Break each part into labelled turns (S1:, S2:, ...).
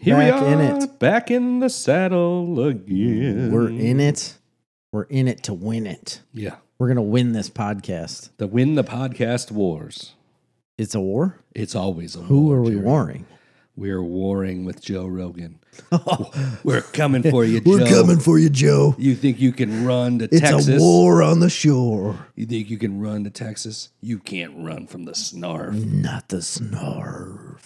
S1: Here
S2: Back
S1: we
S2: in
S1: are,
S2: it.
S1: back in the saddle again.
S2: We're in
S1: Mm.
S2: it. We're in it to win it.
S1: yeah,
S2: We're going to win this podcast.
S1: the win the podcast wars.
S2: It's a war.
S1: It's always a
S2: Who
S1: war,
S2: are we
S1: Jerry.
S2: warring?
S1: We're warring with Joe Rogan. We're coming for you, Joe.
S2: for you, Joe.
S1: You think you can run to Texas?
S2: war on the shore,
S1: You think you can run to Texas? You can't run from the
S2: Mm.
S1: snarf.
S2: not the snarf.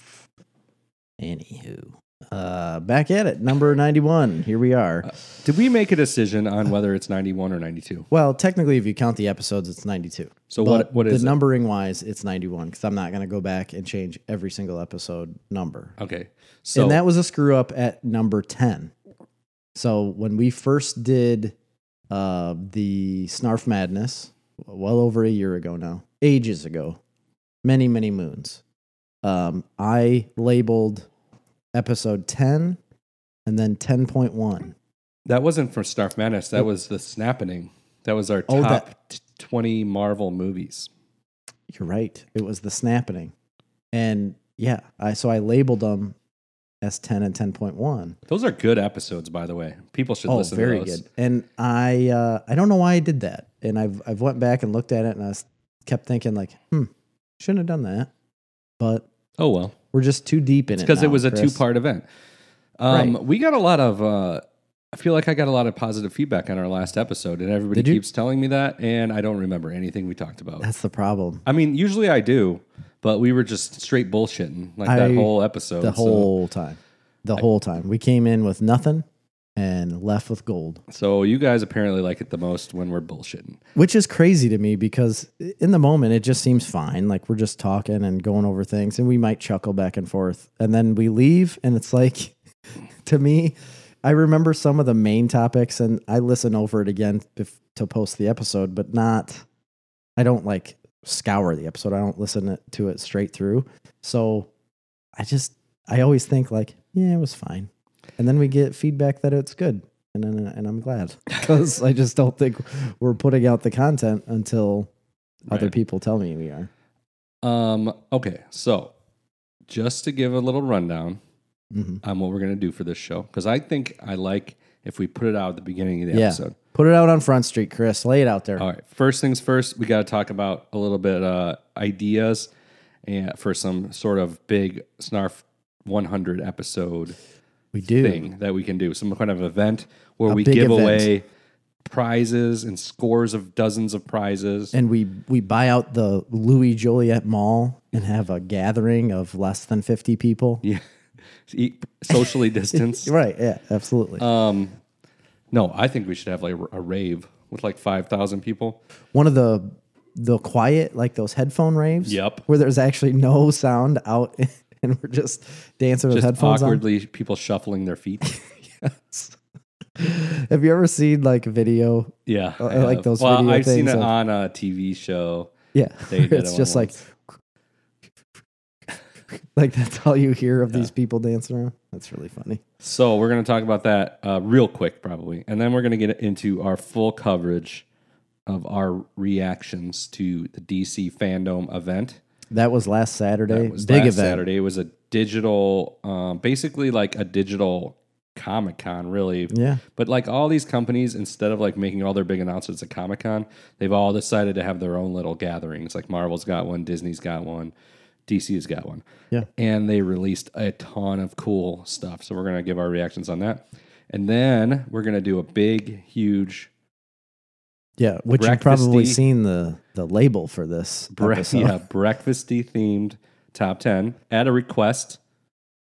S2: Anywho, uh, back at it. Number 91. Here we
S1: Uh,
S2: are.
S1: Did we make a decision on whether it's 91 or 92?
S2: Well, technically, if you count the episodes, it's 92.
S1: So
S2: But
S1: what, what is
S2: the
S1: it?
S2: numbering wise, it's 91 because I'm not going to go back and change every single episode number.
S1: Okay. So
S2: and that was a screw up at number 10. So when we first did uh, the Snarf Madness, well over a year ago now, ages ago, many, many moons, um, I labeled episode 10 and then 10.1.
S1: that wasn't for Snarf Madness. That was the Snappening. That was our
S2: Oh,
S1: top t- 20 Marvel movies.
S2: You're right. It was the snapping. And yeah, I so I labeled them as 10 and 10.1.
S1: Those are good episodes, by the way. People should
S2: Oh,
S1: listen
S2: very
S1: to those.
S2: good. And I uh, I don't know why I did that. And I've I've went back and looked at it and I s- kept thinking like, hmm, shouldn't have done that. But
S1: Oh, well.
S2: we're just too deep in it.
S1: because it
S2: now,
S1: was a
S2: Chris.
S1: two part event. Um,
S2: Right.
S1: We got a lot of, uh, I feel like I got a lot of positive feedback on our last episode, and everybody
S2: Did you?
S1: keeps telling me that, and I don't remember anything we talked about.
S2: That's the problem.
S1: I mean, usually I do, but we were just straight bullshitting like that
S2: I-
S1: whole episode.
S2: The
S1: so-
S2: whole time. The whole time. We came in with nothing and left with gold.
S1: So, you guys apparently like it the most when we're bullshitting.
S2: which is crazy to me because in the moment it just seems fine like we're just talking and going over things and we might chuckle back and forth and then we leave and it's like to me i remember some of the main topics and i listen over it again bef- to post the episode but not i don't like scour the episode i don't listen it- to it straight through so i just i always think like yeah it was fine and then we get feedback that it's good and then, and I'm glad because I just don't think we're putting out the content until other
S1: Right.
S2: people tell me we are.
S1: Um, okay, so just to give a little rundown
S2: hmm
S1: on what we're going to do for this show, because I think I like if we put it out at the beginning of the
S2: Yeah.
S1: episode. Uh,
S2: Put it out on Front Street, Chris. Lay it out there.
S1: All right. First things first, we got to talk about a little bit uh, ideas and for some sort of big Snarf 100 episode
S2: we do.
S1: thing that we can do, some kind of event where we
S2: big
S1: give
S2: event.
S1: away prizes and scores of dozens of prizes.
S2: And we we buy out the Louis Joliet Mall and have a gathering of less than 50 people.
S1: yeah, Eat- socially distanced.
S2: Right. Yeah, absolutely.
S1: Um, no, I think we should have like a rave with like five thousand people.
S2: One of the the quiet like those headphone raves.
S1: Yep.
S2: Where there's actually no sound out and we're just dancing with
S1: Just
S2: headphones on.
S1: awkwardly, people shuffling their feet.
S2: Have you ever seen like a video?
S1: Yeah,
S2: Oh, I like
S1: have.
S2: those
S1: Well,
S2: video
S1: I've seen
S2: things
S1: it
S2: uh, of-
S1: on a TV show.
S2: Yeah.
S1: They did
S2: it's
S1: it
S2: just like
S1: once.
S2: like that's all you hear of these people dancing around. That's really funny.
S1: So we're going to talk about that uh, real quick, probably, and then we're going to get into our full coverage of our reactions to the DC fandom event.
S2: That was last Saturday.
S1: It was
S2: Big
S1: last
S2: event.
S1: Saturday. It was a digital, um, basically like a digital Comic Con, really.
S2: Yeah.
S1: But like all these companies, instead of like making all their big announcements at Comic Con, they've all decided to have their own little gatherings. Like Marvel's got one, Disney's got one, DC's got one.
S2: Yeah.
S1: And they released a ton of cool stuff. So we're going to give our reactions on that. And then we're going to do a big, huge
S2: Yeah, which you've probably
S1: Breakfasty.
S2: seen the the label for this
S1: bre-
S2: episode.
S1: yeah, breakfasty themed top 10 at a request.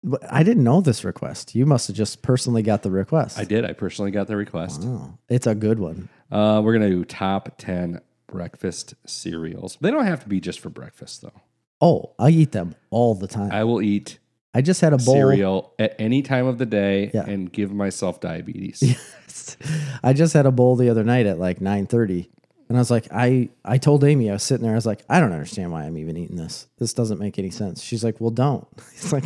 S2: But I didn't know this request. You must have just personally got the request.
S1: I did. I personally got the request.
S2: Oh, it's a good one.
S1: Uh, we're going to do top 10 breakfast cereals. They don't have to be just for breakfast, though.
S2: Oh, I eat them all the time. I,
S1: I will eat
S2: just had a bowl.
S1: cereal at any time of the day
S2: Yeah.
S1: and give myself diabetes.
S2: I just had a bowl the other night at like nine thirty, and I was like, I I told Amy I was sitting there. I was like, I don't understand why I'm even eating this. This doesn't make any sense. She's like, Well, don't. It's like,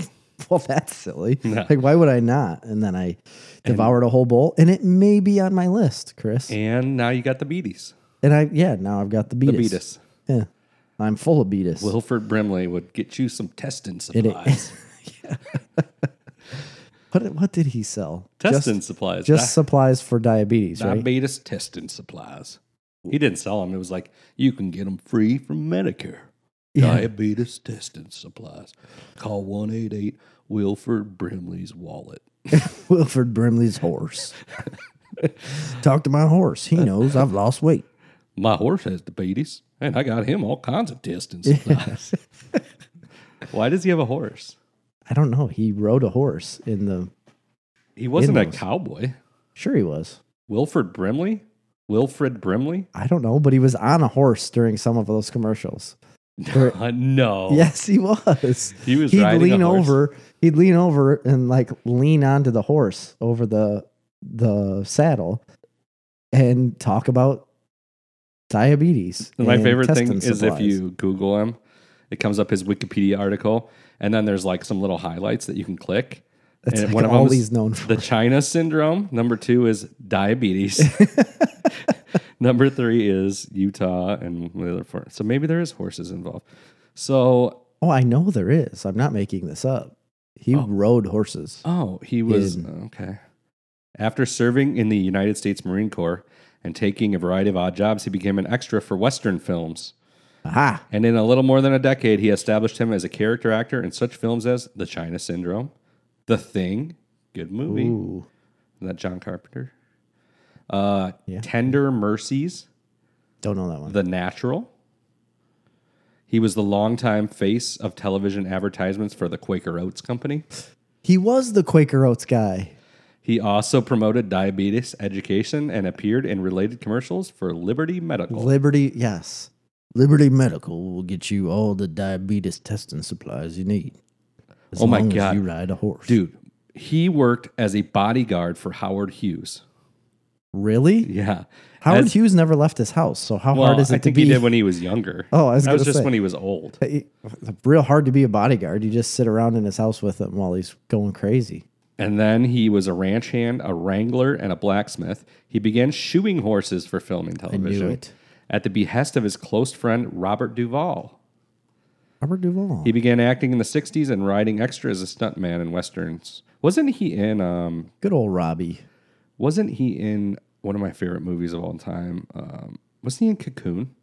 S2: Well, that's silly. Like, why would I not? And then I devoured a whole bowl, and it may be on my list, Chris. And,
S1: And now you got the beaties.
S2: I yeah, now I've got the beatus.
S1: Beatus.
S2: Yeah, I'm full of beatus.
S1: Wilford Brimley would get you some testing supplies.
S2: What what did he sell?
S1: Testing
S2: Just,
S1: supplies.
S2: just
S1: Di-
S2: supplies for diabetes, right?
S1: diabetes testing supplies. He didn't sell them. It was like you can get them free from Medicare.
S2: Yeah.
S1: Diabetes testing supplies. Call one eight eight Wilford Brimley's wallet.
S2: Wilford Brimley's horse. Talk to my horse. He knows I've lost weight.
S1: My horse has diabetes, and I got him all kinds of testing supplies. Why does he have a horse?
S2: I don't know. He rode a horse in the.
S1: He wasn't a
S2: knows?
S1: cowboy.
S2: Sure, he was.
S1: Wilford Brimley. Wilfred Brimley.
S2: I don't know, but he was on a horse during some of those commercials. Or-
S1: Uh, no.
S2: Yes, he was.
S1: Oh. He was
S2: He'd
S1: riding a
S2: lean
S1: horse.
S2: over. He'd lean over and like lean onto the horse over the the saddle, and talk about diabetes.
S1: And my
S2: and
S1: favorite thing
S2: testing
S1: is if
S2: supplies.
S1: you Google him, it comes up his Wikipedia article, and then there's like some little highlights that you can click.
S2: That's
S1: and
S2: like
S1: one of 'em
S2: all
S1: is
S2: he's known for.
S1: The China syndrome. Number two is diabetes. Number three is Utah, and the other four. So maybe there is horses involved. So
S2: Oh, I know there is. I'm not making this up. He rode horses.
S1: Oh, he was
S2: In-
S1: okay. After serving in the United States Marine Corps and taking a variety of odd jobs, he became an extra for Western films.
S2: Aha.
S1: And in a little more than a decade, he established him as a character actor in such films as The China Syndrome, The Thing, good movie,
S2: Ooh.
S1: Isn't that John Carpenter, uh,
S2: Yeah.
S1: Tender Mercies,
S2: Don't know that one.
S1: The Natural. He was the longtime face of television advertisements for the Quaker Oats Company.
S2: He was the Quaker Oats guy.
S1: He also promoted diabetes education and appeared in related commercials for Liberty Medical.
S2: Liberty, yes. Liberty Medical will get you all the diabetes testing supplies you need. As
S1: Oh my
S2: long as
S1: God.
S2: you ride a horse.
S1: Dude, he worked as a bodyguard for Howard Hughes.
S2: Really?
S1: Yeah.
S2: Howard
S1: As-
S2: Hughes never left his house, so how
S1: Well,
S2: hard is it
S1: I think
S2: to be
S1: he did when he was younger.
S2: Oh, I was
S1: that was
S2: gonna
S1: just
S2: say.
S1: when he was old.
S2: real hard to be a bodyguard? You just sit around in his house with him while he's going crazy.
S1: And then he was a ranch hand, a wrangler, and a blacksmith. He began shoeing horses for film and television
S2: it.
S1: at the behest of his close friend Robert Duvall.
S2: Robert Duvall.
S1: He began acting in the 60s and riding extra as a stuntman in westerns. Wasn't he in um,
S2: Good old Robbie.
S1: Wasn't he in one of my favorite movies of all time? Um, wasn't he in Cocoon?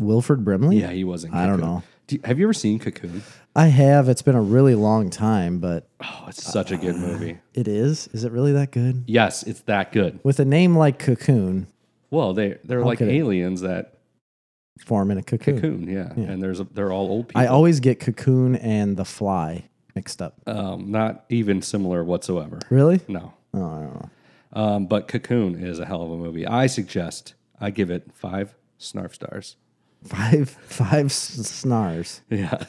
S2: Wilford Brimley?
S1: Yeah, he was in Cocoon.
S2: I don't know.
S1: Do you- have you ever seen Cocoon?
S2: I have. It's been a really long time, but
S1: Oh, it's such a good movie.
S2: it is. Is it really that good?
S1: Yes, it's that good.
S2: With a name like Cocoon,
S1: Well, they they're like
S2: could it-
S1: aliens that
S2: form in a cocoon.
S1: Cocoon, yeah. And there's a, they're all old people.
S2: I always get Cocoon and The Fly mixed up.
S1: um, not even similar whatsoever.
S2: Really?
S1: No.
S2: Oh, I don't know.
S1: Um, but Cocoon is a hell of a movie. I suggest I give it five snarf stars.
S2: Five five s- snars.
S1: Yeah.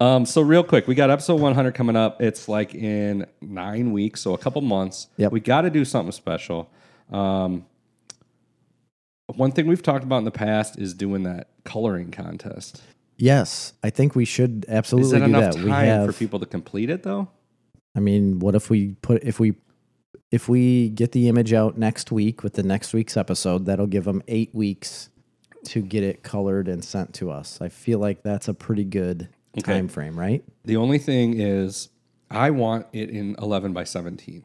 S1: Um, so real quick, we got episode 100 coming up. It's like in nine weeks, so a couple months.
S2: Yep.
S1: We got to do something special. Um, one thing we've talked about in the past is doing that coloring contest.
S2: Yes, I think we should absolutely
S1: Is that
S2: do
S1: enough
S2: that. we
S1: time
S2: have.
S1: for people to complete it though?
S2: I mean, what if we put if we if we get the image out next week with the next week's episode? That'll give them eight weeks to get it colored and sent to us. I feel like that's a pretty good time frame, right?
S1: The only thing is, I want it in 11 by 17,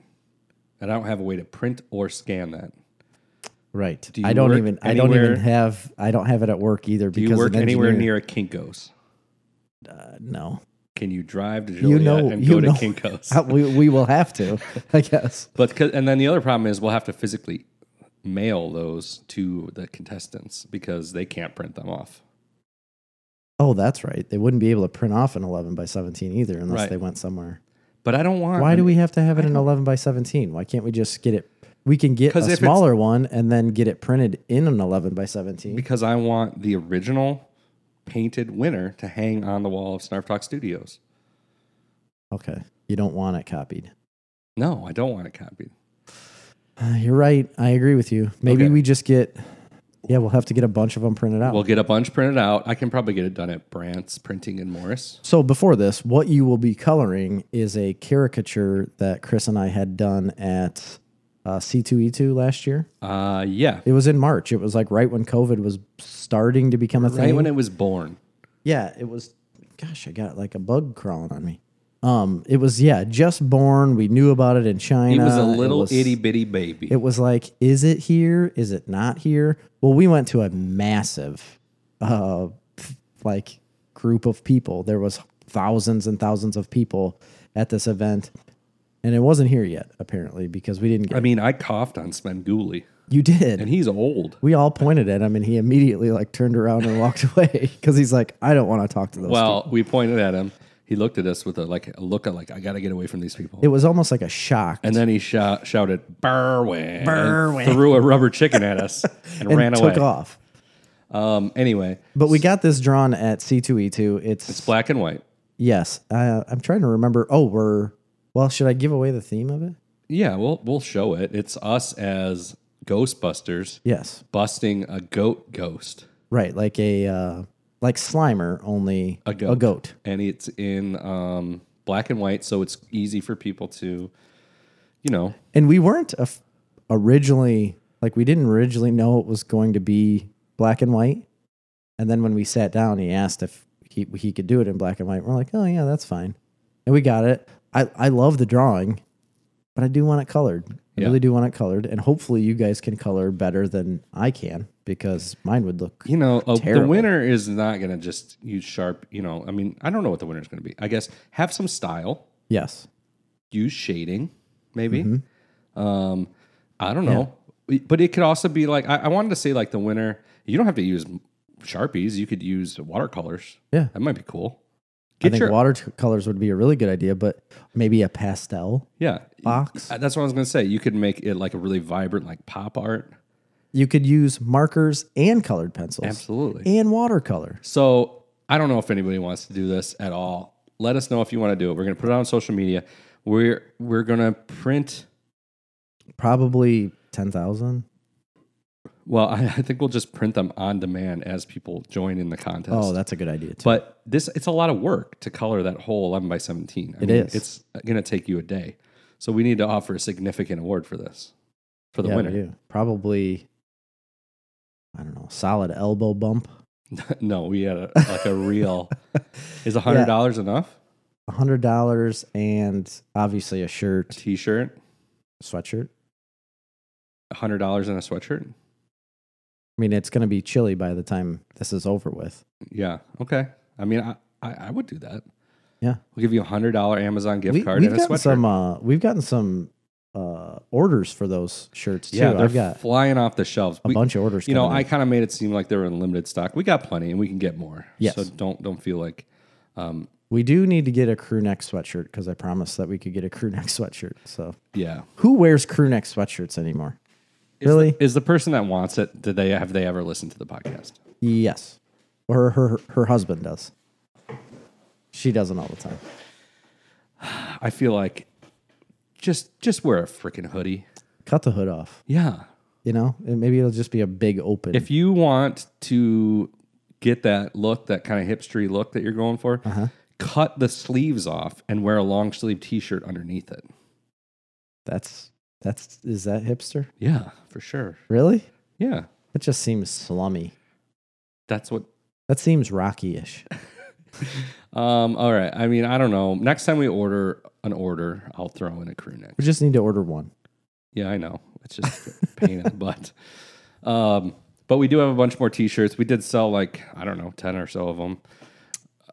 S1: and I don't have a way to print or scan that.
S2: Right.
S1: you
S2: I don't
S1: work
S2: even. I don't
S1: anywhere-
S2: even have. I don't have it at work either.
S1: Do
S2: because
S1: you work
S2: an
S1: anywhere
S2: engineer-
S1: near a Kinko's?
S2: No.
S1: Can you drive to
S2: You
S1: Joliet
S2: know.
S1: and
S2: You
S1: go
S2: know.
S1: to Kinko's?
S2: we we will have to. I guess.
S1: But 'cause- and then the other problem is we'll have to physically mail those to the contestants because they can't print them off.
S2: Oh, that's right. They wouldn't be able to print off an 11 by 17 either unless
S1: Right.
S2: they went somewhere.
S1: But I don't want.
S2: Why do we have to have it in 11 by 17? Why can't we just get it? We can get
S1: 'Cause
S2: a
S1: if it's-
S2: smaller one and then get it printed in an 11 by 17.
S1: Because I want the original painted winner to hang on the wall of Snarf Talk Studios.
S2: Okay. You don't want it copied.
S1: No, I don't want it copied.
S2: Uh, You're right. I agree with you. Maybe
S1: Okay.
S2: we just get, yeah, we'll have to get a bunch of them printed out.
S1: We'll get a bunch printed out. I can probably get it done at Brandt's Printing in Morris.
S2: so before this, what you will be coloring is a caricature that Chris and I had done at uh, C2E2 last year.
S1: Uh, yeah,
S2: It was in March. It was like right when COVID was starting to become a thing.
S1: right when it was born.
S2: Yeah, it was. Gosh, I got like a bug crawling on me. Um, it was yeah, just born. We knew about it in China.
S1: He was a little
S2: it was,
S1: itty bitty baby.
S2: It was like, is it here? Is it not here? Well, we went to a massive, uh, f- like group of people. There was thousands and thousands of people at this event, and it wasn't here yet apparently because we didn't get.
S1: I mean, I coughed on Spenguli,
S2: you did.
S1: and he's old.
S2: we all pointed at him, and he immediately like turned around and walked away because he's like, I don't want to talk to those. people."
S1: Well, we pointed at him. He looked at us with a like a look of like I got to get away from these people.
S2: it was almost like a shock.
S1: and then he shou- shouted Berwin, Berwin, threw a rubber chicken at us and,
S2: and
S1: ran
S2: took
S1: away.
S2: off.
S1: Um, anyway,
S2: But we got this drawn at C2E2. It's,
S1: it's black and white.
S2: yes. Uh, I'm trying to remember. Oh, we're well. Should I give away the theme of it?
S1: Yeah, we'll we'll show it. It's us as Ghostbusters
S2: Yes.
S1: busting a goat ghost,
S2: Right. Like a uh, like Slimer, only a
S1: goat. and it's in um, black and white, so it's easy for people to, you know,
S2: And we weren't a f- originally like we didn't originally know it was going to be black and white. And then when we sat down, he asked if he he could do it in black and white. We're like, oh yeah, that's fine. And we got it. I I love the drawing, but I do want it colored. I
S1: Yeah.
S2: really do want it colored, and hopefully you guys can color better than I can because mine would look.
S1: you know, uh, the
S2: Terrible.
S1: winner is not going to just use sharp. You know, I mean, I don't know what the winner's going to be. I guess have some style,
S2: Yes,
S1: use shading, maybe.
S2: Mm-hmm.
S1: Um, I don't know, but it could also be like I, I wanted to say like the winner. You don't have to use sharpies. You could use watercolors.
S2: Yeah.
S1: that might be cool.
S2: I think watercolors would be a really good idea, but maybe a pastel.
S1: Yeah.
S2: box.
S1: Uh, That's what I was going to say. You could make it like a really vibrant, like pop art.
S2: You could use markers and colored pencils
S1: Absolutely.
S2: and watercolor.
S1: So I don't know if anybody wants to do this at all. Let us know if you want to do it. We're going to put it on social media. We're, we're going to print.
S2: Probably 10,000.
S1: Well, I, I think we'll just print them on demand as people join in the contest.
S2: Oh, that's a good idea too.
S1: but this, it's a lot of work to color that whole 11 by 17. I
S2: It is.
S1: It's going to take you a day. So we need to offer a significant award for this, for the
S2: Yeah, we
S1: winner.
S2: do. Probably, I don't know, solid elbow bump.
S1: no, we had a, like a real, is $100 enough?
S2: $100 and obviously a
S1: A
S2: shirt,
S1: t-shirt?
S2: sweatshirt.
S1: hundred dollars in a sweatshirt.
S2: I mean, it's going to be chilly by the time this is over with.
S1: Yeah. Okay. I mean, I I, I would do that.
S2: Yeah.
S1: We'll give you a hundred dollar Amazon gift
S2: We,
S1: card
S2: we've
S1: and a
S2: gotten
S1: sweatshirt.
S2: some, uh, we've gotten some uh, orders for those shirts too.
S1: yeah, they're
S2: I've got
S1: flying off the shelves.
S2: a
S1: We-
S2: bunch of orders.
S1: You know,
S2: coming
S1: I
S2: in.
S1: kind of made it seem like they were in limited stock. We got plenty, and we can get more.
S2: Yes.
S1: So don't don't feel like. Um.
S2: we do need to get a crew neck sweatshirt because I promised that we could get a crew neck sweatshirt. So,
S1: Yeah.
S2: who wears crew neck sweatshirts anymore?
S1: Is
S2: really?
S1: the, is the person that wants it? Did they have they ever listened to the podcast?
S2: Yes. Or her, her her husband does. She doesn't all the time.
S1: I feel like just just wear a freaking hoodie.
S2: Cut the hood off.
S1: Yeah.
S2: You know, and maybe it'll just be a big open.
S1: if you want to get that look, that kind of hipstery look that you're going for, cut the sleeves off and wear a long sleeve t shirt underneath it.
S2: that's that's is that hipster?
S1: Yeah, for sure.
S2: Really?
S1: Yeah,
S2: That just seems slummy.
S1: that's what.
S2: That seems rocky-ish.
S1: Um, all right. I mean, I don't know. Next time we order an order, I'll throw in a crew neck.
S2: We just need to order one.
S1: Yeah, I know. It's just a pain in the butt. Um, but we do have a bunch more T-shirts. We did sell like I don't know, ten or so of them.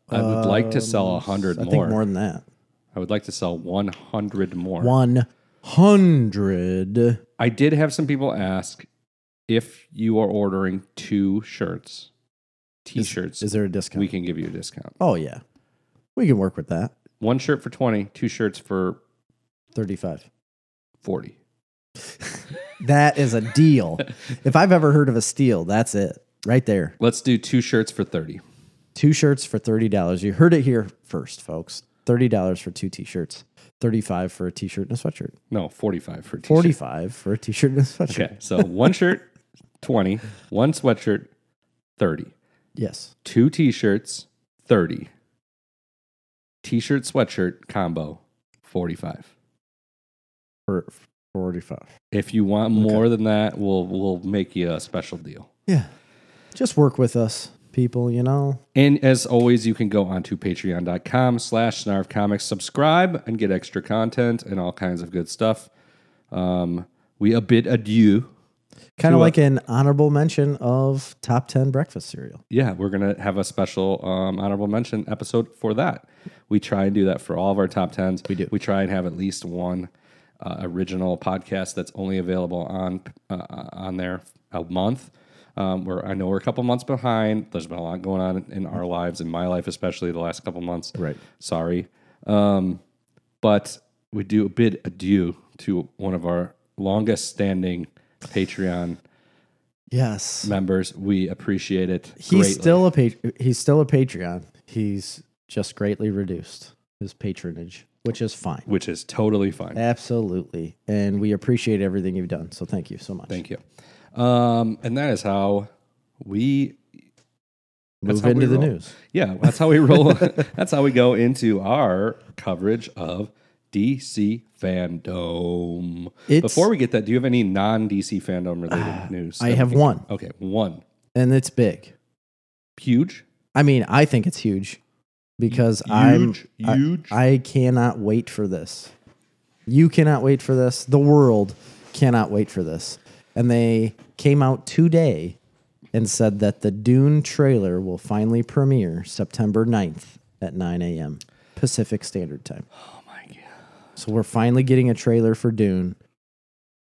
S1: I would like to sell a hundred
S2: Um, I
S1: more.
S2: think more than that.
S1: I would like to sell one hundred more.
S2: One hundred.
S1: I did have some people ask if you are ordering two shirts, t-shirts,
S2: Is there a discount?
S1: we can give you a discount.
S2: oh yeah, we can work with that.
S1: One shirt for 20, two shirts for
S2: Thirty-five.
S1: 40.
S2: That is a deal. if I've ever heard of a steal, that's it right there.
S1: Let's do two shirts for 30.
S2: Two shirts for thirty dollars. You heard it here first, folks. Thirty dollars for two t-shirts. Thirty-five for a t-shirt and a sweatshirt.
S1: No, 45 for a t-shirt.
S2: Forty-five for a t-shirt and a sweatshirt.
S1: Okay. So one shirt 20, one sweatshirt 30,
S2: Yes,
S1: two t-shirts 30. T-shirt sweatshirt combo 45.
S2: for forty-five.
S1: If you want more than that, we'll we'll make you a special deal.
S2: Yeah, just work with us. people, you know?
S1: And as always, you can go on to patreon.com slash snarf comics, subscribe, and get extra content and all kinds of good stuff. Um, we a bit adieu.
S2: Kind of like an honorable mention of top 10 breakfast cereal.
S1: Yeah, we're going to have a special um, honorable mention episode for that. We try and do that for all of our top 10s. We
S2: do.
S1: We try and have at least one uh, original podcast that's only available on uh, on there a month. Um, we're, I know we're a couple months behind. There's been a lot going on in our lives, in my life especially, the last couple months.
S2: Right.
S1: Sorry. Um, but we do bid adieu to one of our longest standing Patreon
S2: Yes.
S1: members. We appreciate it.
S2: He's
S1: greatly.
S2: still a pat- he's still a Patreon. He's just greatly reduced his patronage, which is fine.
S1: which is totally fine.
S2: Absolutely. And we appreciate everything you've done. So thank you so much.
S1: Thank you. Um, and that is how we
S2: Move
S1: how we
S2: into the
S1: roll.
S2: news.
S1: yeah, that's how we roll. that's how we go into our coverage of DC fandom.
S2: It's- Ah,
S1: Before we get that, do you have any non DC fandom related news?
S2: I
S1: that we
S2: have
S1: can-
S2: one.
S1: Okay, one
S2: And it's big.
S1: huge,
S2: I mean, I think it's huge because I'm
S1: huge,
S2: I-
S1: huge.
S2: I cannot wait for this. You cannot wait for this. The world cannot wait for this. And they came out today and said that the Dune trailer will finally premiere September 9th at 9 a.m. Pacific Standard Time.
S1: oh my god!
S2: So we're finally getting a trailer for Dune.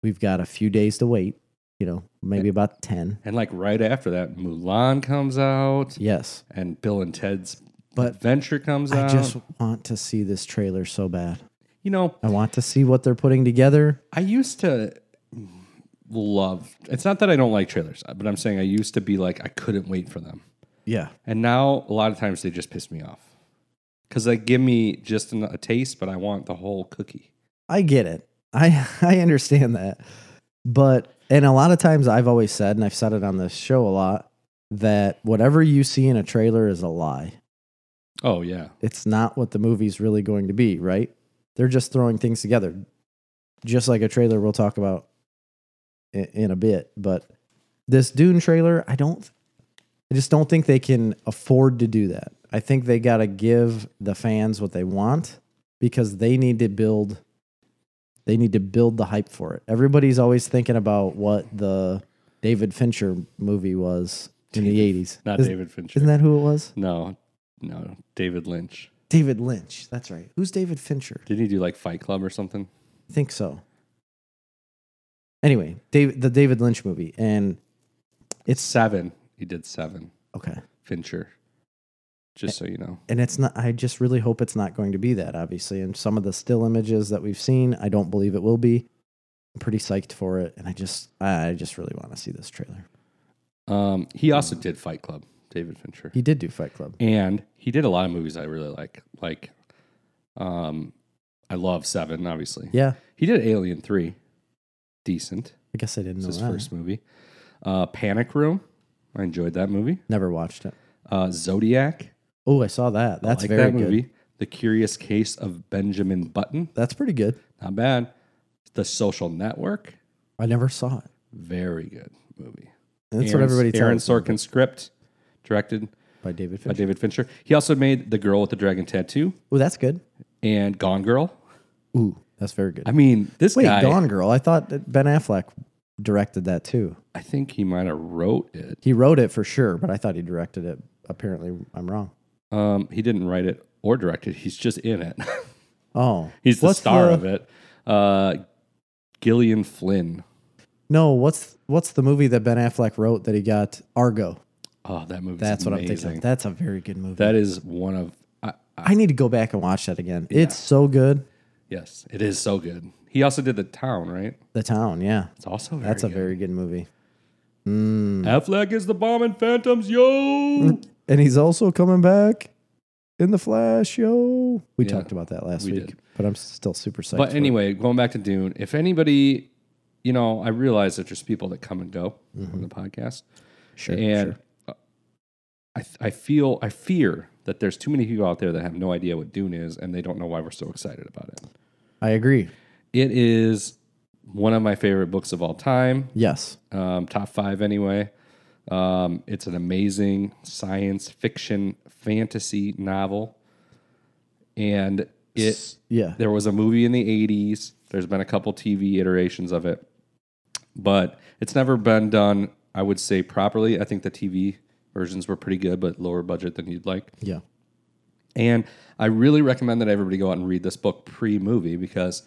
S2: We've got a few days to wait, you know, maybe about 10.
S1: And like right after that, Mulan comes out,
S2: Yes.
S1: and Bill and Ted's
S2: But
S1: Adventure comes
S2: I
S1: out.
S2: just want to see this trailer so bad.
S1: you know,
S2: I want to see what they're putting together.
S1: I used to love. It's not that I don't like trailers, but I'm saying I used to be like I couldn't wait for them,
S2: Yeah.
S1: and now a lot of times they just piss me off because they give me just an, a taste, but I want the whole cookie.
S2: I get it. I I understand that. But and a lot of times I've always said and I've said it on this show a lot that whatever you see in a trailer is a lie.
S1: Oh yeah,
S2: It's not what the movie's really going to be, right? They're just throwing things together. Just like a trailer we'll talk about in, in a bit, but this Dune trailer, I don't I just don't think they can afford to do that. I think they got to give the fans what they want because they need to build they need to build the hype for it. Everybody's always thinking about what the David Fincher movie was in the 80s.
S1: not
S2: isn't,
S1: David Fincher.
S2: isn't that who it was?
S1: no, no, David Lynch.
S2: David Lynch. That's right. Who's David Fincher?
S1: Didn't he do like Fight Club or something?
S2: I think so. Anyway, David, the David Lynch movie and it's
S1: Seven. He did seven.
S2: okay.
S1: Fincher. Just so you know,
S2: and it's not i just really hope it's not going to be that obviously and some of the still images that we've seen i don't believe it will be i'm pretty psyched for it and i just i just really want to see this trailer
S1: um, he also did Fight Club. David Fincher.
S2: he did do fight club
S1: and he did a lot of movies I really like. Like, um, I love Seven, obviously.
S2: yeah
S1: He did Alien Three, decent.
S2: i guess i didn't
S1: It's
S2: know
S1: his
S2: that
S1: first movie. Uh, Panic Room, I enjoyed that movie.
S2: never watched it
S1: Uh, Zodiac,
S2: oh i saw that that's
S1: I like
S2: very
S1: that
S2: good
S1: movie. The Curious Case of Benjamin Button,
S2: that's pretty good
S1: not bad. The Social Network,
S2: i never saw it
S1: very good movie.
S2: that's
S1: Aaron-
S2: what everybody tells
S1: Aaron
S2: me
S1: Sorkin script, directed
S2: by david
S1: by
S2: fincher
S1: David Fincher. He also made The Girl with the Dragon Tattoo
S2: oh that's good
S1: and Gone Girl.
S2: ooh that's very good
S1: I mean, this
S2: wait
S1: guy.
S2: gone girl i thought that ben affleck directed that too
S1: I think he might have wrote it.
S2: he wrote it for sure but i thought he directed it apparently i'm wrong
S1: Um, he didn't write it or direct it. He's just in it.
S2: oh
S1: He's the
S2: What's
S1: star
S2: the-
S1: of it. Uh, Gillian Flynn.
S2: No, what's what's the movie that Ben Affleck wrote that he got Argo?
S1: Oh, that movie.
S2: That's what I'm thinking.
S1: amazing.
S2: of. That's a very good movie.
S1: That is one of. I, I,
S2: I need to go back and watch that again. It's so good.
S1: yes, it is so good. He also did The Town, right?
S2: The town, yeah.
S1: It's also very
S2: That's a
S1: good.
S2: very good movie.
S1: Affleck is the bomb in Phantoms, yo.
S2: And he's also coming back in the Flash, yo. We
S1: Yeah,
S2: talked about that last
S1: we
S2: week,
S1: did.
S2: but I'm still super psyched.
S1: but
S2: for it.
S1: anyway, going back to Dune. If anybody, you know, I realize that there's people that come and go
S2: Mm-hmm.
S1: on the podcast.
S2: sure,
S1: and
S2: sure.
S1: uh, I, th- I feel I fear that there's too many people out there that have no idea what Dune is and they don't know why we're so excited about it.
S2: I agree.
S1: It is one of my favorite books of all time,
S2: Yes,
S1: um, top five anyway. Um, it's an amazing science fiction fantasy novel, and it
S2: Yeah.
S1: there was a movie in the 80s. There's been a couple TV iterations of it, but it's never been done, I would say, properly. I think the TV versions were pretty good, but lower budget than you'd like.
S2: Yeah.
S1: And I really recommend that everybody go out and read this book pre movie because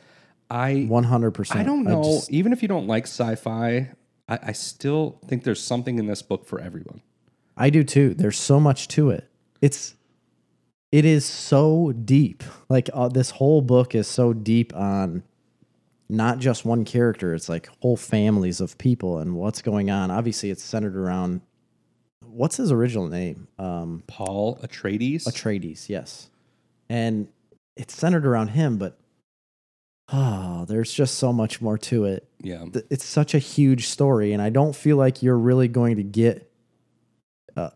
S1: I
S2: 100%.
S1: I don't know.
S2: just-
S1: even if you don't like sci-fi, I, I still think there's something in this book for everyone.
S2: I do too. There's so much to it. It's it is so deep. Like uh, this whole book is so deep on not just one character. It's like whole families of people and what's going on. Obviously, it's centered around what's his original name? Um,
S1: Paul Atreides.
S2: Atreides. Yes, and it's centered around him. But ah, there's just so much more to it
S1: yeah.
S2: th- it's such a huge story, and I don't feel like you're really going to get uh,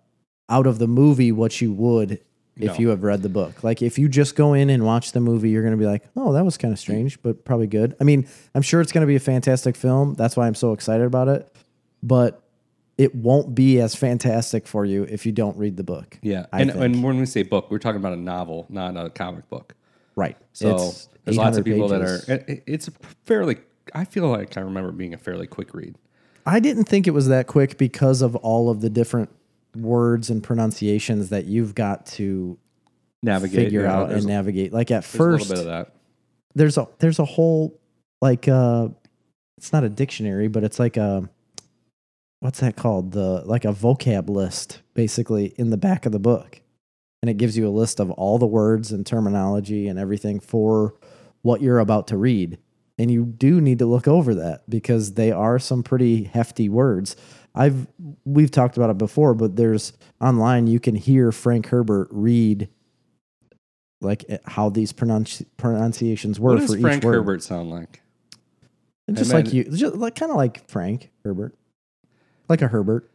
S2: out of the movie what you would if
S1: No.
S2: you have read the book. Like if you just go in and watch the movie, you're going to be like, "Oh, that was kind of strange, but probably good." I mean, I'm sure it's going to be a fantastic film. That's why I'm so excited about it. But it won't be as fantastic for you if you don't read the book.
S1: Yeah.
S2: I
S1: and,
S2: think.
S1: and when we say book, we're talking about a novel, not a comic book.
S2: Right.
S1: So there's lots of
S2: 800
S1: people
S2: pages.
S1: that are. It, it's a fairly. I feel like I remember it being a fairly quick read.
S2: I didn't think it was that quick because of all of the different words and pronunciations that you've got to
S1: Navigate
S2: figure
S1: yeah,
S2: out
S1: there's-
S2: and navigate. Like at
S1: there's
S2: first,
S1: a little bit of that.
S2: there's a there's a whole like uh, it's not a dictionary, but it's like a what's that called? The like a vocab list basically in the back of the book, and it gives you a list of all the words and terminology and everything for what you're about to read. And you do need to look over that because they are some pretty hefty words. I've we've talked about it before, but there's online you can hear Frank Herbert read like eh, how these pronunci- pronunciations were
S1: What
S2: for
S1: does
S2: each
S1: Frank
S2: word.
S1: Herbert sound like?
S2: And Just
S1: I
S2: like you, just like kind of like Frank Herbert, like a Herbert.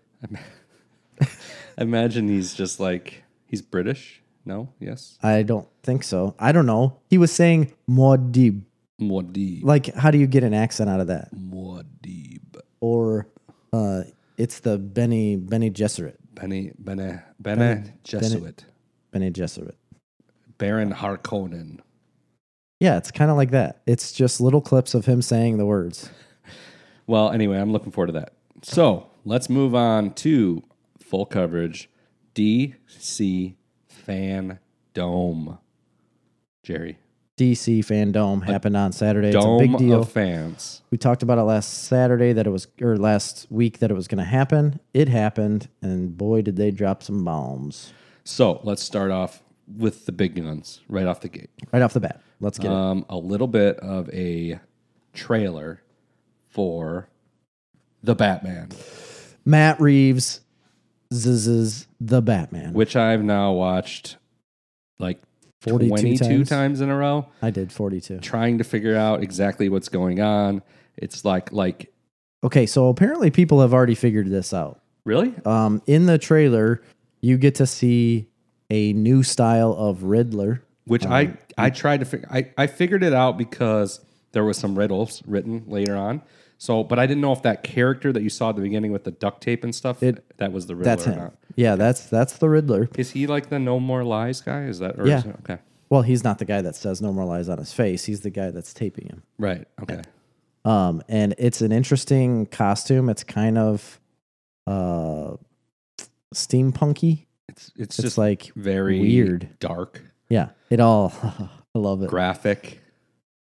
S1: I imagine he's just like he's British. No. Yes.
S2: I don't think so. I don't know. He was saying Modib.
S1: Muad'Dib.
S2: Like, how do you get an accent out of that?
S1: Muad'Dib.
S2: Or uh, it's the Benny Benny Gesserit.
S1: Bene Bene Bene Jesuit.
S2: Benny Gesserit.
S1: Baron Harkonnen.
S2: Yeah, it's kind of like that. It's just little clips of him saying the words.
S1: Well, anyway, I'm looking forward to that. So let's move on to full coverage DC Fan Dome. Jerry,
S2: DC Fandome happened on Saturday. it's a
S1: Dome
S2: big deal.
S1: of Fans.
S2: we talked about it last Saturday that it was, or last week that it was going to happen. It happened, and boy, did they drop some bombs
S1: So let's start off with the big guns right off the gate.
S2: right off the bat. Let's get it.
S1: Um, a little bit of a trailer for the Batman,
S2: Matt Reeves, Zzz's the Batman.
S1: which I've now watched like
S2: 42
S1: 22
S2: times.
S1: times in a row.
S2: I did 42.
S1: trying to figure out exactly what's going on. It's like like
S2: Okay, so apparently people have already figured this out.
S1: really?
S2: Um, in the trailer, you get to see a new style of Riddler.
S1: Which
S2: Um,
S1: I I tried to figure I, I figured it out because there was some riddles written later on. So but I didn't know if that character that you saw at the beginning with the duct tape and stuff that was the riddler
S2: That's
S1: or
S2: him.
S1: not.
S2: Yeah, that's that's the Riddler.
S1: Is he like the no more lies guy? Is that or
S2: Yeah.
S1: is it, okay.
S2: Well, he's not the guy that says no more lies on his face. He's the guy that's taping him.
S1: Right. Okay.
S2: Um, and it's an interesting costume. It's kind of uh steampunky.
S1: It's it's
S2: It's
S1: just like
S2: like
S1: very
S2: weird.
S1: dark,
S2: yeah, it all I love it.
S1: graphic.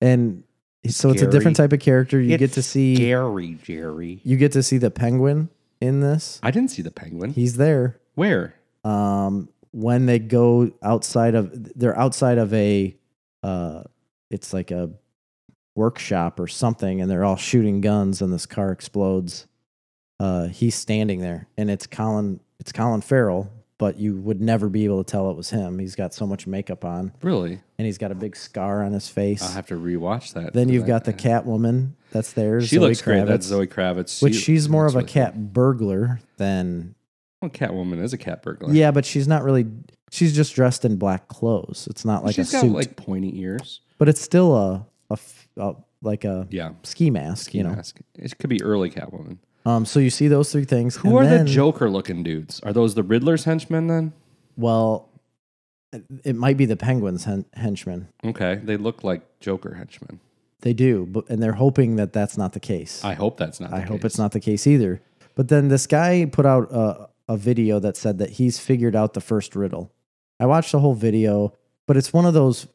S2: and so it's a
S1: Scary.
S2: different type of character. You get to see
S1: Gary Jerry.
S2: you get to see the penguin in this.
S1: I didn't see the penguin.
S2: He's there.
S1: Where?
S2: Um, when they go outside of, they're outside of a, uh, it's like a workshop or something, and they're all shooting guns, and this car explodes. Uh, he's standing there, and it's Colin. It's Colin Farrell, but you would never be able to tell it was him. He's got so much makeup on,
S1: Really?
S2: and he's got a big scar on his face.
S1: I'll have to rewatch that.
S2: then
S1: for
S2: you've
S1: that.
S2: got the Catwoman that's there.
S1: She
S2: Zoe
S1: looks great. That's
S2: Kravitz,
S1: Zoe Kravitz.
S2: which
S1: She-
S2: she's more
S1: looks
S2: of a
S1: really cool.
S2: cat burglar than
S1: Well, Catwoman is a cat burglar.
S2: Yeah, but she's not really. She's just dressed in black clothes. It's not like
S1: she's
S2: a
S1: got
S2: suit,
S1: like pointy ears.
S2: but it's still a, a, f- a- like a
S1: Yeah,
S2: ski mask. you know,
S1: mask. It could be early Catwoman.
S2: Um, so you see those three things.
S1: Who
S2: and
S1: are
S2: then-
S1: the Joker looking dudes? Are those the Riddler's henchmen then?
S2: Well, it might be the Penguins hen- henchmen.
S1: Okay, they look like Joker henchmen.
S2: They do, but and they're hoping that that's not the case.
S1: I hope that's not.
S2: I hope it's not the case either. But then this guy put out a, a video that said that he's figured out the first riddle. I watched the whole video, but it's one of those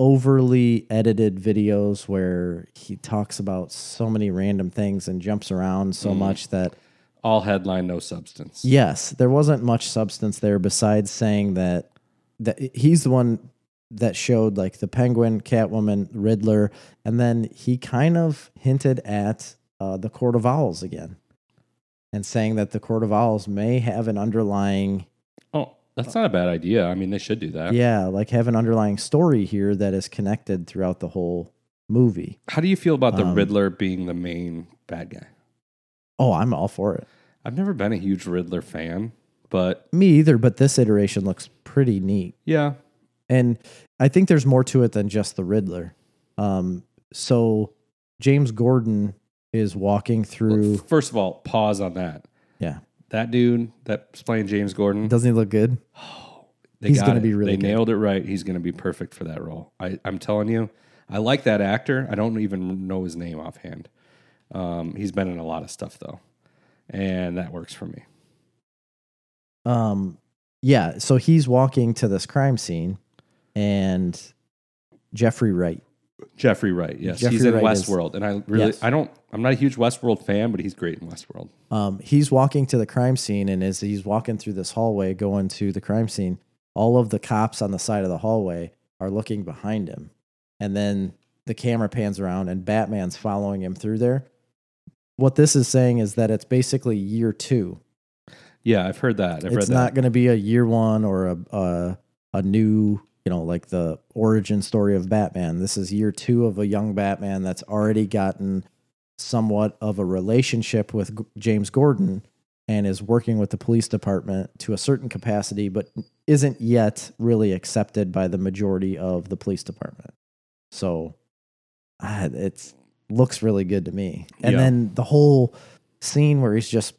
S2: overly edited videos where he talks about so many random things and jumps around so much that
S1: all headline, no substance.
S2: Yes, there wasn't much substance there besides saying that that he's the one that showed like the Penguin, Catwoman, Riddler, and then he kind of hinted at uh, the Court of Owls again, and saying that the Court of Owls may have an underlying
S1: Oh, that's not a bad idea. I mean, they should do that.
S2: yeah, like have an underlying story here that is connected throughout the whole movie.
S1: How do you feel about the
S2: Um,
S1: Riddler being the main bad guy?
S2: Oh, I'm all for it.
S1: I've never been a huge Riddler fan, but
S2: Me either, but this iteration looks pretty neat.
S1: yeah,
S2: And I think there's more to it than just the Riddler. Um, so James Gordon is walking through.
S1: First of all, pause on that.
S2: Yeah.
S1: That dude that's playing James Gordon,
S2: Doesn't he look good?
S1: they
S2: he's
S1: got
S2: gonna
S1: it.
S2: be really
S1: They
S2: good.
S1: nailed it right. He's going to be perfect for that role. I, I'm telling you, I like that actor. I don't even know his name offhand. Um, he's been in a lot of stuff though, and that works for me.
S2: Um, yeah. So he's walking to this crime scene and Jeffrey Wright.
S1: Jeffrey Wright, yes, he's
S2: Jeffrey
S1: in
S2: Wright is-
S1: Westworld, and I really,
S2: Yes.
S1: I don't, I'm not a huge Westworld fan, but he's great in Westworld.
S2: Um, he's walking to the crime scene and as he's walking through this hallway going to the crime scene, all of the cops on the side of the hallway are looking behind him. And then the camera pans around and Batman's following him through there. What this is saying is that it's basically year two.
S1: Yeah, I've heard that. I've
S2: it's
S1: read
S2: not
S1: that.
S2: going to be a year one or a, a a new, you know, like the origin story of Batman. This is year two of a young Batman that's already gotten somewhat of a relationship with G- James Gordon and is working with the police department to a certain capacity, but isn't yet really accepted by the majority of the police department. So ah, it's looks really good to me. And
S1: Yeah.
S2: then the whole scene where he's just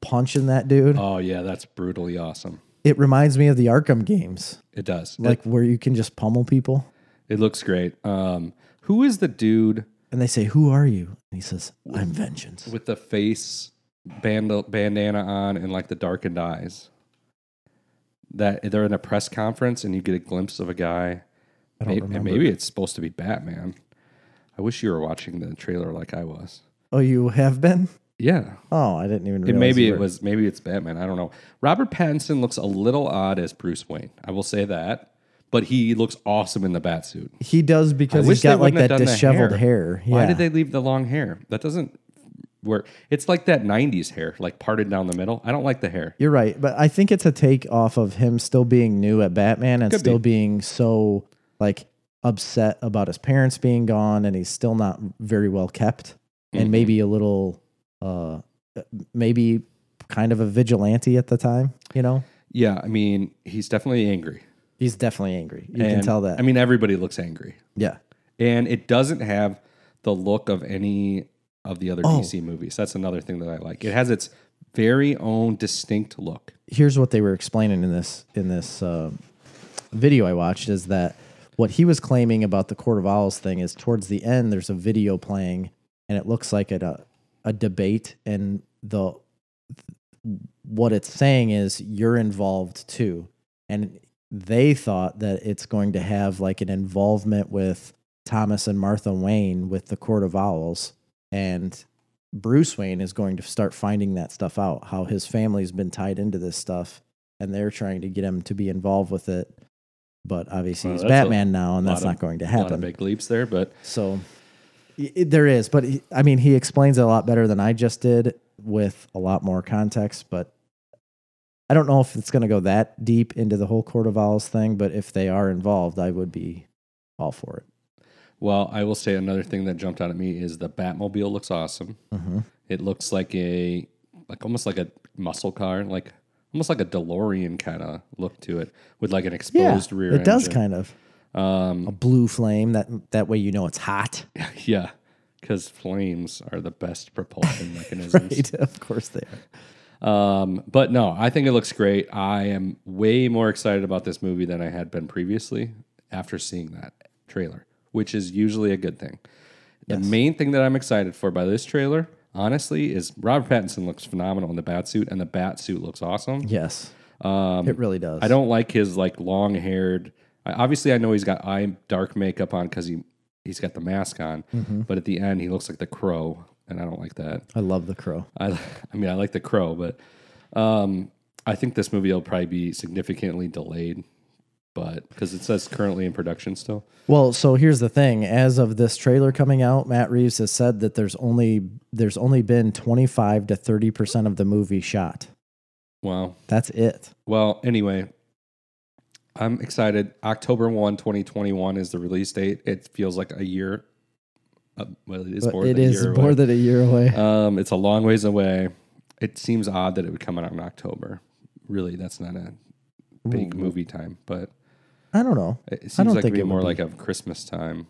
S2: punching that dude
S1: Oh yeah, that's brutally awesome.
S2: it reminds me of the Arkham games,
S1: It does. Like
S2: like where you can just pummel people
S1: it, looks great. Um, who is the dude
S2: and they say, Who are you? And he says, I'm vengeance.
S1: with the face band- bandana on and like the darkened eyes? That they're in a press conference and you get a glimpse of a guy.
S2: I don't
S1: May- and
S2: remember.
S1: maybe it's supposed to be Batman. I wish you were watching the trailer like I was.
S2: Oh, you have been?
S1: Yeah,
S2: Oh, I didn't even realize.
S1: And maybe
S2: you
S1: it
S2: were.
S1: was maybe it's Batman. I don't know. Robert Pattinson looks a little odd as Bruce Wayne. I will say that, but he looks awesome in the bat suit.
S2: He does because
S1: wish
S2: he's
S1: they
S2: got like
S1: wouldn't have
S2: that
S1: done the
S2: disheveled
S1: hair.
S2: hair.
S1: Why
S2: Yeah.
S1: did they leave the long hair? That doesn't work. It's like that '90s hair, like parted down the middle. I don't like the hair.
S2: You're right. But I think it's a take off of him still being new at Batman and
S1: Could
S2: still being so like upset about his parents being gone and he's still not very well kept and
S1: Mhm.
S2: maybe a little uh maybe kind of a vigilante at the time, you know?
S1: Yeah, I mean, he's definitely angry.
S2: He's definitely angry. You can
S1: And,
S2: tell that.
S1: I mean, everybody looks angry,
S2: yeah.
S1: and it doesn't have the look of any of the other
S2: Oh.
S1: DC movies. That's another thing that I like. It has its very own distinct look.
S2: Here's what they were explaining in this in this uh, video I watched is that what he was claiming about the Court of Owls thing is towards the end there's a video playing and it looks like it, uh, a debate and the what it's saying is you're involved too and they thought that it's going to have like an involvement with Thomas and Martha Wayne with the Court of Owls and Bruce Wayne is going to start finding that stuff out how his family's been tied into this stuff and they're trying to get him to be involved with it but obviously
S1: Well,
S2: he's
S1: that's a
S2: Batman now and that's
S1: lot of-
S2: not going to
S1: A lot of
S2: happen
S1: big leaps there, but
S2: so i- i- there is, but he- I mean, he explains it a lot better than I just did with a lot more context. But I don't know if it's going to go that deep into the whole Court of Owls thing. But if they are involved, I would be all for it.
S1: Well, I will say another thing that jumped out at me is the Batmobile looks awesome.
S2: Mm-hmm.
S1: It looks like a like almost like a muscle car, like almost like a DeLorean kind of look to it with like an
S2: Yeah,
S1: exposed rear.
S2: it does
S1: engine.
S2: kind of
S1: Um,
S2: a blue flame. That that way you know it's hot.
S1: yeah, because flames are the best propulsion mechanisms.
S2: Right, of course they are.
S1: Um, but no, I think it looks great. I am way more excited about this movie than I had been previously after seeing that trailer, which is usually a good thing. The main thing that I'm excited for by this trailer, honestly, is Robert Pattinson looks phenomenal in the bat suit, and the bat suit looks awesome.
S2: Yes, um, it really does.
S1: I don't like his like long haired. I, obviously, I know he's got eye dark makeup on because he he's got the mask on. But at the end, he looks like the crow, and I don't like that.
S2: I love the crow.
S1: I, I mean, I like The Crow, but um, I think this movie will probably be significantly delayed, but because it says currently in production still.
S2: Well, so here's the thing. As of this trailer coming out, Matt Reeves has said that there's only there's only been 25 to 30 percent of the movie shot.
S1: Wow.
S2: That's it.
S1: Well, anyway, I'm excited. October 1, 2021 is the release date. It feels like a year. Uh, well, it is
S2: But
S1: more
S2: it
S1: than a
S2: is
S1: year.
S2: more
S1: away.
S2: than a year away.
S1: um, it's a long ways away. It seems odd that it would come out in October. Really, that's not a big movie time, but
S2: I don't know.
S1: it
S2: I
S1: seems
S2: don't
S1: like it'd
S2: think
S1: be
S2: it would
S1: more
S2: be.
S1: like a Christmas time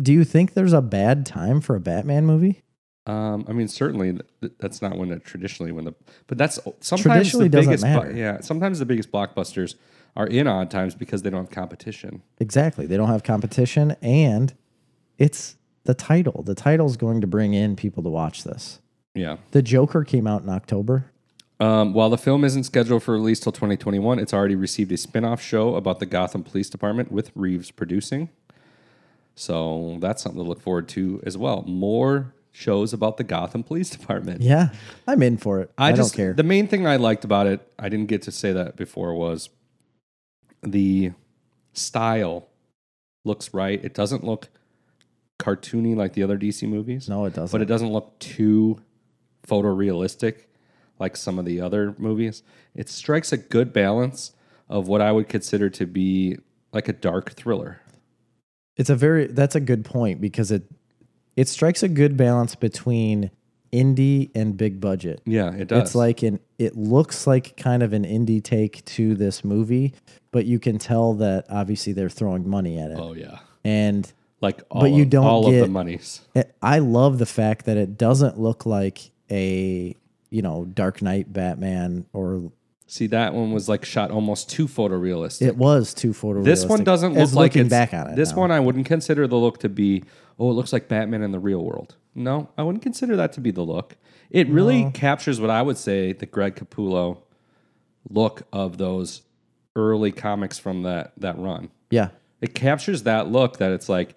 S2: Do you think there's a bad time for a Batman movie?
S1: Um, I mean, certainly th- th- that's not when it, traditionally when the but that's sometimes
S2: Traditionally
S1: the
S2: doesn't
S1: biggest
S2: matter.
S1: yeah sometimes the biggest blockbusters are in odd times because they don't have competition.
S2: Exactly. They don't have competition and it's the title. The title's going to bring in people to watch this.
S1: Yeah.
S2: The Joker came out in October.
S1: Um, while the film isn't scheduled for release till 2021, it's already received a spin-off show about the Gotham Police Department with Reeves producing. So that's something to look forward to as well. More shows about the Gotham Police Department.
S2: Yeah. I'm in for it. I,
S1: just
S2: don't care.
S1: the main thing I liked about it. I didn't get to say that before. Was the style looks right? It doesn't look cartoony like the other DC movies,
S2: no, it doesn't.
S1: but it doesn't look too photorealistic like some of the other movies. It strikes a good balance of what I would consider to be like a dark thriller.
S2: It's a very that's a good point because it it strikes a good balance between indie and big budget.
S1: Yeah, it does.
S2: It's like an it looks like kind of an indie take to this movie, but you can tell that obviously they're throwing money at it.
S1: oh yeah,
S2: And
S1: like all
S2: you
S1: of,
S2: don't
S1: all of the
S2: get-
S1: monies.
S2: it, I love the fact that it doesn't look like a you know Dark Knight Batman or
S1: See that one was like shot almost too photorealistic.
S2: it was too photorealistic.
S1: This one doesn't look
S2: As
S1: like
S2: looking
S1: it's,
S2: back on it.
S1: This
S2: now.
S1: one I wouldn't consider the look to be. Oh, it looks like Batman in the real world. No, I wouldn't consider that to be the look. It really captures what I would say the Greg Capullo look of those early comics from that that run.
S2: yeah,
S1: It captures that look that it's like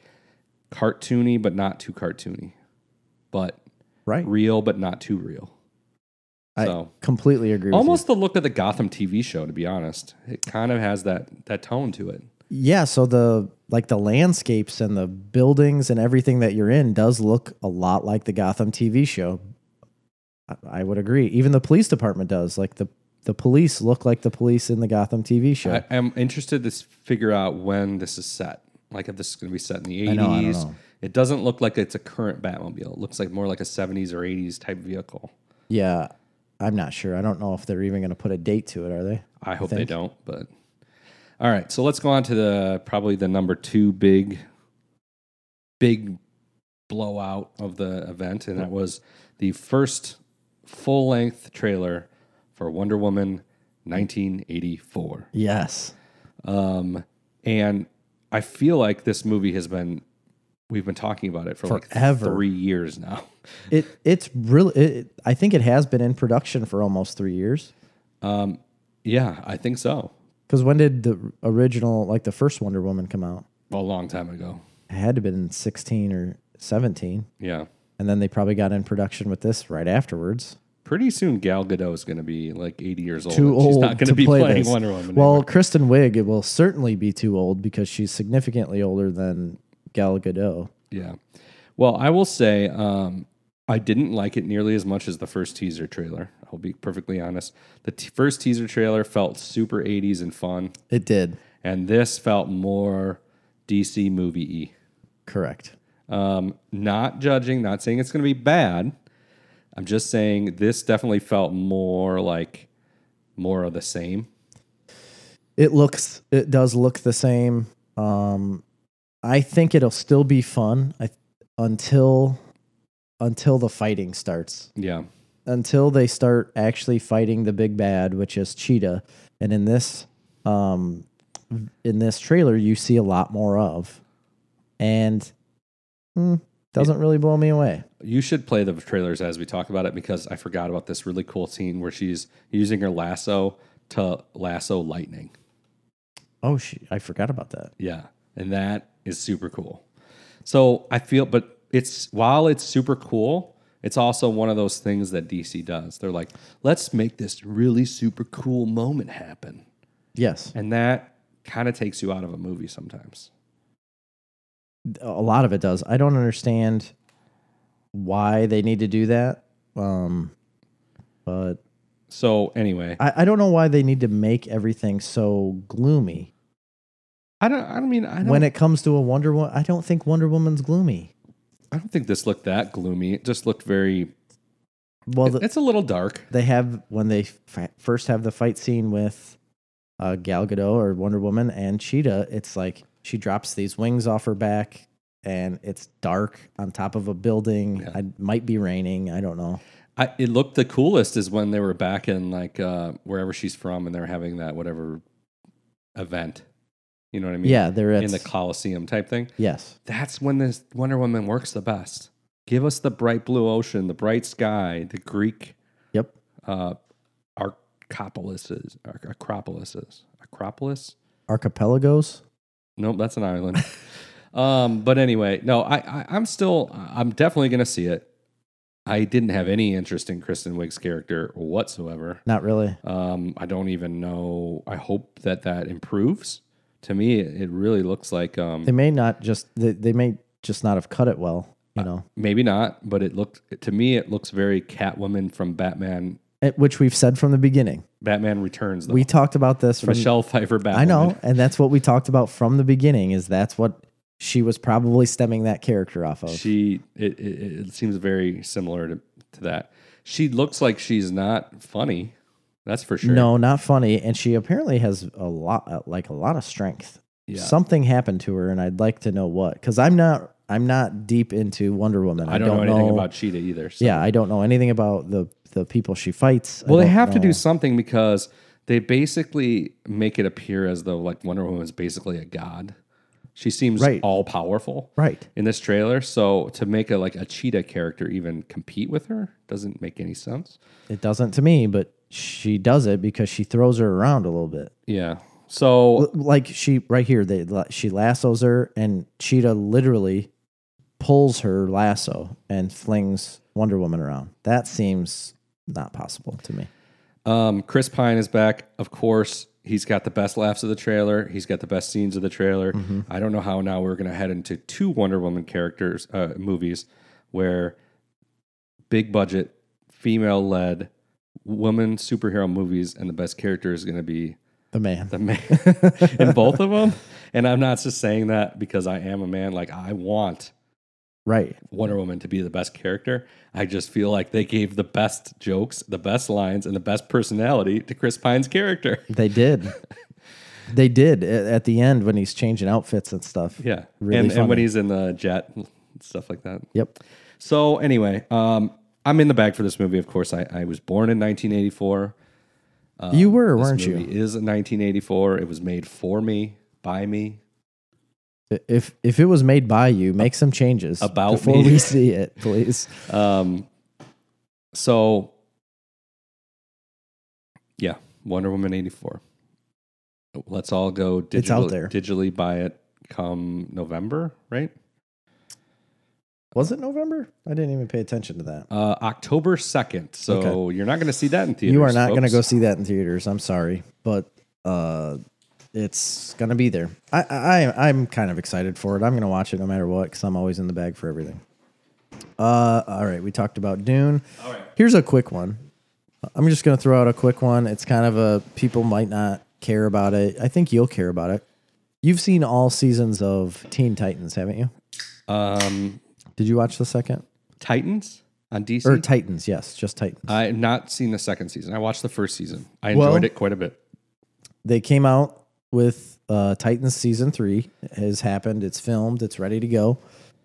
S1: cartoony but not too cartoony, but
S2: right.
S1: real but not too real. so.
S2: I completely agree. with you.
S1: Almost the look of the Gotham TV show, to be honest. It kind of has that that tone to it.
S2: Yeah, so the like the landscapes and the buildings and everything that you're in does look a lot like the Gotham TV show. I, I would agree. Even the police department does. Like the the police look like the police in the Gotham TV show.
S1: I, I'm interested to s- figure out when this is set. Like if this is going to be set in the
S2: know, I don't
S1: 80s.
S2: know.
S1: It doesn't look like it's a current Batmobile. It looks like more like a 70s or 80s type vehicle.
S2: yeah, I'm not sure. I don't know if they're even going to put a date to it. Are they?
S1: I hope they don't, but all right. So let's go on to the probably the number two big, big blowout of the event, and that was the first full length trailer for Wonder Woman 1984.
S2: Yes.
S1: Um, and I feel like this movie has been we've been talking about it for
S2: Forever.
S1: like three years now.
S2: It it's really. It, it- I think it has been in production for almost three years.
S1: Yeah, I think so.
S2: Because when did the original, like the first Wonder Woman, come out?
S1: A long time ago.
S2: It had to have been 16 or 17.
S1: Yeah.
S2: and then they probably got in production with this right afterwards.
S1: Pretty soon Gal Gadot is going to be like 80 years old.
S2: Too
S1: and she's
S2: old
S1: not going
S2: to
S1: be
S2: play
S1: playing
S2: this.
S1: Wonder Woman.
S2: Well, Kristen Wiig it will certainly be too old because she's significantly older than Gal Gadot.
S1: yeah. Well, I will say um, I didn't like it nearly as much as the first teaser trailer. I'll be perfectly honest. The t- first teaser trailer felt super 80s and fun,
S2: It did.
S1: and this felt more DC movie y.
S2: Correct.
S1: Um, not judging, not saying it's going to be bad. I'm just saying this definitely felt more like more of the same.
S2: It looks it does look the same. Um I think it'll still be fun. I until until the fighting starts,
S1: Yeah.
S2: until they start actually fighting the big bad, which is Cheetah. And in this, um, in this trailer, you see a lot more of, and hmm, doesn't really blow me away.
S1: You should play the trailers as we talk about it because I forgot about this really cool scene where she's using her lasso to lasso lightning.
S2: Oh, she, I forgot about that.
S1: Yeah. And that is super cool. So I feel, but it's while it's super cool, it's also one of those things that DC does. They're like, let's make this really super cool moment happen.
S2: Yes,
S1: And that kind of takes you out of a movie sometimes.
S2: a lot of it does. I don't understand why they need to do that. Um, but
S1: So anyway,
S2: I, I don't know why they need to make everything so gloomy.
S1: I don't. I don't mean. I don't.
S2: When it comes to a Wonder Woman, I don't think Wonder Woman's gloomy.
S1: I don't think this looked that gloomy. It just looked very.
S2: Well, the,
S1: it's a little dark.
S2: they have when they f- first have the fight scene with uh, Gal Gadot or Wonder Woman and Cheetah. It's like she drops these wings off her back, and it's dark on top of a building.
S1: Yeah.
S2: It might be raining. I don't know.
S1: I, it looked the coolest is when they were back in like uh, wherever she's from, and they're having that whatever event. You know what I mean?
S2: yeah, they're at
S1: in the Coliseum type thing.
S2: yes.
S1: That's when this Wonder Woman works the best. Give us the bright blue ocean, the bright sky, the Greek
S2: Yep.
S1: uh, acropolises, ac- acropolises, acropolis.
S2: Archipelagos.
S1: Nope, that's an island. um, but anyway, no, I, I I'm still I'm definitely gonna see it. I didn't have any interest in Kristen Wiig's character whatsoever.
S2: Not really.
S1: Um, I don't even know. I hope that that improves. To me, it, it really looks like um,
S2: They may not just. They, they may just not have cut it well.
S1: Uh,
S2: You know.
S1: maybe not, but it looked to me it looks very Catwoman from Batman.
S2: at- Eh, which we've said from the beginning.
S1: Batman Returns. Though.
S2: We talked about this from
S1: Michelle Pfeiffer Batwoman.
S2: I know, and that's what we talked about from the beginning. Is that's what she was probably stemming that character off of.
S1: she it, it, it seems very similar to, to that. She looks like she's not funny. That's for sure.
S2: No, not funny, and she apparently has a lot, uh, like a lot of strength.
S1: Yeah.
S2: Something happened to her, and I'd like to know what. Because I'm not, I'm not deep into Wonder Woman.
S1: I don't, know anything about Cheetah either. So.
S2: Yeah, I don't know anything about the the people she fights. I
S1: Well, they
S2: don't
S1: have to do
S2: know.
S1: something because they basically make it appear as though like Wonder Woman is basically a god. She seems
S2: Right.
S1: all powerful
S2: right.
S1: in this trailer. So to make a like a Cheetah character even compete with her doesn't make any sense.
S2: It doesn't to me, but she does it because she throws her around a little bit.
S1: Yeah. So
S2: like she right here they she lassos her and cheetah literally pulls her lasso and flings wonder woman around that seems not possible to me
S1: um, Chris Pine is back. Of course, he's got the best laughs of the trailer. He's got the best scenes of the trailer. I don't know how now we're going to head into two Wonder Woman characters uh, movies where big budget, female led, woman superhero movies, and the best character is going to be
S2: the man
S1: the man in both of them. And I'm not just saying that because I am a man. Like I want
S2: right
S1: Wonder Woman to be the best character. I just feel like they gave the best jokes, the best lines, and the best personality to Chris Pine's character.
S2: they did they did a- at the end when he's changing outfits and stuff
S1: Yeah.
S2: Really
S1: and, and when
S2: funny.
S1: he's in the jet, stuff like that.
S2: yep
S1: So, anyway, um, I'm in the bag for this movie. Of course, I, I was born in 1984.
S2: you were
S1: Um, This
S2: weren't
S1: movie
S2: you
S1: is 1984. It was made for me, by me.
S2: if if it was made by you make some changes
S1: About
S2: before
S1: me.
S2: we see it please
S1: Um, so, yeah, Wonder Woman 84. Let's all go digitally,
S2: It's out there.
S1: digitally buy it come November, right?
S2: was it november i didn't even pay attention to that
S1: Uh, October 2nd. So
S2: Okay.
S1: you're not going to see that in theaters.
S2: You are not going to
S1: folks.
S2: go see that in theaters. I'm sorry, but uh, it's going to be there. I, I I'm kind of excited for it. I'm going to watch it no matter what because I'm always in the bag for everything. Uh, all right, we talked about Dune. All right. Here's a quick one. I'm just going to throw out a quick one. It's kind of a people might not care about it. I think you'll care about it. You've seen all seasons of Teen Titans, haven't you?
S1: Um,
S2: Did you watch the second
S1: Titans on DC.
S2: or Titans? Yes, just Titans.
S1: I've not seen the second season. I watched the first season. I
S2: Well-
S1: enjoyed it quite a bit.
S2: they came out with uh, Titans season three It has happened. It's filmed. It's ready to go.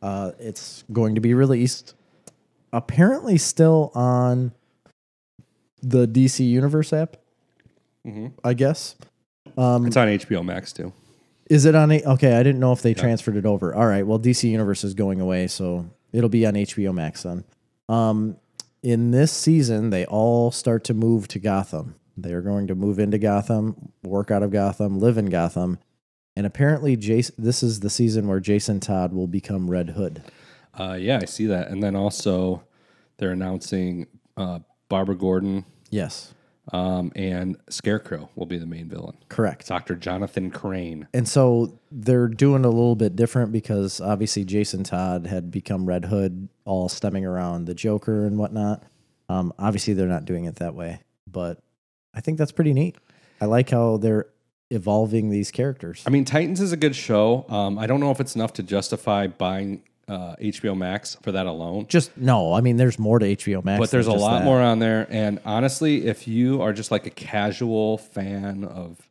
S2: Uh, it's going to be released. apparently still on the DC Universe app,
S1: Mm-hmm.
S2: I guess. Um,
S1: It's on HBO Max too.
S2: is it on? A- okay, I didn't know if they
S1: Yeah.
S2: transferred it over. All right, well, DC Universe is going away, so it'll be on HBO Max then. Um, in this season, they all start to move to Gotham. They are going to move into Gotham, work out of Gotham, live in Gotham, and apparently, Jason. This is the season where Jason Todd will become Red Hood.
S1: Uh, yeah, I see that. And then also, they're announcing uh, Barbara Gordon
S2: Yes,
S1: um, and Scarecrow will be the main villain.
S2: correct.
S1: Doctor Jonathan Crane.
S2: And so they're doing a little bit different because obviously Jason Todd had become Red Hood, all stemming around the Joker and whatnot. Um, obviously, they're not doing it that way, but I think that's pretty neat. I like how they're evolving these characters.
S1: I mean, Titans is a good show. Um, I don't know if it's enough to justify buying uh, HBO Max for that alone.
S2: Just no, I mean, there's more to HBO Max,
S1: But there's a
S2: than just
S1: lot
S2: that.
S1: more on there. And honestly, if you are just like a casual fan of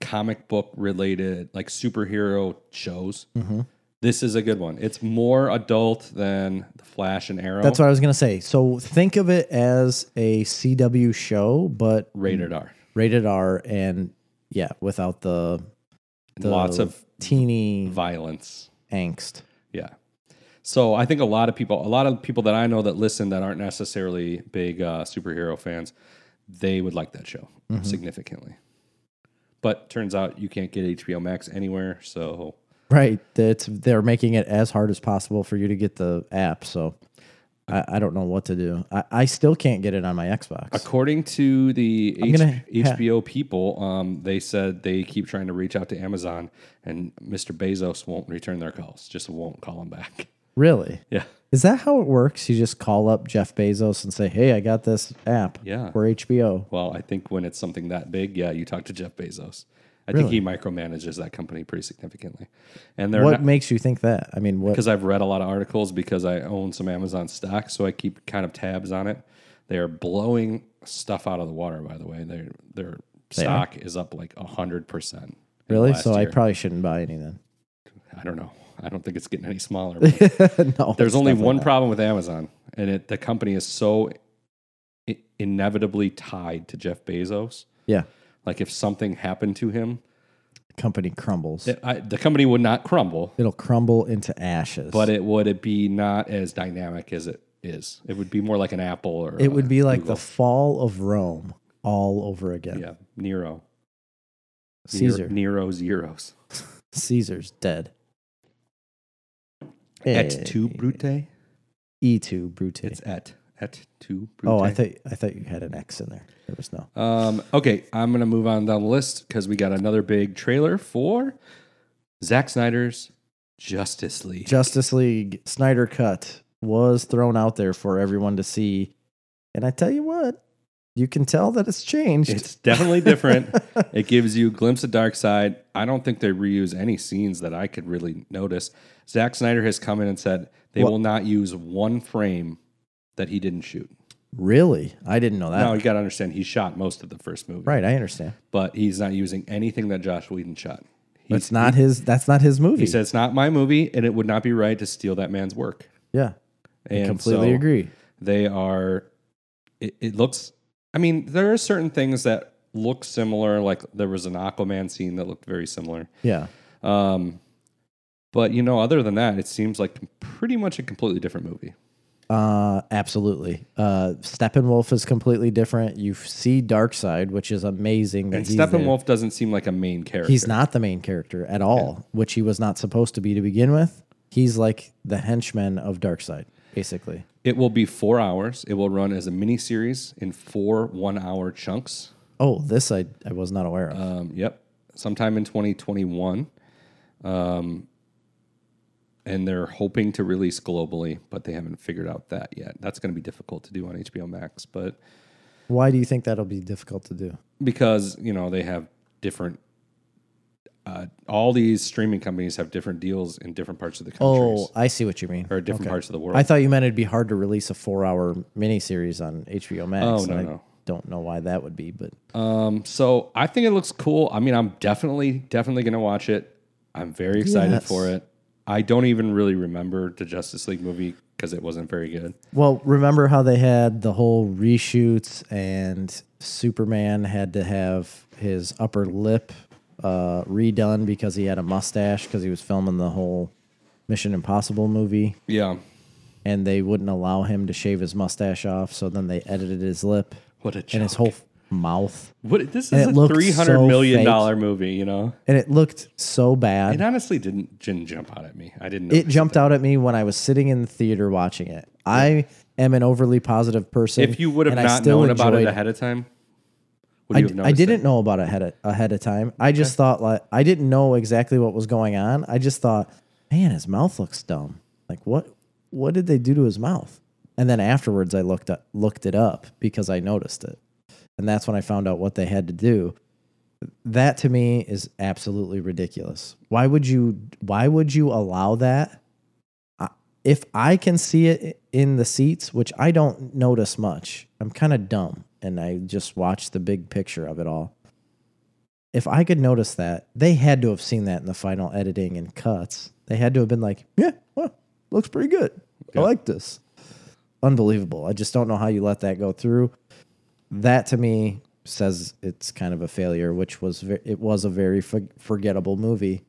S1: comic book related, like superhero shows,
S2: Mm-hmm.
S1: this is a good one. It's more adult than The Flash and Arrow.
S2: That's what I was gonna say. So think of it as a CW show, but
S1: rated R.
S2: rated R, and yeah, without the,
S1: And
S2: the
S1: Lots of
S2: teeny
S1: violence.
S2: angst.
S1: Yeah. So I think a lot of people, a lot of people that I know that listen that aren't necessarily big uh, superhero fans, they would like that show
S2: Mm-hmm.
S1: significantly. But turns out you can't get HBO Max anywhere, so
S2: Right. That's they're making it as hard as possible for you to get the app. So I, I don't know what to do. I, I still can't get it on my Xbox.
S1: According to the
S2: gonna-
S1: H- HBO people, um, they said they keep trying to reach out to Amazon, and Mr. Bezos won't return their calls. Just won't call them back.
S2: Really?
S1: Yeah,
S2: Is that how it works? You just call up Jeff Bezos and say, Hey, I got this app
S1: Yeah.
S2: for HBO.
S1: Well, I think when it's something that big, yeah, you talk to Jeff Bezos. I think he micromanages that company pretty significantly. And they're
S2: What
S1: not
S2: makes you think that? I mean, what
S1: because I've read a lot of articles because I own some Amazon stock, so I keep kind of tabs on it. They are blowing stuff out of the water, by the way. Their their stock is up like hundred percent.
S2: really? So I probably shouldn't buy any then.
S1: I don't know. I don't think it's getting any smaller. but There's
S2: no. it's
S1: only
S2: definitely
S1: one
S2: not.
S1: problem with Amazon, and it, the company is so i- inevitably tied to Jeff Bezos.
S2: Yeah.
S1: Like if something happened to him,
S2: Company crumbles.
S1: the, I, the company would not crumble,
S2: It'll crumble into ashes.
S1: but it would it be not as dynamic as it is. It would be more like an Apple or
S2: it would be like
S1: Google.
S2: the fall of Rome all over again.
S1: yeah Nero Nero-
S2: Caesar.
S1: Nero zeros
S2: Caesar's dead. Eh,
S1: et tu brute.
S2: E two Brute.
S1: It's et et tu brute.
S2: oh, I thought I thought you had an X in there. There was no.
S1: Um, okay, I'm gonna move on down the list because we got another big trailer for Zack Snyder's Justice League.
S2: Justice League Snyder cut was thrown out there for everyone to see, and I tell you what, you can tell that it's changed.
S1: it's definitely different. it gives you a glimpse of dark side. I don't think they reuse any scenes that I could really notice. Zack Snyder has come in and said they
S2: Well-
S1: will not use one frame that he didn't shoot.
S2: really, I didn't know that.
S1: Now you got to understand he shot most of the first movie,
S2: Uh, Right, I understand.
S1: but he's not using anything that Josh Whedon shot. He,
S2: It's not his. That's not his movie.
S1: he said it's not my movie, and it would not be right to steal that man's work.
S2: yeah,
S1: And
S2: completely
S1: so
S2: agree.
S1: They are. It, it looks. I mean, there are certain things that look similar. Like there was an Aquaman scene that looked very similar.
S2: Yeah,
S1: Um, but you know, other than that, it seems like pretty much a completely different movie.
S2: Uh, absolutely. Uh, Steppenwolf is completely different. You f- see Dark Side, which is amazing. That
S1: And
S2: he's there.
S1: Steppenwolf doesn't seem like a main character.
S2: He's not the main character at all, which he was not supposed to be to begin with. He's like the henchman of Darkseid, basically.
S1: It will be four hours. It will run as a mini series in four one-hour chunks.
S2: Oh, this I, I was not aware of.
S1: Um, yep, sometime in 2021. Um, and they're hoping to release globally, but they haven't figured out that yet. That's going to be difficult to do on HBO Max, but
S2: Why do you think that'll be difficult to do?
S1: because you know they have different. Uh, all these streaming companies have different deals in different parts of the countries
S2: Oh, I see what you mean.
S1: or different parts of the world.
S2: I thought you meant it'd be hard to release a four hour miniseries on HBO Max.
S1: Oh,
S2: and
S1: no,
S2: I
S1: no.
S2: don't know why that would be, but
S1: Um, so I think it looks cool. I mean, I'm definitely, definitely gonna watch it. I'm very excited
S2: Yes.
S1: for it. I don't even really remember the Justice League movie because it wasn't very good.
S2: Well, remember how they had the whole reshoots and Superman had to have his upper lip uh, redone because he had a mustache because he was filming the whole Mission Impossible movie
S1: Yeah.
S2: and they wouldn't allow him to shave his mustache off. So then they edited his lip
S1: What a joke.
S2: and his whole f- mouth.
S1: What, this
S2: and
S1: is
S2: it
S1: a
S2: looked
S1: three
S2: so
S1: hundred million
S2: fake.
S1: dollar movie, you know.
S2: And it looked so bad.
S1: It honestly didn't didn't jump out at me. I didn't.
S2: it
S1: notice
S2: jumped out at me when I was sitting in the theater watching it. I am an overly positive person.
S1: If you would have
S2: and I
S1: not
S2: still
S1: known about it
S2: enjoyed
S1: ahead of time, would
S2: I,
S1: you have
S2: d- I
S1: noticed?
S2: didn't
S1: It?
S2: know about it ahead of, ahead of time. I just thought like I didn't know exactly what was going on. I just thought, man, his mouth looks dumb. Like what what did they do to his mouth? And then afterwards, I looked up, looked it up because I noticed it, and that's when I found out what they had to do. That to me is absolutely ridiculous. Why would you Why would you allow that? I- If I can see it in the seats, which I don't notice much, I'm kind of dumb and I just watch the big picture of it all. If I could notice that, they had to have seen that in the final editing and cuts. They had to have been like, yeah, well, looks pretty good. I like this. Unbelievable. I just don't know how you let that go through. That to me says it's kind of a failure, which was ve- it was a very for- forgettable movie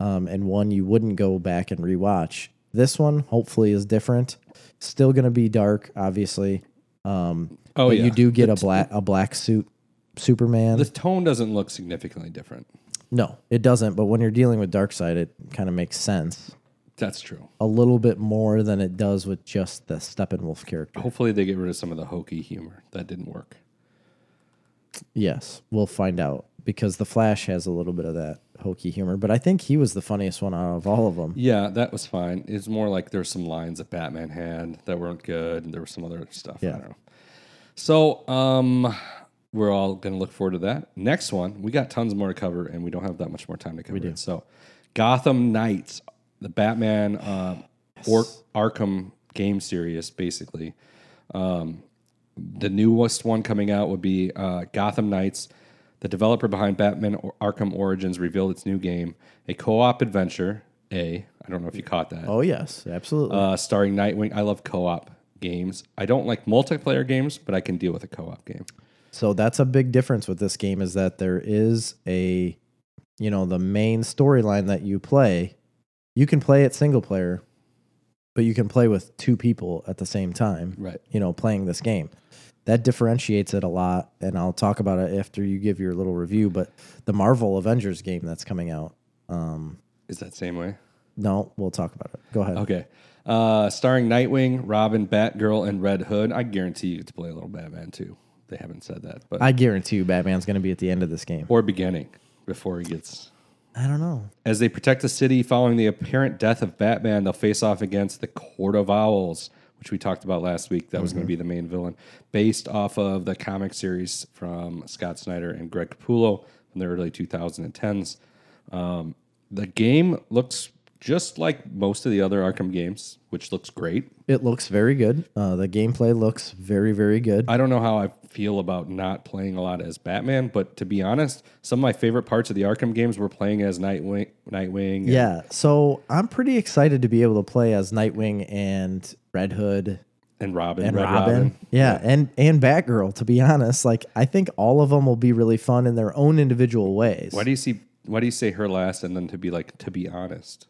S2: um, and one you wouldn't go back and rewatch. This one hopefully is different. Still going to be dark, obviously. Um,
S1: Oh,
S2: but
S1: yeah.
S2: you do get a black a black suit Superman.
S1: The tone doesn't look significantly different.
S2: no, it doesn't. But when you're dealing with Darkseid, it kind of makes sense
S1: That's true.
S2: a little bit more than it does with just the Steppenwolf character.
S1: Hopefully, they get rid of some of the hokey humor that didn't work.
S2: Yes, we'll find out because the Flash has a little bit of that hokey humor, but I think he was the funniest one out of all of them.
S1: Yeah, that was fine. It's more like there's some lines that Batman had that weren't good, and there was some other stuff. I
S2: Yeah.
S1: don't know. So, um, we're all going to look forward to that. Next one, we got tons more to cover, and we don't have that much more time to cover. We do. So, Gotham Knights, the Batman uh, or- Arkham game series, basically. Um, the newest one coming out would be uh, Gotham Knights. The developer behind Batman or- Arkham Origins revealed its new game, a co op adventure. A, I don't know if you caught that
S2: Oh yes, absolutely.
S1: uh, starring Nightwing. I love co-op games. I don't like multiplayer games, but I can deal with a co-op game.
S2: So that's a big difference with this game is that there is a, you know, the main storyline that you play. You can play it single player, but you can play with two people at the same time,
S1: Right.
S2: you know, playing this game. That differentiates it a lot. And I'll talk about it after you give your little review. But the Marvel Avengers game that's coming out, um,
S1: Is that same way?
S2: no, we'll talk about it. Go ahead.
S1: Okay. Uh, starring Nightwing, Robin, Batgirl, and Red Hood. I guarantee you get to play a little Batman too. They haven't said that, but
S2: I guarantee you Batman's going to be at the end of this game.
S1: or beginning before he gets
S2: I don't know.
S1: As they protect the city following the apparent death of Batman, they'll face off against the Court of Owls, which we talked about last week. That was
S2: Mm-hmm.
S1: going to be the main villain, based off of the comic series from Scott Snyder and Greg Capullo from the early 2010s. Um, the game looks just like most of the other Arkham games, which looks great.
S2: It looks very good. Uh, the gameplay looks very, very good.
S1: I don't know how I feel about not playing a lot as Batman, but to be honest, some of my favorite parts of the Arkham games were playing as Nightwing. Nightwing. and-
S2: Yeah, so I'm pretty excited to be able to play as Nightwing and Red Hood
S1: And Robin,
S2: and
S1: Red
S2: Robin.
S1: Robin.
S2: Yeah, and and Batgirl. To be honest, like I think all of them will be really fun in their own individual ways.
S1: Why do you see? Why do you say her last and then to be like to be honest?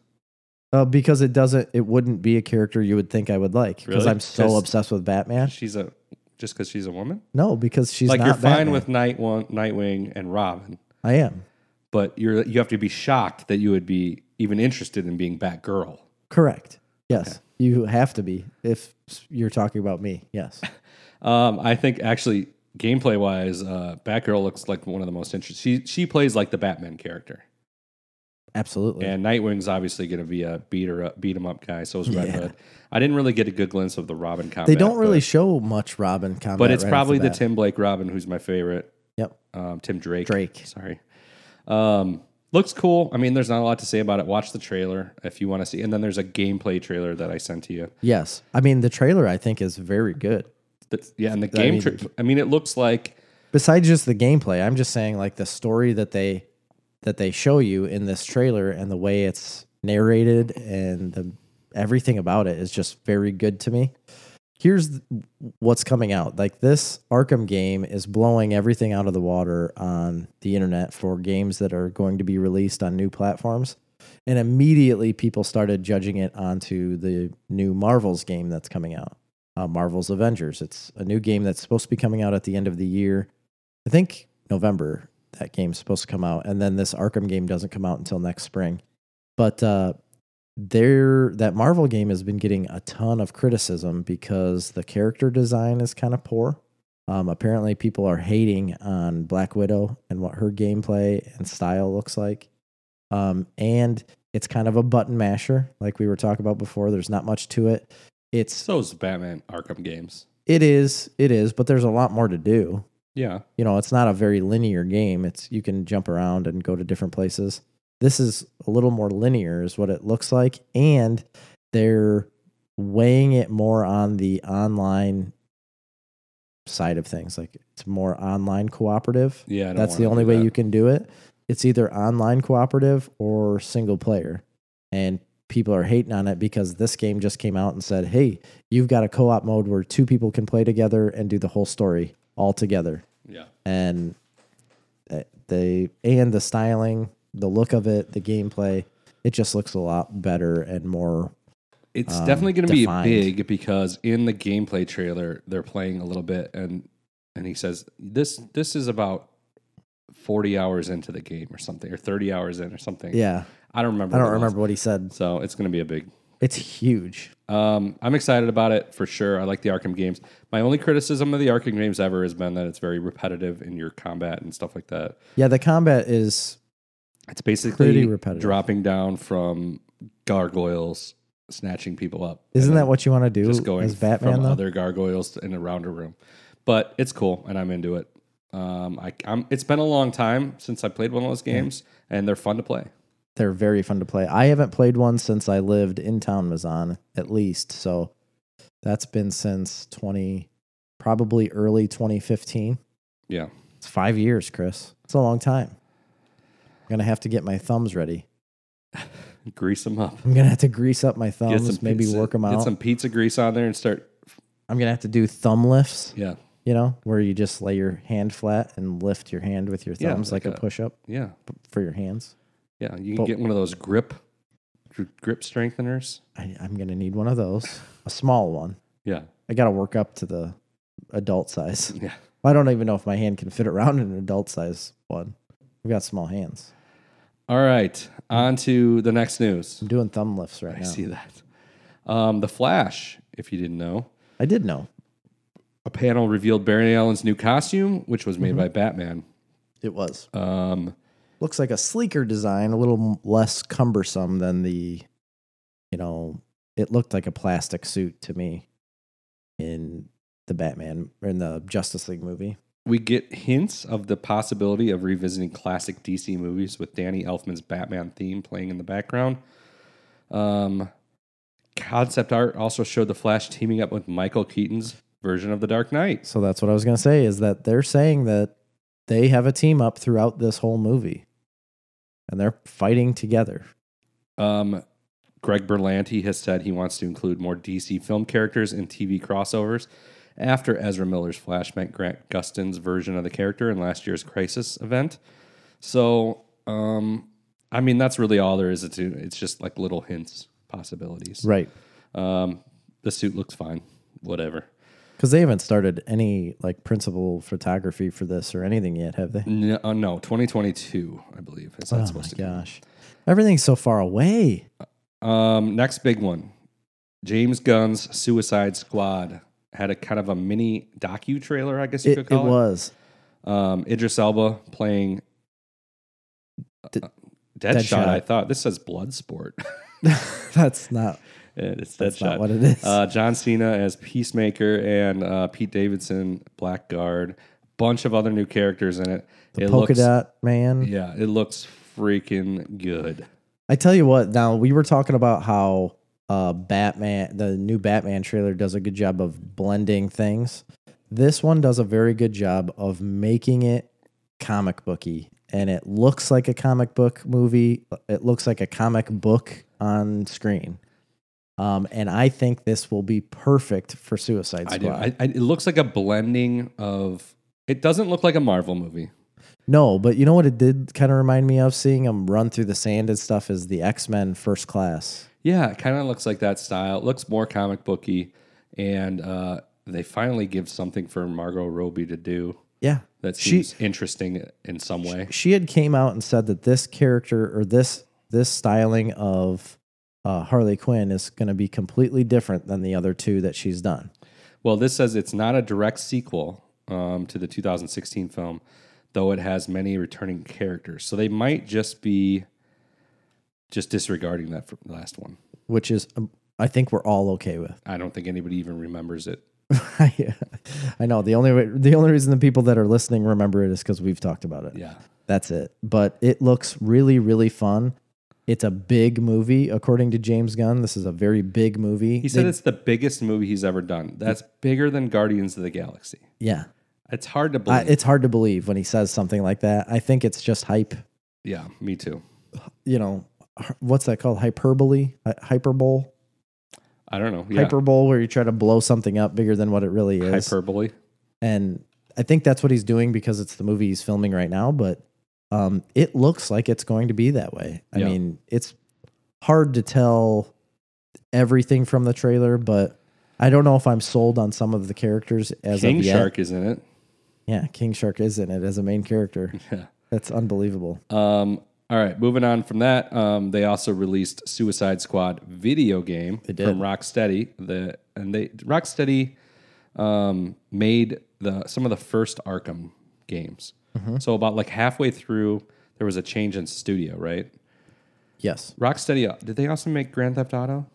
S2: uh, because it doesn't, it wouldn't be a character you would think I would like because
S1: Really?
S2: I'm so
S1: 'Cause-
S2: obsessed with Batman.
S1: She's a just because she's a woman.
S2: No, because she's
S1: Like
S2: not
S1: you're fine
S2: Batman.
S1: with Night One, Nightwing, and Robin,
S2: I am
S1: but you're you have to be shocked that you would be even interested in being Batgirl.
S2: correct. Yes, you have to be if you're talking about me. Yes,
S1: Um, I think actually gameplay wise, uh, Batgirl looks like one of the most interesting. She she plays like the Batman character,
S2: absolutely.
S1: and Nightwing's obviously going to be a beat her up, beat him up guy. So is Red
S2: Yeah.
S1: Hood. I didn't really get a good glimpse of the Robin combat.
S2: they don't really
S1: but-
S2: show much Robin combat,
S1: but it's
S2: right off
S1: probably the
S2: bat.
S1: Tim Blake Robin who's my favorite.
S2: Yep.
S1: um, Tim Drake.
S2: Drake.
S1: Sorry. Um, looks cool. I mean, there's not a lot to say about it. Watch the trailer if you want to see. And then there's a gameplay trailer that I sent to you.
S2: Yes, I mean the trailer I think is very good.
S1: That- yeah, and the game.
S2: mean-
S1: tra- I mean, it looks like
S2: Besides just the gameplay, I'm just saying like the story that they that they show you in this trailer and the way it's narrated and the everything about it is just very good to me. Here's th- what's coming out. Like this Arkham game is blowing everything out of the water on the internet for games that are going to be released on new platforms. And immediately people started judging it onto the new Marvel's game that's coming out. Uh, Marvel's Avengers. It's a new game that's supposed to be coming out at the end of the year. I think November that game's supposed to come out, and then this Arkham game doesn't come out until next spring. But uh, there, that Marvel game has been getting a ton of criticism because the character design is kind of poor. Um, apparently, people are hating on Black Widow and what her gameplay and style looks like. Um, and it's kind of a button masher, like we were talking about before. There's not much to it. It's
S1: So is the Batman Arkham games.
S2: it is it is, but there's a lot more to do
S1: Yeah.
S2: you know it's not a very linear game it's you can jump around and go to different places this is a little more linear is what it looks like and they're weighing it more on the online side of things like it's more online cooperative
S1: Yeah. I don't
S2: that's the
S1: wanna
S2: only
S1: do
S2: way
S1: that.
S2: you can do it it's either online cooperative or single player and people are hating on it because this game just came out and said hey you've got a co-op mode where two people can play together and do the whole story all together
S1: Yeah.
S2: and th- they and the styling, the look of it, the gameplay, it just looks a lot better and more.
S1: It's
S2: um,
S1: definitely going to be
S2: defined.
S1: big because in the gameplay trailer they're playing a little bit and and he says this this is about 40 hours into the game or something or 30 hours in or something.
S2: Yeah,
S1: I don't remember.
S2: I don't
S1: what it was.
S2: remember what he said.
S1: So it's going to be a big
S2: It's huge.
S1: um, I'm excited about it for sure. I like the Arkham games. My only criticism of the Arkham games ever has been that it's very repetitive in your combat and stuff like that.
S2: Yeah, the combat is
S1: It's basically
S2: repetitive.
S1: dropping down from gargoyles, snatching people up.
S2: isn't
S1: and
S2: that what you want to do
S1: just going
S2: as Batman
S1: from
S2: though?
S1: other gargoyles in a rounder room. But it's cool, and I'm into it. Um, I, I'm, it's been a long time since I played one of those games, and they're fun to play.
S2: They're very fun to play. I haven't played one since I lived in town Mazan, at least. So that's been since twenty, probably early twenty fifteen.
S1: Yeah,
S2: It's five years, Chris. It's a long time. I'm gonna have to get my thumbs ready.
S1: grease them up.
S2: I'm gonna have to grease up my thumbs, maybe
S1: pizza,
S2: work them out.
S1: Get some pizza grease on there and start.
S2: I'm gonna have to do thumb lifts,
S1: Yeah,
S2: you know, where you just lay your hand flat and lift your hand with your
S1: Yeah,
S2: thumbs, like,
S1: like
S2: a
S1: a-
S2: push up
S1: yeah,
S2: for your hands.
S1: yeah. You can
S2: But-
S1: get one of those grip gr- grip strengtheners.
S2: I, I'm gonna need one of those, a small one.
S1: Yeah,
S2: I gotta work up to the adult size.
S1: yeah.
S2: I don't even know if my hand can fit around an adult size one. I've got small hands.
S1: All right, on to the next news.
S2: I'm doing thumb lifts right
S1: I
S2: now.
S1: see that. Um, the Flash, if you didn't know,
S2: I did know
S1: a panel revealed Barry Allen's new costume, which was made by Batman.
S2: it was.
S1: Um,
S2: Looks like a sleeker design, a little m- less cumbersome than the, you know, it looked like a plastic suit to me in the Batman or in the Justice League movie.
S1: we get hints of the possibility of revisiting classic DC movies with Danny Elfman's Batman theme playing in the background. Um, concept art also showed the Flash teaming up with Michael Keaton's version of the Dark Knight.
S2: So that's what I was going to say is that they're saying that they have a team up throughout this whole movie and they're fighting together.
S1: Um, Greg Berlanti has said he wants to include more DC film characters and TV crossovers after Ezra Miller's Flash met Grant Gustin's version of the character in last year's Crisis event. So, um, I mean, that's really all there is to It's just like little hints, possibilities.
S2: Right.
S1: Um, the suit looks fine, whatever.
S2: Because they haven't started any like principal photography for this or anything yet, have they?
S1: No, uh, no 2022, I believe. Is that
S2: Oh my
S1: supposed to be?
S2: gosh. Everything's so far away.
S1: Um, next big one. James Gunn's Suicide Squad had a kind of a mini docu trailer, I guess you
S2: It,
S1: could
S2: it
S1: call it.
S2: was.
S1: Um, Idris Elba playing
S2: D-
S1: uh, Deadshot.
S2: Deadshot.
S1: I thought this says Bloodsport.
S2: That's not
S1: it's
S2: that's
S1: Deadshot.
S2: not what it is.
S1: uh, John Cena as Peacemaker and uh, Pete Davidson Blackguard. Bunch of other new characters in it. it
S2: Polka
S1: looks,
S2: dot man.
S1: yeah, it looks freaking good.
S2: I tell you what, now we were talking about how uh Batman the new Batman trailer does a good job of blending things. This one does a very good job of making it comic booky and it looks like a comic book movie. It looks like a comic book on screen. Um, and I think this will be perfect for Suicide
S1: I
S2: Squad.
S1: do. I, I, it looks like a blending of. It doesn't look like a Marvel movie.
S2: no, but you know what it did kind of remind me of seeing them run through the sand and stuff is the X Men First Class.
S1: Yeah, it kind of looks like that style. It looks more comic booky, and uh, they finally give something for Margot Robbie to do
S2: Yeah,
S1: that
S2: She-
S1: seems interesting in some way.
S2: she had came out and said that this character or this this styling of uh, Harley Quinn is going to be completely different than the other two that she's done.
S1: Well, this says it's not a direct sequel um, to the 2016 film, though it has many returning characters. So they might just be just disregarding that for last one.
S2: which is um, I think we're all okay with.
S1: I don't think anybody even remembers it.
S2: I know the only way, the only reason the people that are listening remember it is because we've talked about it.
S1: Yeah.
S2: That's it. But it looks really really fun. It's a big movie, according to James Gunn. This is a very big movie.
S1: He said
S2: They-
S1: it's the biggest movie he's ever done. That's bigger than Guardians of the Galaxy.
S2: "Yeah."
S1: It's hard to believe.
S2: I, it's hard to believe when he says something like that. I think it's just hype.
S1: yeah, me too.
S2: You know, h- what's that called? Hyperbole, Hy- hyperbole,
S1: I don't know. Yeah.
S2: hyperbole, where you try to blow something up bigger than what it really is.
S1: Hyperbole.
S2: and I think that's what he's doing because it's the movie he's filming right now. But um, it looks like it's going to be that way. I
S1: Yeah.
S2: mean, it's hard to tell everything from the trailer, but I don't know if I'm sold on some of the characters as
S1: King
S2: of yet.
S1: Shark is in it.
S2: Yeah, King Shark is in it as a main character.
S1: Yeah.
S2: That's unbelievable.
S1: Um, all right, moving on from that, um, they also released Suicide Squad video game
S2: did.
S1: from Rocksteady. The and they Rocksteady um, made the some of the first Arkham games.
S2: Mm-hmm.
S1: So about like halfway through, there was a change in studio. Right,
S2: Yes.
S1: Rocksteady. uh, Did they also make Grand Theft Auto?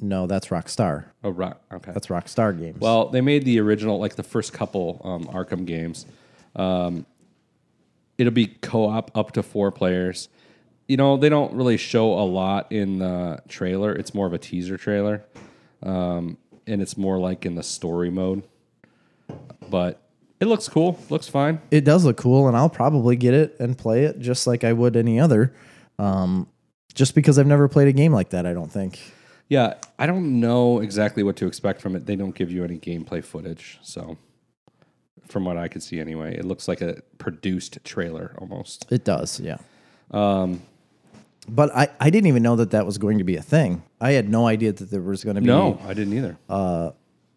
S2: No, that's Rockstar.
S1: Oh, Rock. Okay.
S2: That's Rockstar Games.
S1: Well, they made the original, like the first couple um, Arkham games. Um, it'll be co-op up to four players. You know, they don't really show a lot in the trailer. It's more of a teaser trailer, um, and it's more like in the story mode. But it looks cool. Looks fine.
S2: it does look cool and I'll probably get it and play it just like I would any other. Um, just because I've never played a game like that, I don't think.
S1: Yeah, I don't know exactly what to expect from it. They don't give you any gameplay footage, so from what I could see, anyway, it looks like a produced trailer almost.
S2: It does, yeah. Um, but I, I didn't even know that that was going to be a thing. I had no idea that there was going to be
S1: No, I didn't either.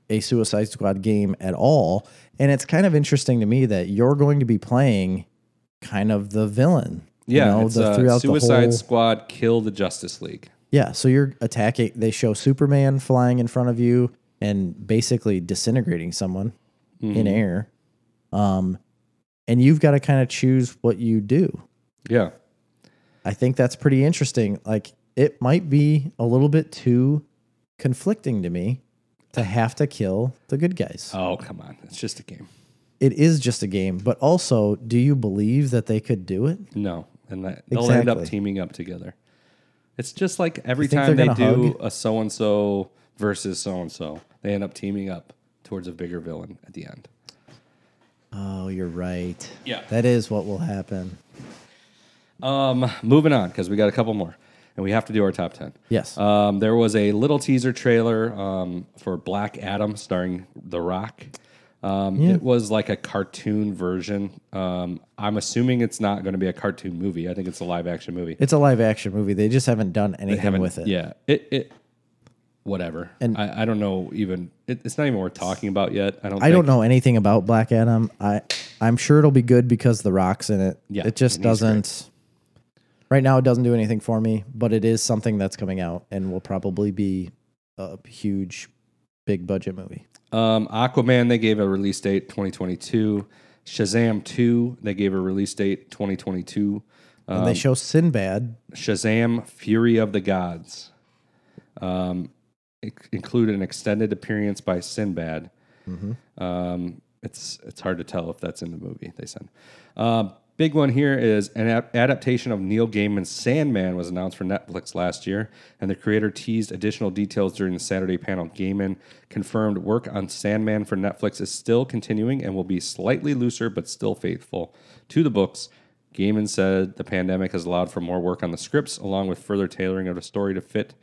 S2: a Suicide Squad game at all. And it's kind of interesting to me that you're going to be playing kind of the villain. you
S1: Yeah,
S2: know,
S1: it's,
S2: the-
S1: uh,
S2: throughout the
S1: Suicide
S2: whole-
S1: Squad kill the Justice League.
S2: Yeah, so you're attacking. They show Superman flying in front of you and basically disintegrating someone
S1: Mm-hmm.
S2: in air. Um, and you've got to kind of choose what you do.
S1: Yeah,
S2: I think that's pretty interesting. Like it might be a little bit too conflicting to me to have to kill the good guys.
S1: Oh come on, it's just a game.
S2: It is just a game, but also, do you believe that they could do it?
S1: No, and that, they'll end up
S2: Exactly.
S1: teaming up together. It's just like every
S2: think
S1: time they
S2: they're gonna
S1: do a so and so versus so and so, they end up teaming up towards a bigger villain at the end.
S2: Oh, you're right.
S1: Yeah.
S2: That is what will happen.
S1: Um, moving on because we got a couple more, and we have to do our top ten.
S2: Yes.
S1: Um, there was a little teaser trailer um, for Black Adam starring The Rock. Um, It was like a cartoon version. Um, I'm assuming it's not going to be a cartoon movie. I think it's a live action movie.
S2: it's a live action movie. They just haven't done anything
S1: Haven't-
S2: with it.
S1: Yeah. It, it whatever. And I, I don't know even it, it's not even worth talking about yet. I don't.
S2: I don't know anything about Black Adam. I I'm sure it'll be good because the rocks in it.
S1: Yeah,
S2: it just
S1: and he's great.
S2: doesn't. Right now, it doesn't do anything for me, but it is something that's coming out and will probably be a huge, big budget movie.
S1: Um, Aquaman they gave a release date 2022. Shazam 2 they gave a release date 2022.
S2: And they show Sinbad.
S1: Shazam: Fury of the Gods. Um, it included an extended appearance by Sinbad. Um, it's it's hard to tell if that's in the movie. They said. Um, big one here is an ap- adaptation of Neil Gaiman's Sandman was announced for Netflix last year, and the creator teased additional details during the Saturday panel. Gaiman confirmed work on Sandman for Netflix is still continuing and will be slightly looser but still faithful to the books. Gaiman said the pandemic has allowed for more work on the scripts, along with further tailoring of the story to fit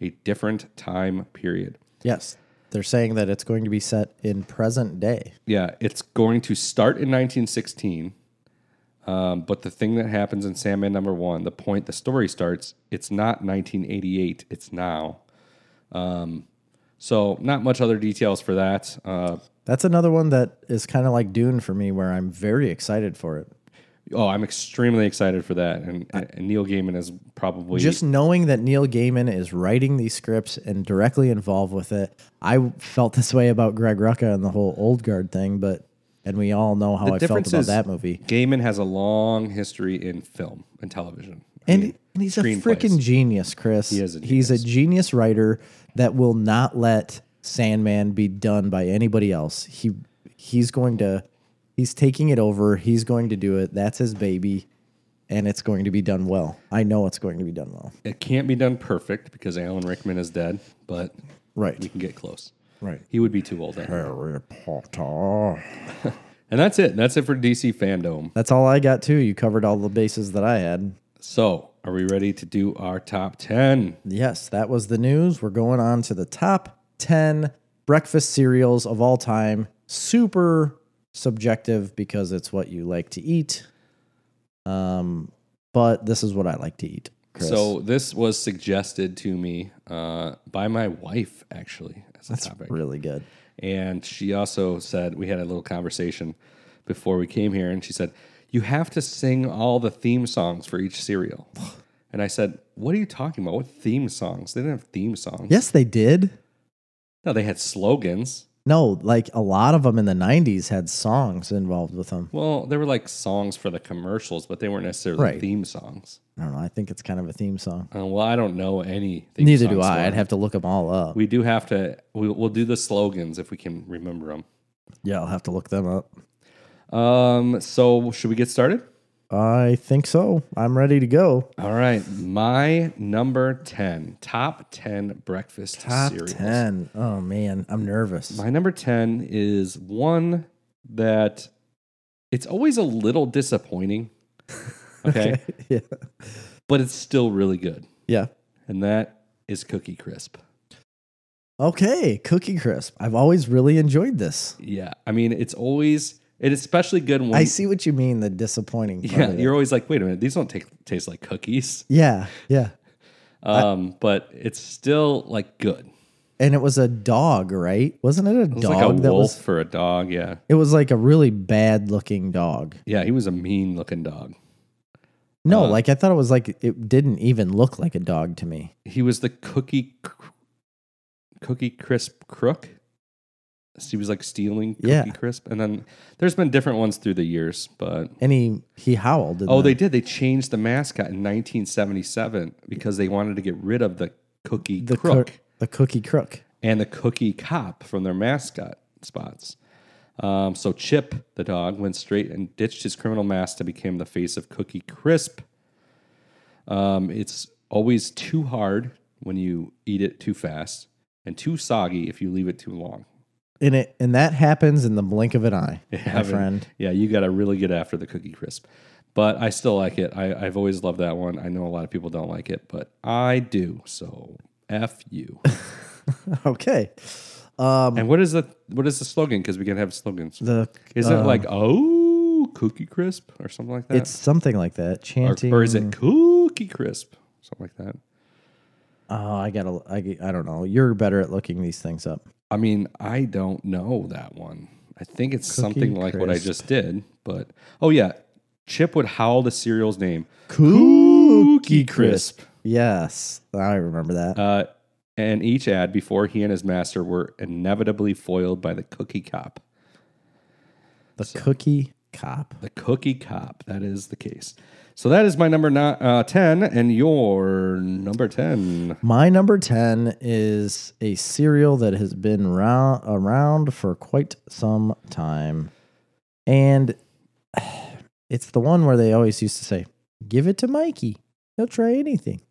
S1: a different time period.
S2: Yes. They're saying that it's going to be set in present day.
S1: Yeah, it's going to start in 1916. Um, but the thing that happens in Sandman number one, the point the story starts, it's not 1988, it's now. Um, so, not much other details for that. Uh,
S2: That's another one that is kind of like Dune for me, where I'm very excited for it.
S1: oh, I'm extremely excited for that. And, and Neil Gaiman is probably
S2: Just knowing that Neil Gaiman is writing these scripts and directly involved with it, I felt this way about Greg Rucka and the whole old guard thing, but and we all know how I felt
S1: difference
S2: about
S1: is
S2: that movie.
S1: Gaiman has a long history in film and television. I
S2: And,
S1: mean,
S2: and he's a
S1: screenplays.
S2: freaking genius, Chris. He
S1: is a
S2: He's a genius writer that will not let Sandman be done by anybody else. He he's going to he's taking it over. He's going to do it. That's his baby. And it's going to be done well. I know it's going to be done well.
S1: It can't be done perfect because Alan Rickman is dead, but we
S2: Right.
S1: can get close.
S2: Right.
S1: He would be too old. Anyway.
S2: Harry Potter.
S1: And that's it. That's it for DC fandom.
S2: That's all I got too. You covered all the bases that I had.
S1: So, are we ready to do our top 10?
S2: Yes, that was the news. We're going on to the top 10 breakfast cereals of all time. Super subjective because it's what you like to eat. Um, but this is what I like to eat. Chris.
S1: So, this was suggested to me uh, by my wife, actually, as a topic.
S2: really good.
S1: And she also said, we had a little conversation before we came here, and she said, You have to sing all the theme songs for each cereal. And I said, What are you talking about? What theme songs? They didn't have theme songs.
S2: Yes, they did.
S1: No, they had slogans.
S2: No, like a lot of them in the 90s had songs involved with them.
S1: Well, they were like songs for the commercials, but they weren't necessarily
S2: Right.
S1: theme songs.
S2: I don't know. I think it's kind of a theme song.
S1: Uh, well, I don't know any. Theme
S2: Neither do
S1: songs,
S2: I.
S1: so
S2: I'd have to look them all up.
S1: We do have to. We, we'll do the slogans if we can remember them.
S2: Yeah, I'll have to look them up.
S1: Um. So should we get started?
S2: I think so. I'm ready to go.
S1: All right. My number ten, top ten breakfast cereals.
S2: 10. Oh, man. I'm nervous.
S1: My number ten is one that it's always a little disappointing. Okay,
S2: yeah.
S1: but it's still really good,
S2: Yeah.
S1: and that is Cookie Crisp.
S2: Okay. Cookie Crisp. I've always really enjoyed this.
S1: Yeah, I mean it's always it's especially good when
S2: I see what you mean, the disappointing part.
S1: Oh, yeah
S2: of it.
S1: you're always like wait a minute these don't take, taste like cookies
S2: yeah. Yeah.
S1: um but it's still like good.
S2: And it was a dog, right? Wasn't it a
S1: It was
S2: dog
S1: like a
S2: that
S1: wolf
S2: was?
S1: for a dog. Yeah,
S2: It was like a really bad looking dog.
S1: yeah, he was a mean looking dog.
S2: No,
S1: Uh,
S2: like I thought it was like it didn't even look like a dog to me.
S1: He was the cookie cr- cookie crisp crook. So he was like stealing cookie
S2: Yeah.
S1: crisp, and then there's been different ones through the years, but.
S2: And he he howled. and
S1: Oh,
S2: then-
S1: they did. They changed the mascot in 1977 because they wanted to get rid of the cookie
S2: the
S1: crook.
S2: crook, the cookie crook.
S1: and the cookie cop from their mascot spots. Um, so Chip, the dog, went straight and ditched his criminal mask to become the face of Cookie Crisp. Um, it's always too hard when you eat it too fast, and too soggy if you leave it too long.
S2: And it and that happens in the blink of an eye,
S1: I
S2: my
S1: mean,
S2: friend.
S1: Yeah, you got to really get after the Cookie Crisp. But I still like it. I, I've always loved that one. I know a lot of people don't like it, but I do. So f you.
S2: okay. Um
S1: and what is the what is the slogan? Because we can have slogans.
S2: the
S1: Is it like oh cookie crisp or something like that?
S2: Um, It's something like that.
S1: or,
S2: Chanting.
S1: or is it cookie crisp? Something like that.
S2: Oh, I gotta. I, I don't know. You're better at looking these things up.
S1: I mean, I don't know that one. I think it's something like what I
S2: Crisp.
S1: just did, but oh yeah, Chip would howl the cereal's name.
S2: Cookie Yes, I remember that.
S1: Uh, and each ad before he and his master were inevitably foiled by the cookie cop.
S2: the cookie cop.
S1: The cookie cop. That is the case. So that is my number ni- uh, ten, and your number ten.
S2: My number ten is a cereal that has been rou- around for quite some time, and it's the one where they always used to say, "Give it to Mikey. He'll try anything."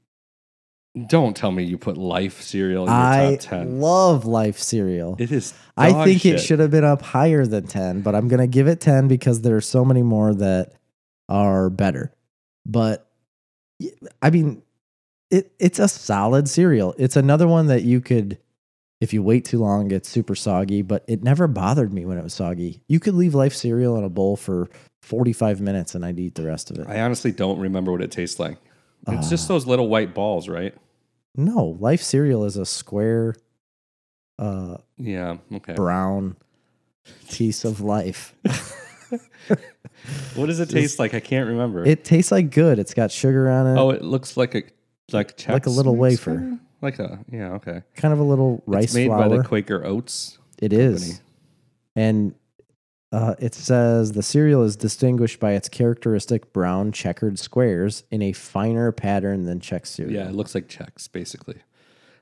S1: Don't tell me you put Life cereal in your
S2: I
S1: top ten.
S2: love Life cereal.
S1: It is.
S2: I
S1: dog
S2: think it
S1: shit.
S2: should have been up higher than 10, but I'm going to give it 10 because there are so many more that are better. But y- I mean, it it's a solid cereal. It's another one that you could if you wait too long gets super soggy, but it never bothered me when it was soggy. You could leave life cereal in a bowl for 45 minutes and I'd eat the rest of it.
S1: I honestly don't remember what it tastes like. It's just
S2: Ah.
S1: those little white balls, right?
S2: No, life cereal is a square uh
S1: Yeah. Okay.
S2: brown piece of life.
S1: What does it taste like? I can't remember.
S2: It tastes like good. It's got sugar on it.
S1: oh, it looks like a like Chex
S2: Like a little
S1: Mix,
S2: wafer.
S1: kinda? Like a yeah. Okay.
S2: kind of a little rice
S1: it's made
S2: flour.
S1: by the Quaker Oats.
S2: It is,
S1: Company.
S2: And uh, it says the cereal is distinguished by its characteristic brown checkered squares in a finer pattern than Czech cereal.
S1: Yeah, it looks like checks basically.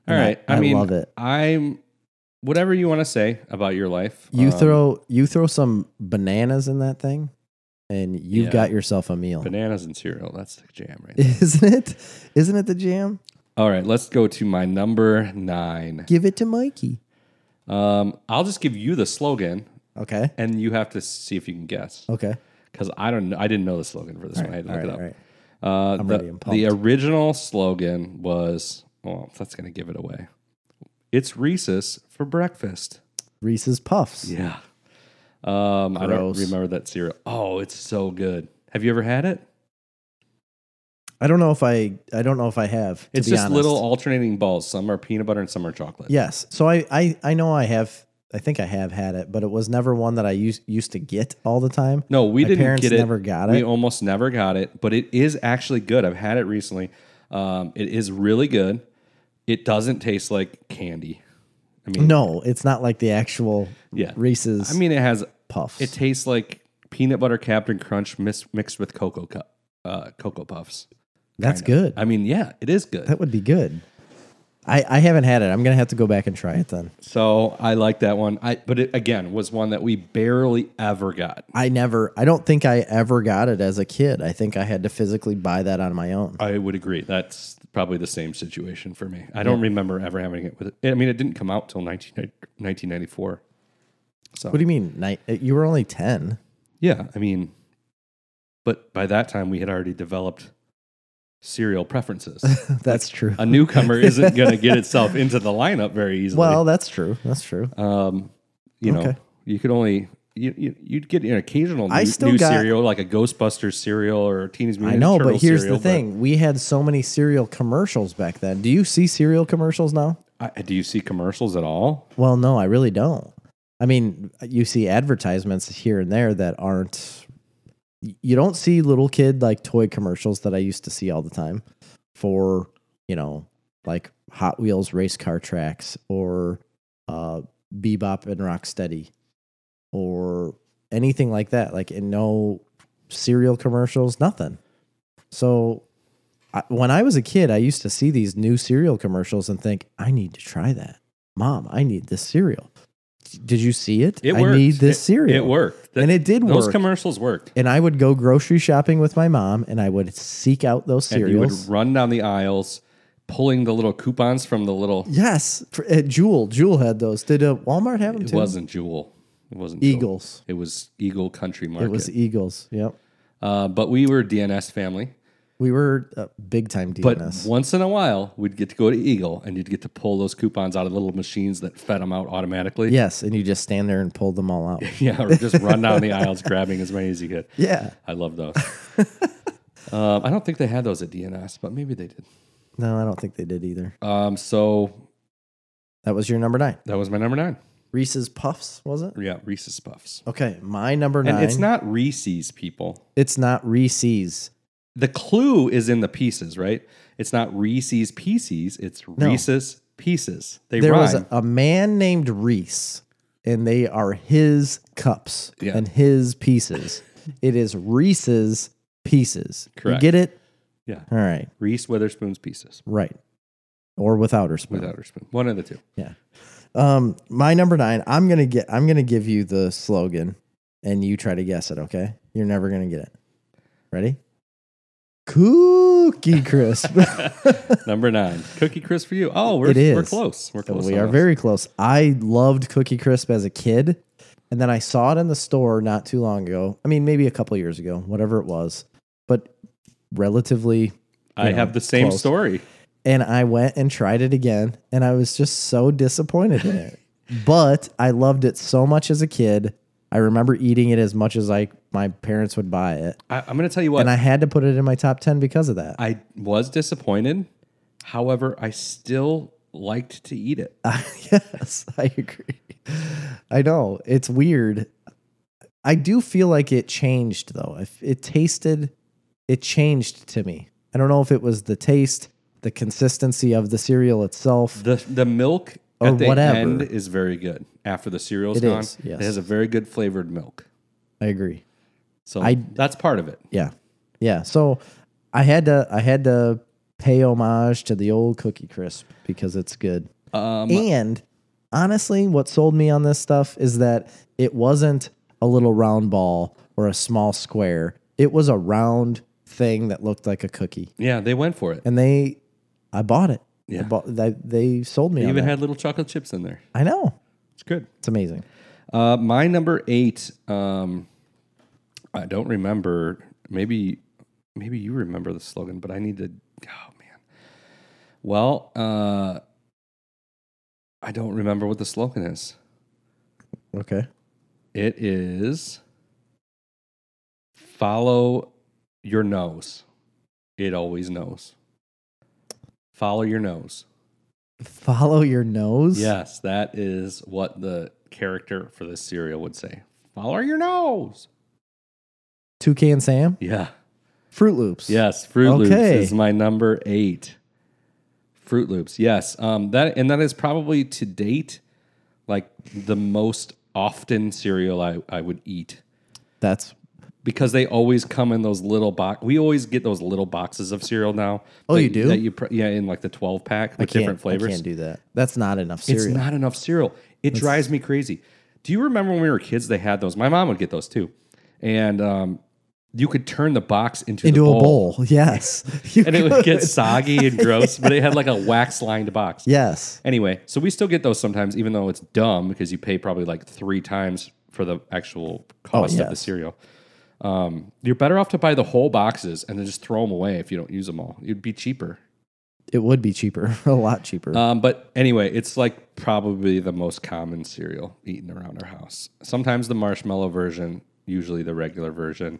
S1: All
S2: And I-
S1: right. I,
S2: I
S1: mean,
S2: love it.
S1: I'm whatever you want to say about your life.
S2: You
S1: um,
S2: throw you throw some bananas in that thing, and you've
S1: Yeah.
S2: got yourself a meal.
S1: bananas and cereal. That's the jam right there.
S2: Isn't it? Isn't it the jam?
S1: All right, let's go to my number nine.
S2: Give it to Mikey.
S1: Um, I'll just give you the slogan,
S2: Okay.
S1: and you have to see if you can guess.
S2: Okay.
S1: Because I don't, I didn't know the slogan for this one. I had to
S2: All
S1: look it
S2: right.
S1: up.
S2: All right.
S1: Uh, the,
S2: ready, I'm
S1: the original slogan was, well, that's going to give it away. It's Reese's for breakfast.
S2: Reese's Puffs.
S1: Yeah. Um, I don't
S2: Gross.
S1: remember that cereal. Oh, it's so good. Have you ever had it?
S2: I don't know if I. I don't know if I have. to
S1: It's
S2: be
S1: just
S2: honest.
S1: little alternating balls. Some are peanut butter and some are chocolate.
S2: Yes. So I, I I know I have I think I have had it, but it was never one that I used used to get all the time.
S1: No, we
S2: My
S1: didn't
S2: parents
S1: get it.
S2: never got
S1: We
S2: it.
S1: almost never got it, but it is actually good. I've had it recently. Um, it is really good. It doesn't taste like candy. I mean,
S2: No, it's not like the actual
S1: Yeah.
S2: Reese's
S1: I mean, it has.
S2: puffs.
S1: It tastes like peanut butter Captain Crunch mis- mixed with cocoa cup, uh, cocoa puffs.
S2: That's good.
S1: I mean, yeah, it is good.
S2: that would be good. I, I haven't had it. I'm gonna have to go back and try it then.
S1: So I like that one. I but it again was one that we barely ever got.
S2: I never I don't think I ever got it as a kid. I think I had to physically buy that on my own.
S1: I would agree. That's probably the same situation for me. I don't remember ever having it with. I mean, it didn't come out till 19, 1994.
S2: What do you mean? Night you were only ten.
S1: Yeah, I mean, but by that time we had already developed cereal preferences.
S2: that's true.
S1: A newcomer isn't going to get itself into the lineup very easily.
S2: Well, that's true. That's true.
S1: um, you know,
S2: okay.
S1: you could only. You, you, you'd get an occasional new,
S2: I still
S1: new
S2: got-
S1: cereal, like a Ghostbusters cereal or a Teenage
S2: I
S1: Mutant
S2: know, but
S1: Turtle
S2: here's
S1: cereal,
S2: the thing: we had so many cereal commercials back then. Do you see cereal commercials now?
S1: but I, do you see commercials at all?
S2: Well, no, I really don't. I mean, you see advertisements here and there that aren't. You don't see little kid like toy commercials that I used to see all the time for you know like Hot Wheels race car tracks or uh, Bebop and Rocksteady or anything like that. Like in no cereal commercials, nothing. So I, when I was a kid, I used to see these new cereal commercials and think, I need to try that. Mom, I need this cereal. Did you see it?
S1: It
S2: I
S1: worked.
S2: need this
S1: It-
S2: cereal.
S1: It worked.
S2: And it did
S1: Those
S2: work.
S1: commercials worked.
S2: and I would go grocery shopping with my mom and I would seek out those
S1: And you would
S2: cereals.
S1: run down the aisles, pulling the little coupons from the little.
S2: yes. For, at Jewel. Jewel had those. Did uh, Walmart have them
S1: It
S2: too?
S1: wasn't Jewel. It wasn't Jewel.
S2: Eagles.
S1: It was Eagle Country Market.
S2: It was Eagles. Yep.
S1: uh, but we were a DNS family.
S2: We were uh, big time
S1: But
S2: DNS.
S1: once in a while, we'd get to go to Eagle, and you'd get to pull those coupons out of little machines that fed them out automatically.
S2: yes. And you just stand there and pull them all out.
S1: yeah or just run down the aisles, grabbing as many as you could.
S2: yeah.
S1: I love those. um, I don't think they had those at DNS, but maybe they did.
S2: No, I don't think they did either.
S1: Um, so
S2: That was your number nine.
S1: that was my number nine.
S2: Reese's Puffs, was it?
S1: Yeah, Reese's Puffs.
S2: Okay, my number nine.
S1: And it's not Reese's, people.
S2: It's not Reese's.
S1: The clue is in the pieces, right? It's not Reese's Pieces. It's Reese's Pieces. They
S2: There
S1: rhyme.
S2: was a, a man named Reese, and they are his cups
S1: Yeah.
S2: and his pieces. it is Reese's pieces.
S1: Correct.
S2: You get it?
S1: yeah,
S2: All right,
S1: Reese Witherspoon's Pieces
S2: right. Or without her spoon.
S1: without her spoon. One of the two.
S2: Yeah. Um, my number nine. I'm gonna get. I'm gonna give you the slogan, and you try to guess it. Okay. You're never gonna get it. Ready? Cookie crisp.
S1: Number nine, Cookie Crisp for you. Oh, we're
S2: It is.
S1: we're close. We're close.
S2: we
S1: on
S2: are
S1: this.
S2: very close. I loved Cookie Crisp as a kid, and then I saw it in the store not too long ago. I mean, maybe a couple years ago, whatever it was, but relatively.
S1: I
S2: you know,
S1: have the same
S2: close.
S1: story.
S2: And I went and tried it again, and I was just so disappointed in it. but I loved it so much as a kid. I remember eating it as much as like my parents would buy it,
S1: I, I'm going to tell you what.
S2: and I had to put it in my top ten because of that.
S1: I was disappointed. However, I still liked to eat it.
S2: yes, I agree. I know it's weird. I do feel like it changed though. If it tasted, it changed to me. I don't know if it was the taste, the consistency of the cereal itself.
S1: The the milk
S2: Or
S1: at the
S2: whatever.
S1: end is very good after the cereal's
S2: It
S1: gone.
S2: is, yes.
S1: It has a very good flavored milk.
S2: I agree.
S1: So
S2: I-
S1: that's part of it.
S2: Yeah, yeah. So I had to, I had to pay homage to the old Cookie Crisp because it's good.
S1: Um,
S2: And honestly, what sold me on this stuff is that it wasn't a little round ball or a small square. It was a round thing that looked like a cookie.
S1: yeah, they went for it.
S2: And they, I bought it.
S1: Yeah.
S2: I bought, they, they sold me
S1: They
S2: on
S1: even
S2: that.
S1: had little chocolate chips in there.
S2: I know.
S1: It's good.
S2: It's amazing.
S1: Uh, my number eight. Um, I don't remember. Maybe, maybe you remember the slogan, but I need to. Oh man. Well, uh, I don't remember what the slogan is.
S2: Okay.
S1: It is follow your nose. It always knows. Follow your nose.
S2: Follow your nose.
S1: Yes, that is what the character for this cereal would say. Follow your nose.
S2: 2K and Sam.
S1: Yeah.
S2: Fruit Loops.
S1: Yes, Fruit
S2: Okay.
S1: Loops is my number eight. Fruit Loops, yes. Um, that and that is probably to date, like the most often cereal I, I would eat
S2: That's,
S1: because they always come in those little box. We always get those little boxes of cereal now.
S2: Oh,
S1: that-
S2: you do?
S1: That you pr- yeah, in like the twelve pack with
S2: can't-
S1: different flavors.
S2: I can't do that. That's not enough
S1: It's
S2: cereal.
S1: not enough cereal. It drives me crazy. Do you remember when we were kids? They had those. My mom would get those too, and um, you could turn the box into
S2: Into
S1: the
S2: a bowl. Yes. You
S1: and it would get
S2: could.
S1: soggy and gross, but it had like a wax lined box.
S2: Yes.
S1: Anyway, so we still get those sometimes, even though it's dumb because you pay probably like three times for the actual cost of the
S2: Oh, yes.
S1: cereal. Um, you're better off to buy the whole boxes and then just throw them away if you don't use them all. It'd be cheaper.
S2: It would be cheaper, a lot cheaper.
S1: Um, but anyway, it's like probably the most common cereal eaten around our house. Sometimes the marshmallow version, usually the regular version.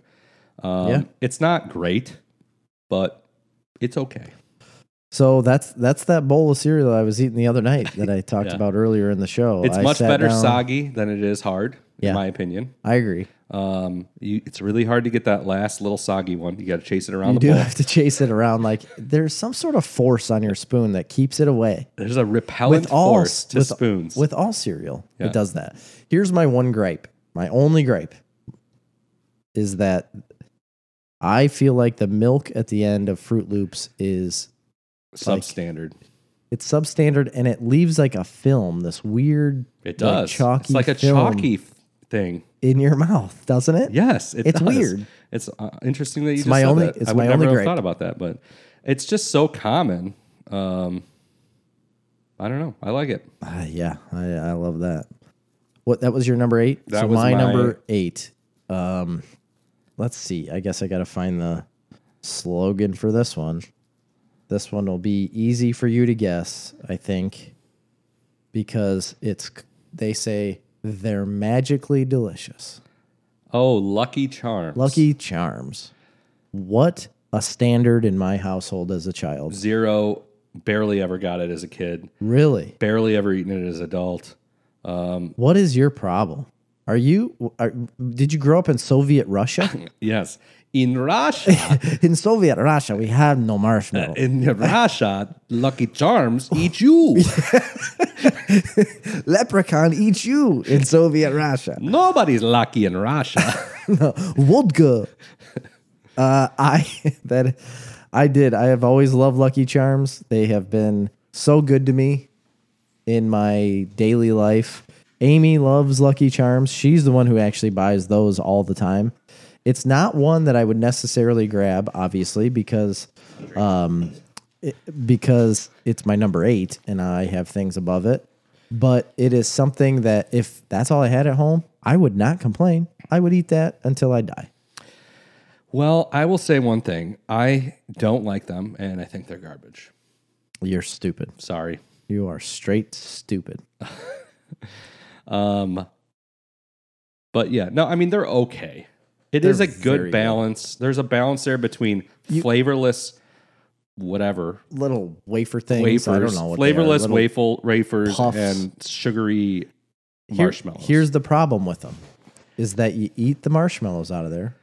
S1: Um,
S2: Yeah.
S1: It's not great, but it's okay.
S2: So that's that's that bowl of cereal I was eating the other night that I talked
S1: Yeah.
S2: about earlier in the show.
S1: It's
S2: I
S1: much
S2: sat
S1: better
S2: down-
S1: soggy than it is hard,
S2: Yeah.
S1: in my opinion.
S2: I agree.
S1: Um, you, it's really hard to get that last little soggy one. You got to chase it around
S2: You
S1: the
S2: do
S1: bowl.
S2: have to chase it around. Like there's some sort of force on your spoon that keeps it away.
S1: There's a repellent
S2: all-
S1: force to
S2: with-
S1: spoons.
S2: With all cereal,
S1: Yeah.
S2: it does that. Here's my one gripe. My only gripe is that I feel like the milk at the end of Fruit Loops is
S1: substandard.
S2: it's substandard and it leaves like a film, this weird
S1: it
S2: like,
S1: does.
S2: chalky
S1: it's like a
S2: film
S1: chalky f- thing.
S2: in your mouth, doesn't it?
S1: Yes, it
S2: It's
S1: does.
S2: weird.
S1: It's uh, interesting that you just
S2: my
S1: said
S2: only-
S1: that.
S2: it's
S1: I would
S2: my
S1: never
S2: only
S1: have
S2: gripe.
S1: thought about that, but it's just so common. Um, I don't know. I like it.
S2: Ah, yeah, I, I love that. What that was your number eight.
S1: That
S2: so
S1: was
S2: my,
S1: my-
S2: number eight. Um, let's see. I guess I got to find the slogan for this one. This one will be easy for you to guess, I think, because it's they say they're magically delicious.
S1: Oh, Lucky Charms.
S2: Lucky Charms. What a standard in my household as a child.
S1: Zero. Barely ever got it as a kid.
S2: Really.
S1: Barely ever eaten it as an adult.
S2: What is your problem? Are you? Are, did you grow up in Soviet Russia?
S1: Yes. In Russia,
S2: In Soviet Russia, we have no marshmallow.
S1: in Russia, Lucky Charms eat you.
S2: Leprechaun eats you in Soviet Russia.
S1: Nobody's lucky in Russia.
S2: Vodka. Uh, I that I did. I have always loved Lucky Charms. They have been so good to me in my daily life. Amy loves Lucky Charms. She's the one who actually buys those all the time. It's not one that I would necessarily grab, obviously, because because it's my number eight and I have things above it. But it is something that if that's all I had at home, I would not complain. I would eat that until I die.
S1: well, I will say one thing. I don't like them, and I think they're garbage.
S2: You're stupid.
S1: Sorry.
S2: You are straight stupid.
S1: Um, but yeah, no, I mean they're okay. It is
S2: They're
S1: a
S2: very
S1: good
S2: good.
S1: balance. There's a balance there between flavorless, whatever
S2: Little wafer things.
S1: wafers,
S2: I don't know what they are.
S1: flavorless
S2: Little-
S1: wafel wafers,
S2: puffs.
S1: and sugary
S2: Here-
S1: marshmallows.
S2: here's the problem with them is that you eat the marshmallows out of there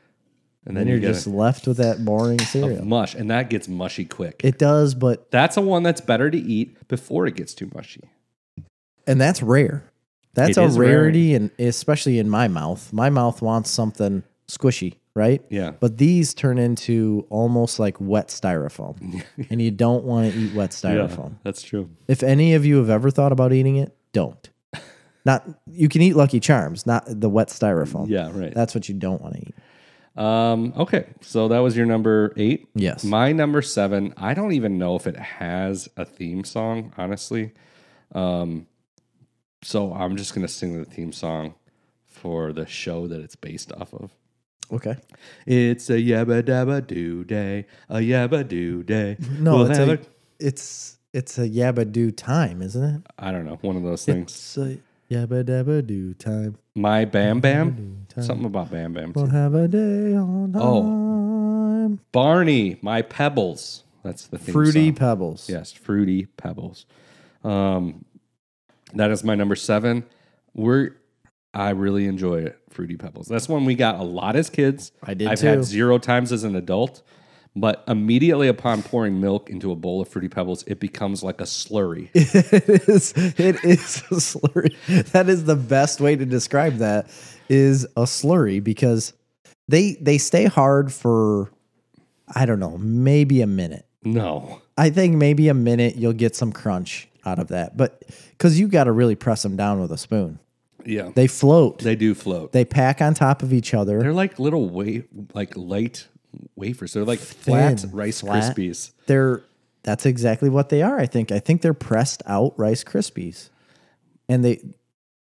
S1: and
S2: and
S1: then
S2: you're
S1: you
S2: just
S1: just
S2: left with that boring cereal.
S1: mush, and that gets mushy quick.
S2: It does, but
S1: that's a one that's better to eat before it gets too mushy.
S2: and that's rare. That's
S1: It
S2: a
S1: is rare.
S2: rarity, and especially in my mouth. My mouth wants something squishy, right?
S1: Yeah,
S2: But these turn into almost like wet styrofoam, and you don't want to eat wet styrofoam.
S1: that's true.
S2: If any of you have ever thought about eating it, don't. Not you can eat Lucky Charms, not the wet styrofoam.
S1: Yeah, right.
S2: That's what you don't want to eat.
S1: Um, okay, so that was your number eight.
S2: Yes.
S1: My number seven, I don't even know if it has a theme song, honestly. Um, so I'm just gonna sing the theme song for the show that it's based off of.
S2: Okay.
S1: It's a yabba dabba doo day, a yabba doo day.
S2: No,
S1: We'll
S2: it's
S1: have
S2: a, it's it's a yabba do time, isn't it?
S1: I don't know, one of those things.
S2: It's a yabba dabba do time.
S1: My Bam Bam,
S2: do time.
S1: something about Bam Bam.
S2: We'll have a day on
S1: Oh.
S2: time.
S1: Barney, my Pebbles. That's the theme
S2: Fruity
S1: song.
S2: pebbles.
S1: Yes, fruity pebbles. Um, that is my number seven. We're I really enjoy it, fruity pebbles. That's one we got a lot as kids.
S2: I did
S1: I've had
S2: too.
S1: zero times as an adult, but immediately upon pouring milk into a bowl of fruity pebbles, it becomes like a slurry.
S2: it is it is a slurry. That is the best way to describe that is a slurry because they they stay hard for I don't know, maybe a minute.
S1: no,
S2: I think maybe a minute you'll get some crunch out of that. But cuz you got to really press them down with a spoon.
S1: yeah, they,
S2: They float.
S1: do float. They,
S2: They pack on top of each other.
S1: are like little wa- like light wafers. They're like flat
S2: Thin,
S1: Rice
S2: flat.
S1: Krispies.
S2: They're that's exactly what they are, I think. I think they're pressed out Rice Krispies. And they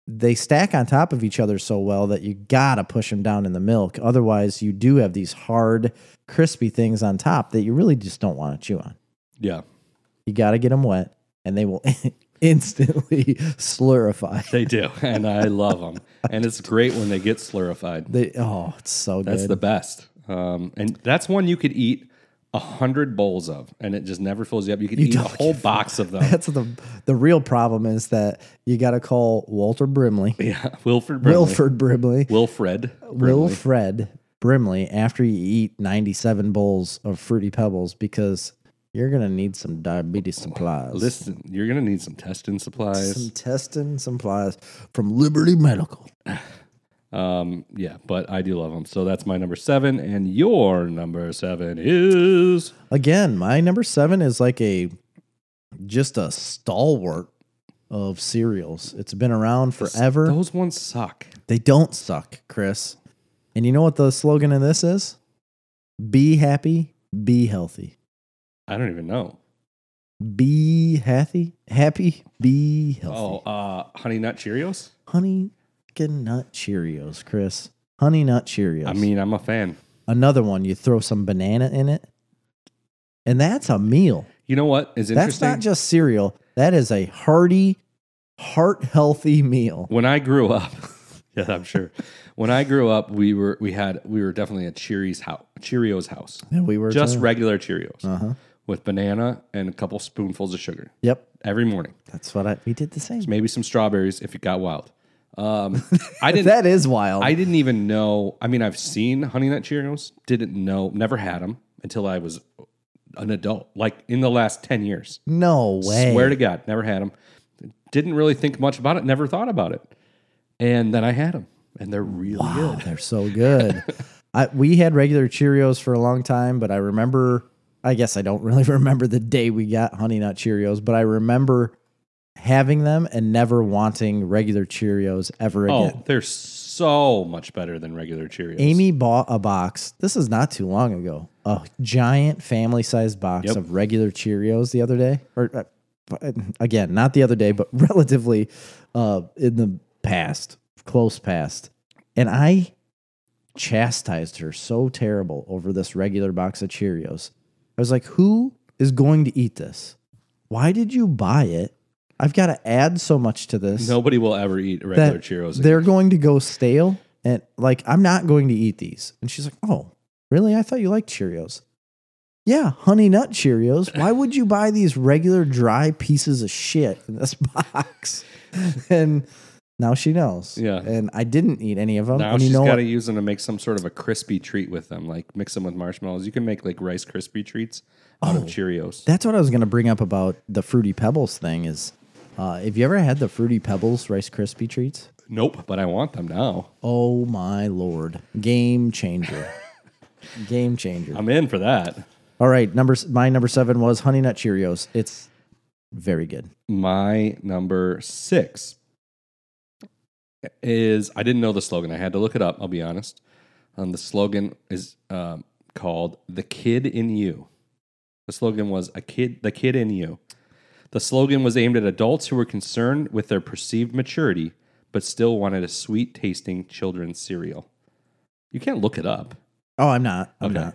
S2: they stack on top of each other so well that you gotta push them down in the milk. Otherwise, you do have these hard, crispy things on top that you really just don't want to chew on.
S1: Yeah,
S2: You gotta get them wet, and they will instantly slurify.
S1: they do, and I love them. And it's great when they get slurrified.
S2: They oh, it's so
S1: That's
S2: good.
S1: the best. Um, and that's one you could eat a hundred bowls of, and it just never fills you up. You could eat a
S2: don't
S1: whole box of them.
S2: that's the the real problem is that you gotta call Walter Brimley,
S1: yeah, Wilfred Brimley.
S2: Wilford Brimley,
S1: Wilfred
S2: Will
S1: Brimley.
S2: Fred Brimley after you eat 97 bowls of Fruity Pebbles because you're going to need some diabetes supplies.
S1: Listen, you're gonna need some testing supplies.
S2: some testing supplies from Liberty Medical.
S1: Um, yeah, but I do love them. So that's my number seven, and your number seven is
S2: Again, my number seven is like a just a stalwart of cereals. It's been around forever.
S1: those ones suck.
S2: They don't suck, Chris. And you know what the slogan of this is? Be happy, be healthy.
S1: I don't even know.
S2: Be happy, happy, be healthy.
S1: Oh, uh, Honey Nut Cheerios.
S2: honey fucking nut Cheerios, Chris. Honey nut Cheerios.
S1: I mean, I'm a fan.
S2: another one. You throw some banana in it, and that's a meal.
S1: You know what is interesting?
S2: That's not just cereal. That is a hearty, heart healthy meal.
S1: when I grew up, yeah, I'm sure. When I grew up, we were we had we were definitely a Cheerios house, Cheerios house,
S2: And we were
S1: just
S2: too.
S1: regular Cheerios
S2: Uh-huh.
S1: with banana and a couple spoonfuls of sugar
S2: Yep,
S1: every morning.
S2: that's what I. We did the same.
S1: Maybe some strawberries if it got wild. Um, I didn't.
S2: That is wild.
S1: I didn't even know. I mean, I've seen Honey Nut Cheerios. Didn't know. Never had them until I was an adult. Like in the last ten years.
S2: no way.
S1: Swear to God, never had them. Didn't really think much about it. Never thought about it. And then I had them, and they're really good.
S2: They're so good. I, we had regular Cheerios for a long time, but I remember, I guess I don't really remember the day we got Honey Nut Cheerios, but I remember having them and never wanting regular Cheerios ever
S1: Oh,
S2: again.
S1: they're so much better than regular Cheerios.
S2: Amy bought a box, this is not too long ago, a giant family sized box
S1: Yep.
S2: of regular Cheerios the other day. Or, uh, but, again, not the other day, but relatively uh, in the past, close past. And I chastised her so terrible over this regular box of Cheerios. I was like, who is going to eat this? why did you buy it? I've got to add so much to this.
S1: Nobody will ever eat regular Cheerios. again.
S2: They're going to go stale and like I'm not going to eat these. And she's like, "Oh, really? I thought you liked Cheerios." Yeah, honey nut Cheerios. Why would you buy these regular dry pieces of shit in this box? and now she knows.
S1: Yeah.
S2: And I didn't eat any of them.
S1: Now
S2: and
S1: she's
S2: you know
S1: got
S2: what?
S1: to use them to make some sort of a crispy treat with them, like mix them with marshmallows. You can make like Rice crispy treats out of
S2: Oh.
S1: Cheerios.
S2: That's what I was going to bring up about the Fruity Pebbles thing is uh, have you ever had the Fruity Pebbles Rice Krispie treats?
S1: nope, but I want them now.
S2: Oh my lord. Game changer. Game changer.
S1: I'm in for that.
S2: All right, number my number 7 was Honey Nut Cheerios. It's very good.
S1: My number six is I didn't know the slogan. I had to look it up. I'll be honest. Um, the slogan is um, called "The Kid in You." The slogan was "A Kid, the Kid in You." The slogan was aimed at adults who were concerned with their perceived maturity, but still wanted a sweet-tasting children's cereal. You can't look it up.
S2: Oh, I'm not. I'm
S1: Okay.
S2: not.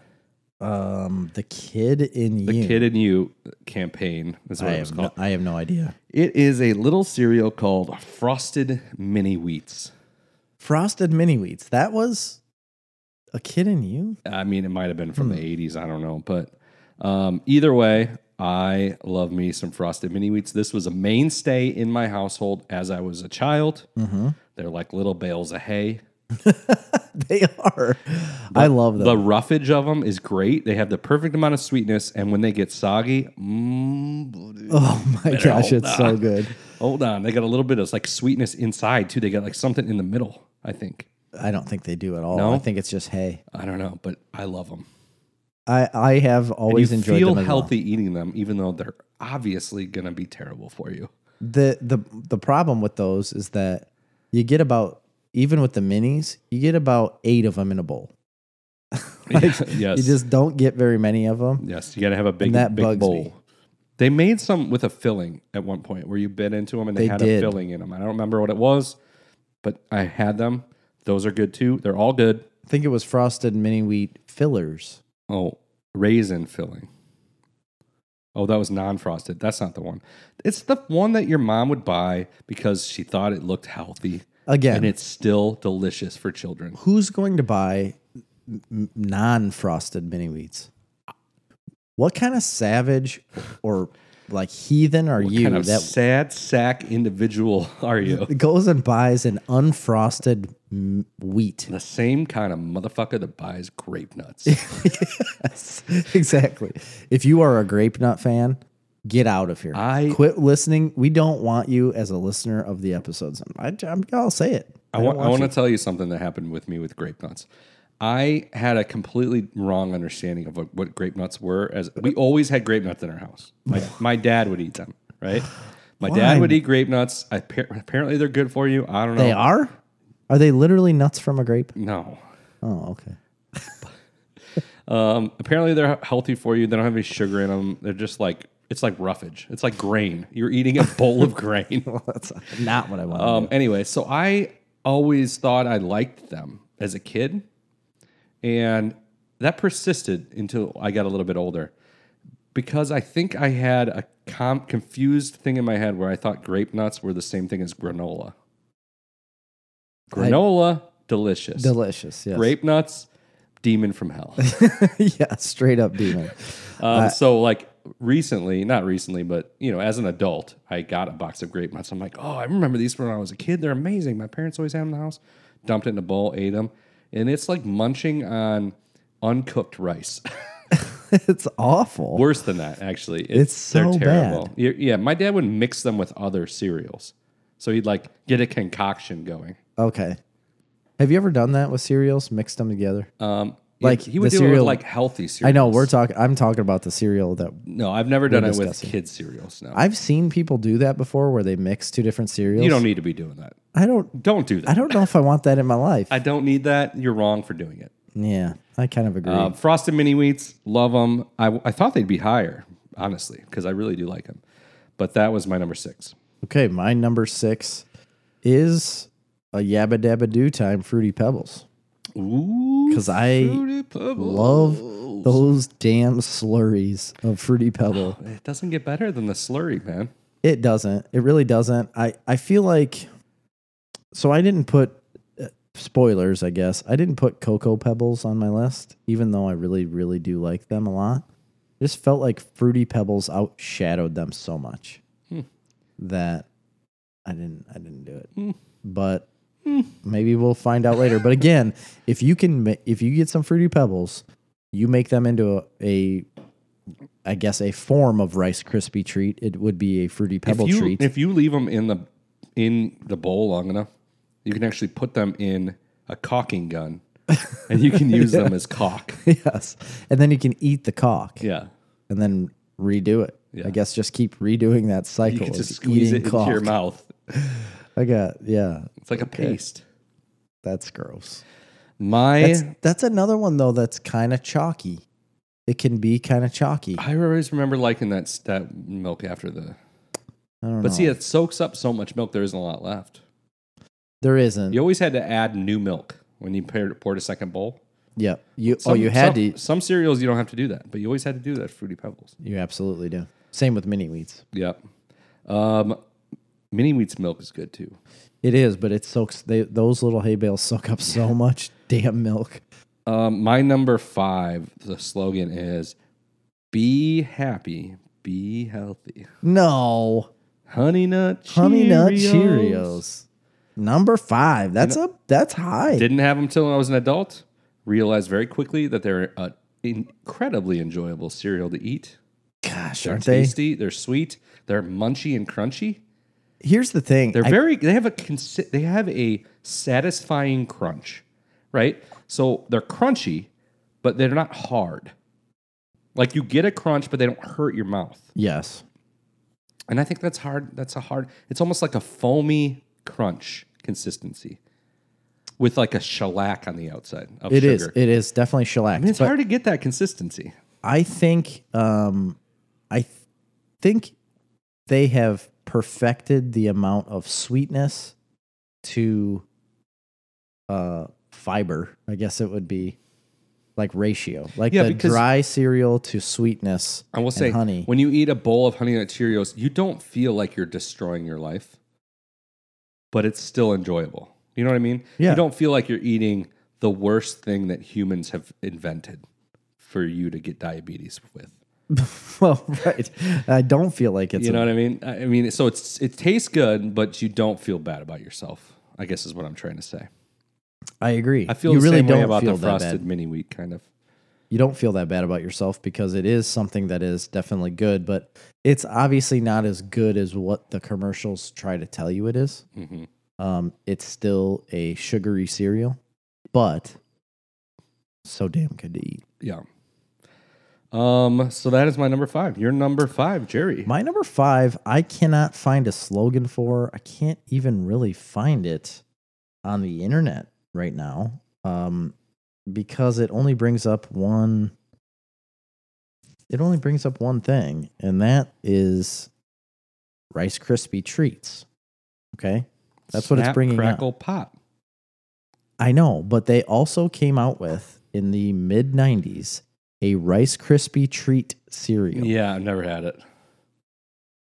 S2: Um the kid in
S1: The
S2: you.
S1: Kid in You campaign is
S2: I
S1: what it was
S2: have, no,
S1: called.
S2: I have no idea.
S1: It is a little cereal called Frosted Mini Wheats.
S2: Frosted mini wheats. That was a kid in you?
S1: I mean, it might have been from
S2: Hmm.
S1: the 80s. I don't know. But um, either way, I love me some frosted mini wheats. This was a mainstay in my household as I was a child.
S2: Mm-hmm.
S1: They're like little bales of hay.
S2: They are. I love them.
S1: The roughage of them is great. They have the perfect amount of sweetness. And when they get soggy, mm,
S2: oh my gosh,
S1: hold
S2: it's so good.
S1: hold on. They got a little bit of like sweetness inside too. They got like something in the middle, I think.
S2: I don't think they do at all.
S1: No?
S2: I think it's just hay.
S1: I don't know, but I love them.
S2: I I have always
S1: you
S2: enjoyed
S1: feel
S2: them. as well.
S1: healthy eating them, even though they're obviously going to be terrible for you.
S2: The the the problem with those is that you get about even with the minis, you get about eight of them in a bowl.
S1: yes.
S2: You just don't get very many of them.
S1: Yes, you got to have a big,
S2: And that
S1: big
S2: bugs
S1: bowl.
S2: me.
S1: They made some with a filling at one point where you bit into them and they,
S2: They
S1: had a
S2: did.
S1: filling in them. I don't remember what it was, but I had them. Those are good too. They're all good.
S2: I think it was frosted mini wheat fillers.
S1: Oh, raisin filling. Oh, that was non-frosted. That's not the one. It's the one that your mom would buy because she thought it looked healthy,
S2: Again,
S1: and it's still delicious for children.
S2: who's going to buy non frosted mini wheats? What kind of savage or like heathen are you
S1: kind of
S2: that
S1: sad sack individual are you?
S2: goes and buys an unfrosted m- wheat?
S1: the same kind of motherfucker that buys grape nuts.
S2: yes, exactly. If you are a grape nut fan, get out of here.
S1: I-
S2: quit listening. We don't want you as a listener of the episodes. I, I'm, I'll say it.
S1: I, wa- I want to tell you something that happened with me with grape nuts. I had a completely wrong understanding of what, what grape nuts were. As we always had grape nuts in our house. My, my dad would eat them, right? My dad would eat grape nuts. I, appar- apparently, they're good for you. I don't know.
S2: They are. Are they literally nuts from a grape?
S1: No.
S2: Oh, okay.
S1: Um, apparently, they're healthy for you. They don't have any sugar in them. They're just like it's like roughage. It's like grain. You're eating a bowl of grain.
S2: That's not what I want.
S1: Um, anyway, so I always thought I liked them as a kid, and that persisted until I got a little bit older, because I think I had a com- confused thing in my head where I thought grape nuts were the same thing as granola. Granola, delicious.
S2: Delicious. Yes.
S1: grape nuts, demon from hell.
S2: yeah. Straight up demon.
S1: Um, so like recently, not recently, but you know, as an adult, I got a box of grape nuts. I'm like, oh, I remember these from when I was a kid. They're amazing. My parents always had them in the house. Dumped it in a bowl, ate them, and it's like munching on uncooked rice.
S2: it's awful.
S1: Worse than that, actually.
S2: It's
S1: they're
S2: so
S1: terrible. Yeah, Yeah, my dad would mix them with other cereals, so he'd like get a concoction going.
S2: okay. Have you ever done that with cereals? Mixed them together?
S1: Um,
S2: Like
S1: he would do
S2: the
S1: it
S2: cereal-
S1: with like healthy cereals.
S2: I know we're talking. I'm talking about the cereal that
S1: No, I've never done it with
S2: discussing.
S1: kids cereals. No,
S2: I've seen people do that before, where they mix two different cereals.
S1: you don't need to be doing that.
S2: I don't.
S1: Don't do that.
S2: I don't know if I want that in my life.
S1: I don't need that. You're wrong for doing it.
S2: yeah, I kind of agree.
S1: Um, frosted mini wheats, love them. I, I thought they'd be higher, honestly, because I really do like them. But that was my number six.
S2: okay, my number six is a Yabba Dabba Doo Time Fruity Pebbles.
S1: Ooh,
S2: because I
S1: Fruity Pebbles.
S2: love those damn slurries of fruity pebble.
S1: It doesn't get better than the slurry, man.
S2: It doesn't. It really doesn't. I I feel like so I didn't put uh, spoilers, I guess. I didn't put cocoa pebbles on my list even though I really really do like them a lot. I just felt like fruity pebbles outshadowed them so much
S1: Hmm.
S2: that I didn't I didn't do it.
S1: Hmm.
S2: But maybe we'll find out later. But again, if you can ma- if you get some fruity pebbles, you make them into a, a I guess a form of Rice Krispie treat. It would be a fruity pebble
S1: if you,
S2: treat.
S1: If you leave them in the in the bowl long enough, you can actually put them in a caulking gun, and you can use them as caulk.
S2: yes, and then you can eat the cock
S1: Yeah,
S2: and then redo it. I guess just keep redoing that cycle.
S1: you can
S2: of
S1: just squeeze
S2: eating
S1: it
S2: caulk.
S1: into your mouth.
S2: I got yeah.
S1: It's like a paste.
S2: That's gross.
S1: My
S2: That's, that's another one though. That's kind of chalky. It can be kind of chalky. I
S1: I always remember liking that s- that milk after the.
S2: don't
S1: But
S2: know.
S1: see, it soaks up so much milk. There isn't a lot left.
S2: there isn't.
S1: You always had to add new milk when you paired, poured a second bowl.
S2: Yep. You oh you had
S1: some,
S2: to.
S1: Some cereals you don't have to do that, but you always had to do that. Fruity Pebbles.
S2: You absolutely do. Same with mini wheats.
S1: Yep. Um, mini wheats milk is good too.
S2: It is, but it soaks. They, those little hay bales soak up so much damn milk.
S1: Um, my number five, the slogan is "Be happy, be healthy."
S2: No,
S1: Honey nut, Cheerios.
S2: honey nut Cheerios. Number five. That's a that's high.
S1: Didn't have them till I was an adult. Realized very quickly that they're an incredibly enjoyable cereal to eat.
S2: Gosh,
S1: They're
S2: aren't they?
S1: tasty. They're sweet. They're munchy and crunchy.
S2: Here's the thing.
S1: They're
S2: I-
S1: very. They have a consi- they have a satisfying crunch, right? So they're crunchy, but they're not hard. Like you get a crunch, but they don't hurt your mouth.
S2: yes.
S1: And I think that's hard. That's a hard. It's almost like a foamy crunch consistency, with like a shellac on the outside of
S2: It
S1: sugar.
S2: is. It is definitely shellac.
S1: I mean, it's hard to get that consistency.
S2: I think um, I th- think they have perfected the amount of sweetness to uh, fiber. I guess it would be like ratio, like
S1: Yeah,
S2: the
S1: because-
S2: dry cereal to sweetness.
S1: I will
S2: and
S1: say,
S2: honey.
S1: when you eat a bowl of Honey Nut Cheerios, you don't feel like you're destroying your life, but it's still enjoyable. You know what I mean?
S2: Yeah.
S1: You don't feel like you're eating the worst thing that humans have invented for you to get diabetes with.
S2: well, right. I don't feel like it's.
S1: You know
S2: a,
S1: what I mean? I I mean, so it's it tastes good, but you don't feel bad about yourself. I guess is what I'm trying to say.
S2: I agree.
S1: I feel
S2: you
S1: the
S2: really
S1: same
S2: don't
S1: way about
S2: feel
S1: the
S2: that bad.
S1: frosted mini wheat kind of.
S2: you don't feel that bad about yourself because it is something that is definitely good, but it's obviously not as good as what the commercials try to tell you it is.
S1: Mm-hmm.
S2: Um, it's still a sugary cereal, but so damn good to eat.
S1: Yeah. Um. So that is my number five. Your number five, Jerry.
S2: My number five, I cannot find a slogan for. I can't even really find it on the internet right now um, because it only brings up one. It only brings up one thing, and that is Rice Krispie treats. Okay, that's what it's
S1: Snap,
S2: bringing up.
S1: Crackle pop.
S2: I know, but they also came out with in the mid '90s a Rice Krispie treat cereal.
S1: Yeah, I've never had it.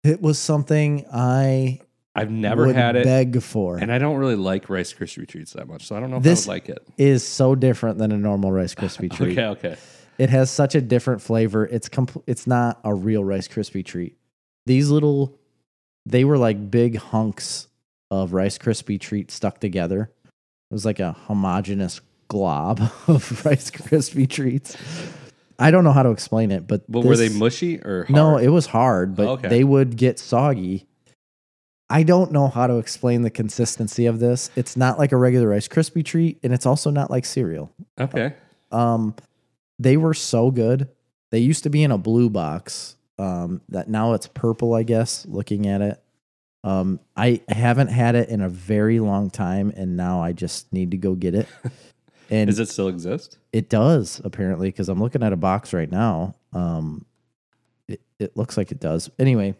S2: It was something I
S1: I've never
S2: would
S1: had it,
S2: Beg for
S1: and I don't really like Rice Krispie treats that much, so I don't know if
S2: This-
S1: I would like it.
S2: is so different than a normal Rice Krispie treat.
S1: Okay, okay.
S2: It has such a different flavor. It's compl- It's not a real Rice Krispie treat. These little, they were like big hunks of Rice Krispie treat stuck together. It was like a homogeneous glob of Rice Krispie treats. I don't know how to explain it, but
S1: But were they
S2: this-
S1: mushy or hard?
S2: no, it was hard, but
S1: Okay.
S2: they would get soggy. I don't know how to explain the consistency of this. It's not like a regular Rice Krispie treat, and it's also not like cereal.
S1: okay.
S2: Um, they were so good. They used to be in a blue box. Um, that now it's purple, I guess. Looking at it, um, I haven't had it in a very long time, and now I just need to go get it. And
S1: Does it still exist?
S2: it does apparently because I'm looking at a box right now. Um, it it looks like it does. Anyway,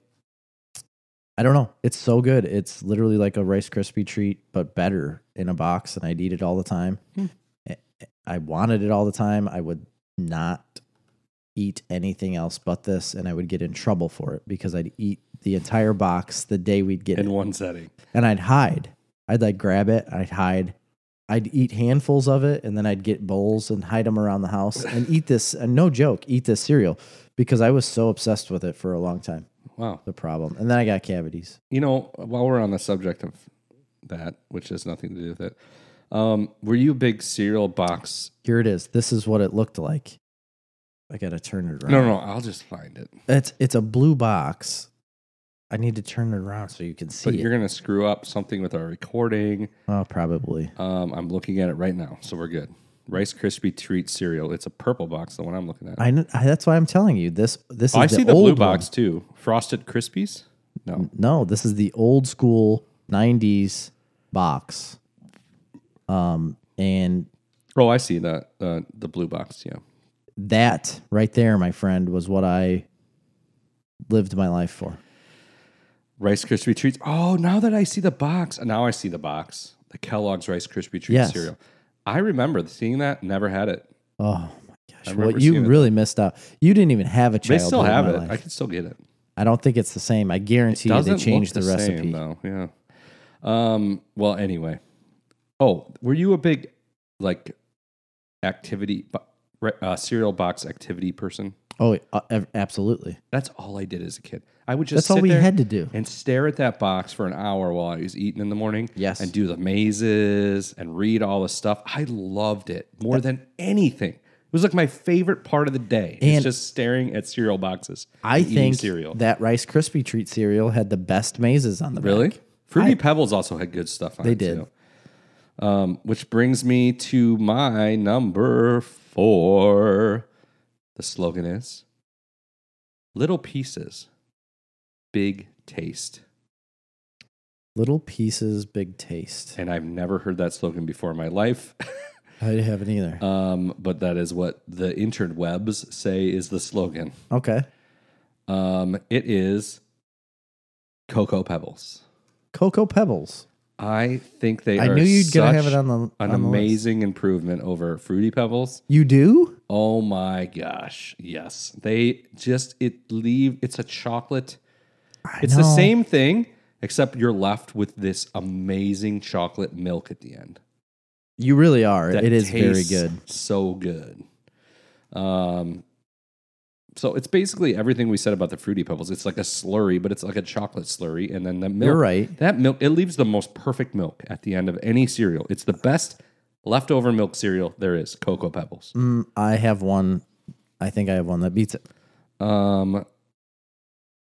S2: I don't know. It's so good. It's literally like a Rice Krispie treat, but better in a box, and I'd eat it all the time.
S1: Hmm.
S2: I- I wanted it all the time. I would not eat anything else but this, and I would get in trouble for it because I'd eat the entire box the day we'd get
S1: in
S2: it,
S1: one setting.
S2: and I'd hide. I'd like grab it, I'd hide. I'd eat handfuls of it, and then I'd get bowls and hide them around the house and eat this. And no joke, eat this cereal because I was so obsessed with it for a long time.
S1: Wow.
S2: The problem, and then I got cavities.
S1: You know, while we're on the subject of that, which has nothing to do with it, um, were you a big cereal box?
S2: Here it is. This is what it looked like. I gotta turn it around.
S1: No, no, no, I'll just find it.
S2: It's it's a blue box. I need to turn it around so you can see
S1: But
S2: it.
S1: you're gonna screw up something with our recording.
S2: oh, probably.
S1: Um, I'm looking at it right now, so we're good. Rice Krispie treat cereal. It's a purple box, the one I'm looking at.
S2: I, kn- I that's why I'm telling you this. This
S1: Oh,
S2: is
S1: I
S2: the
S1: see the blue
S2: old one.
S1: box too. Frosted Krispies. No,
S2: No, this is the old school '90s box. Um, and
S1: oh, I see that uh, the blue box. Yeah,
S2: that right there, my friend, was what I lived my life for.
S1: Rice Krispie treats. Oh, now that I see the box, now I see the box. The Kellogg's Rice Krispie treat
S2: Yes.
S1: cereal. I remember seeing that. Never had it.
S2: Oh my gosh,
S1: remember
S2: what you
S1: seeing it.
S2: really missed out. You didn't even have a
S1: They
S2: child.
S1: still have it.
S2: Life.
S1: I can still get it.
S2: I don't think it's the same. I guarantee you
S1: Doesn't
S2: they
S1: look
S2: changed the,
S1: same,
S2: recipe.
S1: though. Yeah. Um. Well, anyway. Oh, were you a big like activity bo- re- uh, cereal box activity person?
S2: oh, uh, ev- absolutely.
S1: That's all I did as a kid. I would just
S2: That's all
S1: sit
S2: we
S1: there
S2: had to do.
S1: and stare at that box for an hour while I was eating in the morning.
S2: Yes.
S1: And do the mazes and read all the stuff. I loved it more than anything. It was like my favorite part of the day. It's
S2: And-
S1: just staring at cereal boxes.
S2: I
S1: and eating
S2: think
S1: cereal.
S2: that Rice Krispie treat cereal had the best mazes on the
S1: Really?
S2: back.
S1: Fruity Pebbles also had good stuff on
S2: They
S1: it.
S2: did.
S1: too. Um, which brings me to my number four. The slogan is Little Pieces, Big Taste.
S2: Little pieces, big taste.
S1: And I've never heard that slogan before in my life.
S2: I haven't either.
S1: um, but that is what the interwebs say is the slogan.
S2: okay.
S1: Um, it is Cocoa Pebbles.
S2: Cocoa Pebbles.
S1: I think they
S2: I
S1: are
S2: knew you'd gonna have
S1: such
S2: it on the
S1: an
S2: on the list.
S1: amazing improvement over Fruity Pebbles.
S2: You do?
S1: Oh my gosh. Yes. They just it leave it's a chocolate.
S2: I
S1: It's the
S2: know.
S1: same thing except you're left with this amazing chocolate milk at the end.
S2: You really are.
S1: that
S2: It is very
S1: tastes
S2: good.
S1: So good. Um so it's basically everything we said about the fruity pebbles. It's like a slurry, but it's like a chocolate slurry and then the milk.
S2: You're right.
S1: That milk it leaves the most perfect milk at the end of any cereal. It's the best leftover milk cereal there is, Cocoa Pebbles.
S2: Mm, I have one. I think I have one that beats it.
S1: Um,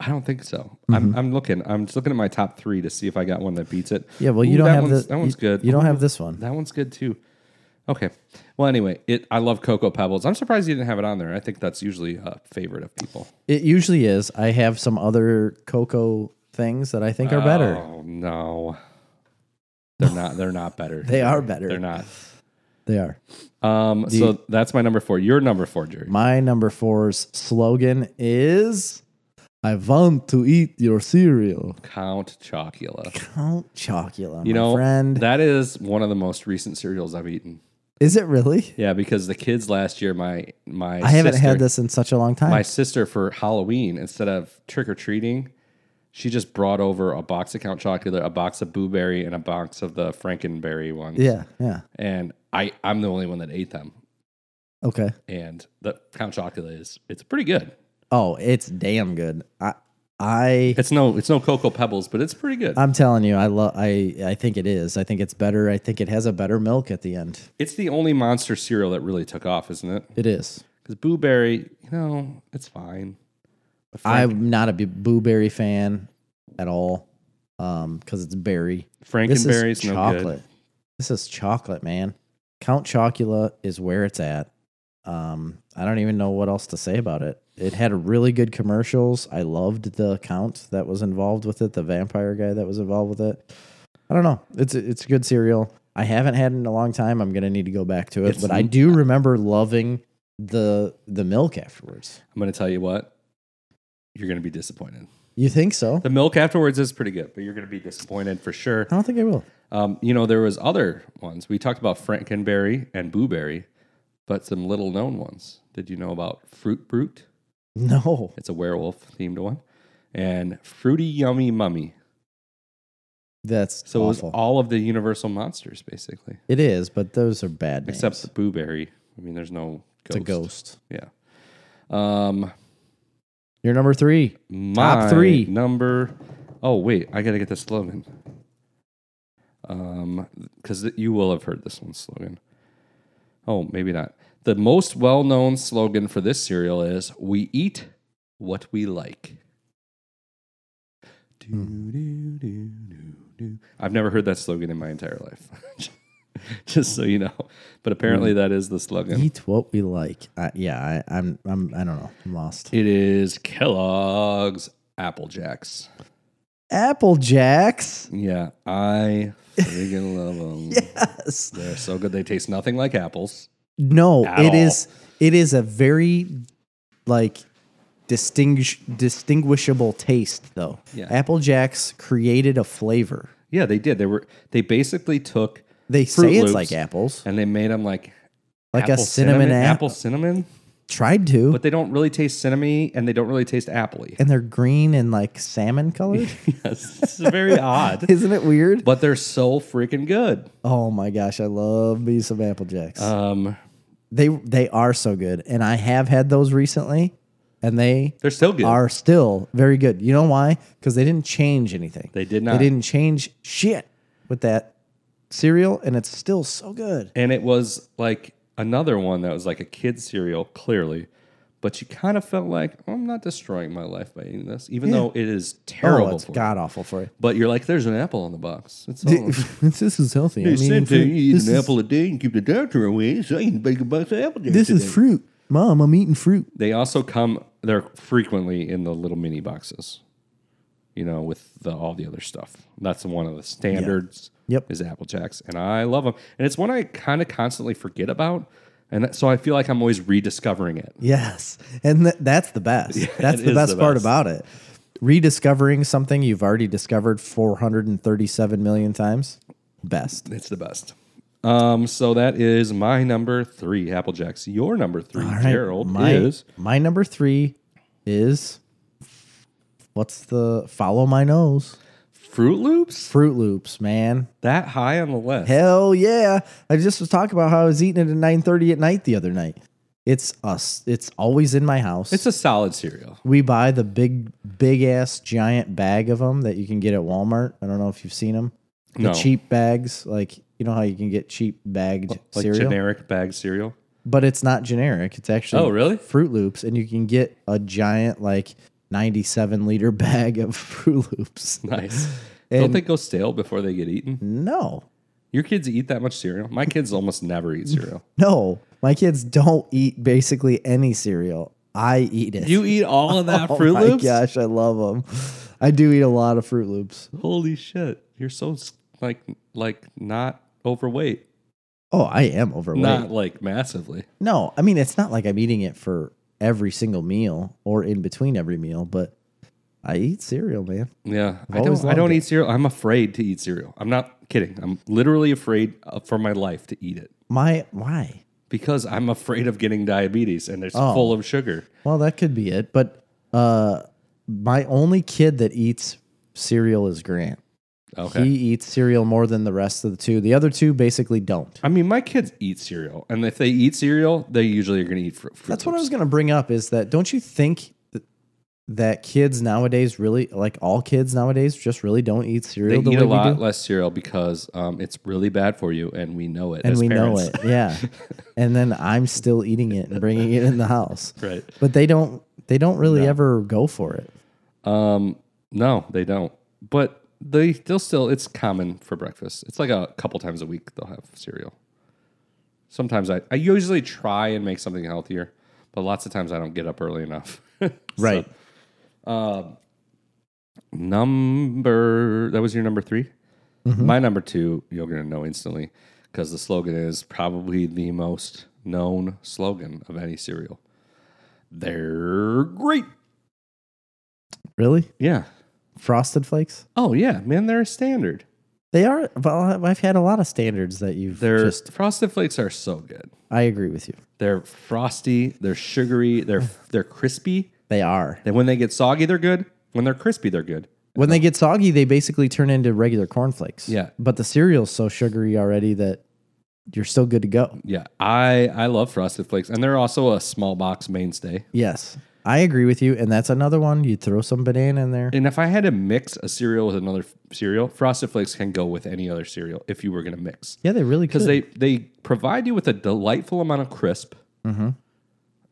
S1: I don't think so.
S2: Mm-hmm.
S1: I'm, I'm looking. I'm just looking at my top three to see if I got one that beats it.
S2: Yeah, well, you
S1: Ooh,
S2: don't
S1: that
S2: have
S1: one's,
S2: the-
S1: That one's
S2: you-
S1: good.
S2: you don't
S1: Ooh,
S2: have this one.
S1: That one's good too. Okay. Well, anyway, it. I love Cocoa Pebbles. I'm surprised you didn't have it on there. I think that's usually a favorite of people.
S2: It usually is. I have some other cocoa things that I think are better.
S1: Oh no, they're not. They're not better.
S2: They are better.
S1: They're not.
S2: They are.
S1: Um. so that's my number four. Your number four, Jerry.
S2: My number four's slogan is I want to eat your cereal.
S1: Count Chocula.
S2: Count Chocula,
S1: You
S2: my
S1: know,
S2: friend.
S1: that is one of the most recent cereals I've eaten.
S2: is it really?
S1: Yeah, because the kids last year, my my
S2: I haven't
S1: sister,
S2: had this in such a long time.
S1: My sister for Halloween, instead of trick or treating, she just brought over a box of Count Chocula, a box of Boo Berry, and a box of the Frankenberry ones.
S2: yeah, yeah.
S1: and I I'm the only one that ate them.
S2: Okay.
S1: And the Count Chocula is it's pretty good.
S2: Oh, it's damn good. I I
S1: It's no it's no Cocoa Pebbles, but it's pretty good.
S2: I'm telling you, I love I I think it is. I think it's better. I think it has a better milk at the end.
S1: it's the only monster cereal that really took off, isn't it?
S2: It is.
S1: Because Boo Berry, you know, it's fine. But Frank,
S2: I'm not a b- blueberry fan at all. Um, because it's berry. This is
S1: Frankenberry's no
S2: chocolate. This is chocolate, man. Count Chocula is where it's at. Um, I don't even know what else to say about it. It had really good commercials. I loved the count that was involved with it, the vampire guy that was involved with it. I don't know. It's it's a good cereal. I haven't had it in a long time. I'm gonna need to go back to it,
S1: It's-
S2: but I do remember loving the the milk afterwards.
S1: good. I'm gonna tell you what, you're gonna be disappointed.
S2: You think so?
S1: The milk afterwards is pretty good, but you're going to be disappointed for sure.
S2: I don't think I will.
S1: Um, you know, there was other ones. We talked about Frankenberry and Blueberry. but some little known ones. Did you know about Fruit Brute?
S2: No.
S1: It's a werewolf themed one, and Fruity Yummy Mummy.
S2: That's
S1: So it was
S2: awful.
S1: all of the Universal monsters basically,
S2: it is, but those are bad names.
S1: except the Boo Berry. I mean, there's no ghost.
S2: it's a ghost.
S1: Yeah. Um,
S2: You're number three.
S1: my
S2: three.
S1: number. Oh wait, I gotta get the slogan. Um, because you will have heard this one slogan. Oh, maybe not. The most well-known slogan for this cereal is "We eat what we like." Do, do, do, do, do. I've never heard that slogan in my entire life. Just so you know, but apparently that is the slogan.
S2: Eat what we like. Uh, yeah, I, I'm. I'm. I don't know. I'm lost.
S1: It is Kellogg's Apple Jacks.
S2: Apple Jacks.
S1: Yeah, I friggin' love them.
S2: Yes.
S1: They're so good. They taste nothing like apples.
S2: No,
S1: At
S2: it
S1: all.
S2: is it is a very like distinguish distinguishable taste though.
S1: Yeah.
S2: Apple Jacks created a flavor.
S1: Yeah, they did. They were they basically took
S2: They
S1: Fruit
S2: say it's
S1: Loops.
S2: like apples,
S1: and they made them like
S2: like a
S1: apple
S2: cinnamon, apple.
S1: apple cinnamon,
S2: Tried to,
S1: but they don't really taste cinnamony and they don't really taste appley.
S2: and they're green and like salmon colored.
S1: yes, it's very odd.
S2: Isn't it weird?
S1: But they're so freaking good.
S2: Oh my gosh, I love me some Apple Jacks.
S1: Um,
S2: they they are so good, and I have had those recently, and they
S1: they're still good.
S2: are still very good. You know why? Because they didn't change anything.
S1: They did not.
S2: They didn't change shit with that cereal, and it's still so good.
S1: and it was like another one that was like a kid cereal, clearly. But you kind of felt like "Oh, I'm not destroying my life by eating this, even though it is terrible.
S2: Oh, it's
S1: for you. Oh.
S2: god awful for you.
S1: But you're like, there's an apple on the box. It's all.
S2: this is healthy.
S3: They said to eat
S2: this,
S3: an apple a day and keep the doctor away, so I can bake a box of apple
S2: this is fruit, mom. I'm eating fruit.
S1: they also come. They're frequently in the little mini boxes, you know, with the, all the other stuff. That's one of the standards.
S2: Yep.
S1: Is Apple Jacks, and I love them, and it's one I kind of constantly forget about, and that, so I feel like I'm always rediscovering it.
S2: Yes, and th- that's the best. that's
S1: it
S2: the
S1: is
S2: best
S1: the
S2: part
S1: best.
S2: about it. Rediscovering something you've already discovered 437 million times. Best.
S1: It's the best. Um, so that is my number three, Apple Jacks. Your number three,
S2: All right,
S1: Gerald,
S2: my,
S1: is
S2: my number three is what's the follow my nose
S1: Fruit Loops.
S2: Fruit Loops, man.
S1: That high on the list.
S2: Hell yeah! I just was talking about how I was eating it at nine thirty at night the other night. It's us. It's always in my house.
S1: It's a solid cereal.
S2: we buy the big, big ass giant bag of them that you can get at Walmart. I don't know if you've seen them. The
S1: No.
S2: cheap bags, like you know how you can get cheap bagged
S1: Like
S2: cereal,
S1: generic bag cereal.
S2: but it's not generic. It's actually
S1: Oh, really?
S2: Fruit Loops, and you can get a giant like ninety-seven liter bag of Fruit Loops.
S1: Nice. Don't
S2: And-
S1: they go stale before they get eaten?
S2: No,
S1: Your kids eat that much cereal? My kids almost never eat cereal.
S2: No, my kids don't eat basically any cereal. I eat it.
S1: You eat all of that Fruit
S2: Oh my
S1: Loops?
S2: gosh, I love them. I do eat a lot of Fruit Loops.
S1: Holy shit! You're so s- like like not overweight,
S2: Oh, I am overweight.
S1: not like massively.
S2: No, I mean it's not like I'm eating it for every single meal or in between every meal, but I eat cereal, man.
S1: Yeah, I
S2: always
S1: don't. I don't
S2: loved it.
S1: eat cereal. I'm afraid to eat cereal. I'm not kidding. I'm literally afraid uh, for my life to eat it
S2: My why?
S1: because I'm afraid of getting diabetes and
S2: Oh.
S1: it's full of sugar.
S2: Well, that could be it, but uh my only kid that eats cereal is Grant.
S1: Okay.
S2: He eats cereal more than the rest of the two. The other two basically don't.
S1: I mean, my kids eat cereal, and if they eat cereal, they usually are going to eat fruit. Fruit
S2: That's what I
S1: Loops.
S2: was going to bring up is that don't you think th- that kids nowadays really like all kids nowadays just really don't eat
S1: They
S2: cereal the
S1: eat
S2: way
S1: a
S2: we
S1: lot
S2: do?
S1: less cereal because um, it's really bad for you, and we know it.
S2: And
S1: as
S2: we
S1: parents.
S2: know it. Yeah. and then I'm still eating it and bringing it in the house.
S1: Right.
S2: But they don't they don't really ever go for it.
S1: No, they don't. But they they'll still it's common for breakfast. It's like a couple times a week they'll have cereal. Sometimes I, I usually try and make something healthier, but lots of times I don't get up early enough. So, number that was your number 3 My number two, you're gonna know instantly, because the slogan is probably the most known slogan of any cereal. They're great.
S2: Really?
S1: Yeah.
S2: Frosted flakes?
S1: Oh yeah, man, they're a standard.
S2: They are. Well, I've had a lot of standards that you've
S1: They're
S2: just.
S1: frosted flakes are so good.
S2: I agree with you.
S1: They're frosty. They're sugary. They're they're crispy.
S2: They are.
S1: And when they get soggy, they're good. When they're crispy, they're good.
S2: When they get soggy, they basically turn into regular cornflakes.
S1: Yeah.
S2: But the cereal's so sugary already that you're still good to go.
S1: Yeah, I I love frosted flakes, and they're also a small box mainstay.
S2: Yes. I agree with you. And that's another one. You throw some banana in there.
S1: And if I had to mix a cereal with another f- cereal, frosted flakes can go with any other cereal if you were going to mix.
S2: yeah, they really could.
S1: because they they provide you with a delightful amount of crisp
S2: Mm-hmm.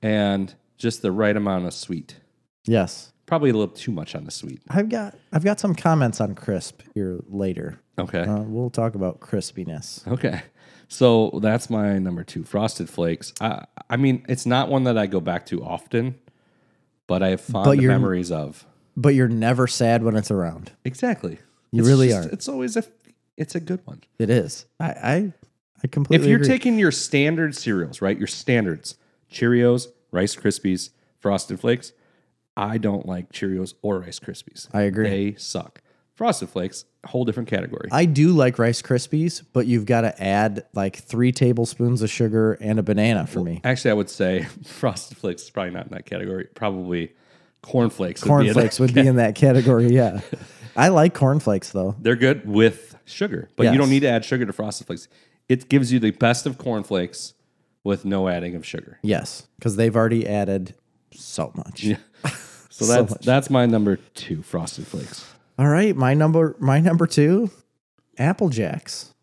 S1: and just the right amount of sweet.
S2: yes.
S1: Probably a little too much on the sweet.
S2: I've got I've got some comments on crisp here later.
S1: Okay.
S2: Uh, we'll talk about crispiness.
S1: Okay. So that's my number two, frosted flakes. I I mean, it's not one that I go back to often, but I have
S2: But
S1: fond
S2: you're-
S1: memories of.
S2: But you're never sad when it's around.
S1: Exactly.
S2: You
S1: It's
S2: really
S1: just-
S2: aren't.
S1: It's always a it's a good one.
S2: It is. I I, I
S1: If
S2: completely
S1: you're
S2: agree.
S1: taking your standard cereals, right? Your standards, Cheerios, Rice Krispies, Frosted Flakes. I don't like Cheerios or Rice Krispies.
S2: I agree.
S1: They suck. Frosted Flakes, whole different category.
S2: I do like Rice Krispies, but you've got to add like three tablespoons of sugar and a banana for me.
S1: Actually, I would say Frosted Flakes is probably not in that category. Probably Corn Flakes. would be in
S2: Cornflakes
S1: that
S2: would be in that category. Yeah. I like cornflakes though.
S1: They're good with sugar, but you
S2: Yes.
S1: don't need to add sugar to Frosted Flakes. It gives you the best of Corn Flakes with no adding of sugar.
S2: Yes. Because they've already added so much.
S1: So
S2: So
S1: that's
S2: much.
S1: that's my number two, Frosted Flakes.
S2: All right. My number my number two, Apple Jacks.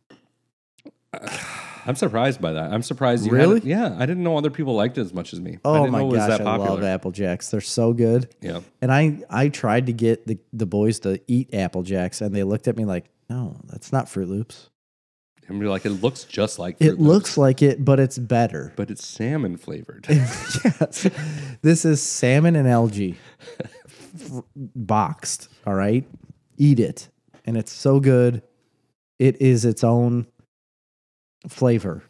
S1: I'm surprised by that. I'm surprised you
S2: Really?
S1: had it. Yeah, I didn't know other people liked it as much as me. I
S2: Oh
S1: didn't
S2: my
S1: know it was
S2: gosh, I love Apple Jacks. They're so good.
S1: Yeah.
S2: And I I tried to get the, the boys to eat Apple Jacks and they looked at me like, no, that's not Fruit Loops.
S1: And you're like, it looks just like
S2: It
S1: Fruit Loops,
S2: looks like it, but it's better.
S1: but it's salmon flavored.
S2: yes. This is salmon and algae F- boxed. All right. Eat it. And it's so good. It is its own flavor.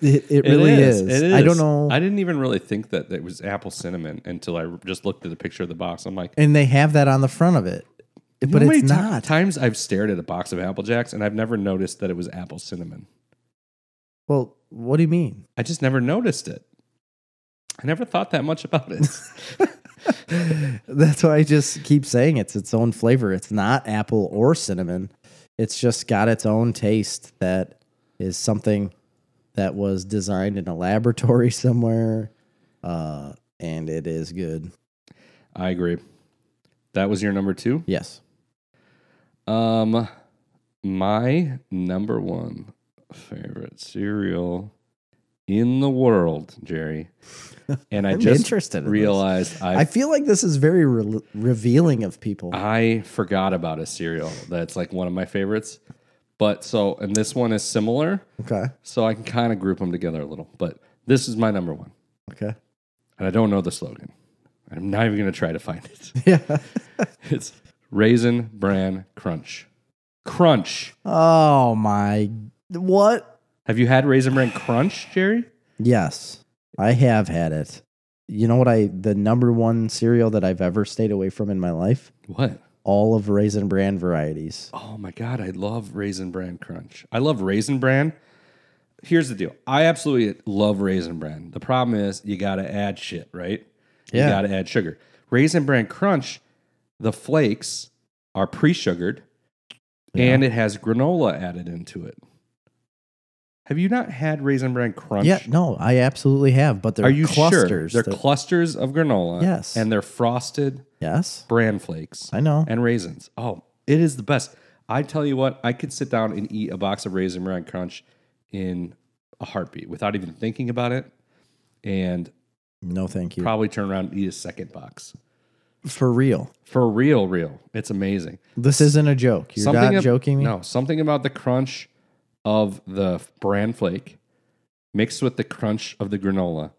S2: It, it really is.
S1: It
S2: I
S1: is.
S2: don't know.
S1: I didn't even really think that it was apple cinnamon until I just looked at the picture of the box. I'm like,
S2: and they have that on the front of it.
S1: you
S2: But
S1: know how
S2: it's
S1: many ti-
S2: not.
S1: Times I've stared at a box of apple jacks and I've never noticed that it was apple cinnamon.
S2: well, what do you mean?
S1: I just never noticed it. I never thought that much about it.
S2: That's why I just keep saying it's its own flavor. It's not apple or cinnamon. It's just got its own taste that is something that was designed in a laboratory somewhere. Uh, and it is good.
S1: I agree. That was your number two.
S2: Yes.
S1: Um, my number one favorite cereal in the world, Jerry, and I
S2: I'm
S1: just
S2: interested in this.
S1: realized
S2: I
S1: I
S2: feel like this is very re- revealing of people.
S1: I forgot about a cereal that's like one of my favorites. But so, and this one is similar,
S2: Okay.
S1: so I can kind of group them together a little. But this is my number one,
S2: Okay.
S1: and I don't know the slogan. I'm not even going to try to find it.
S2: Yeah.
S1: It's Raisin Bran Crunch. Crunch.
S2: Oh my. What?
S1: Have you had Raisin Bran Crunch, Jerry?
S2: Yes, I have had it. You know what I the number one cereal that I've ever stayed away from in my life?
S1: What?
S2: All of raisin bran varieties.
S1: Oh my god, I love Raisin Bran Crunch. I love Raisin Bran. Here's the deal. I absolutely love Raisin Bran. The problem is you got to add shit, right?
S2: Yeah.
S1: You got to add sugar. Raisin Bran Crunch, the flakes are pre-sugared and it has granola added into it. Have you not had Raisin Bran Crunch?
S2: Yeah, no, I absolutely have, but they're
S1: Are you
S2: clusters.
S1: sure? They're
S2: They're-
S1: clusters of granola.
S2: Yes.
S1: And they're frosted
S2: yes.
S1: bran flakes
S2: I know.
S1: and raisins. Oh, it is the best. I tell you what, I could sit down and eat a box of raisin bran crunch in a heartbeat without even thinking about it, and
S2: No, thank you.
S1: probably turn around and eat a second box
S2: For real.
S1: for real. Real, it's amazing.
S2: This isn't a joke. You're not
S1: ab-
S2: joking me.
S1: No, something about the crunch of the bran flake mixed with the crunch of the granola,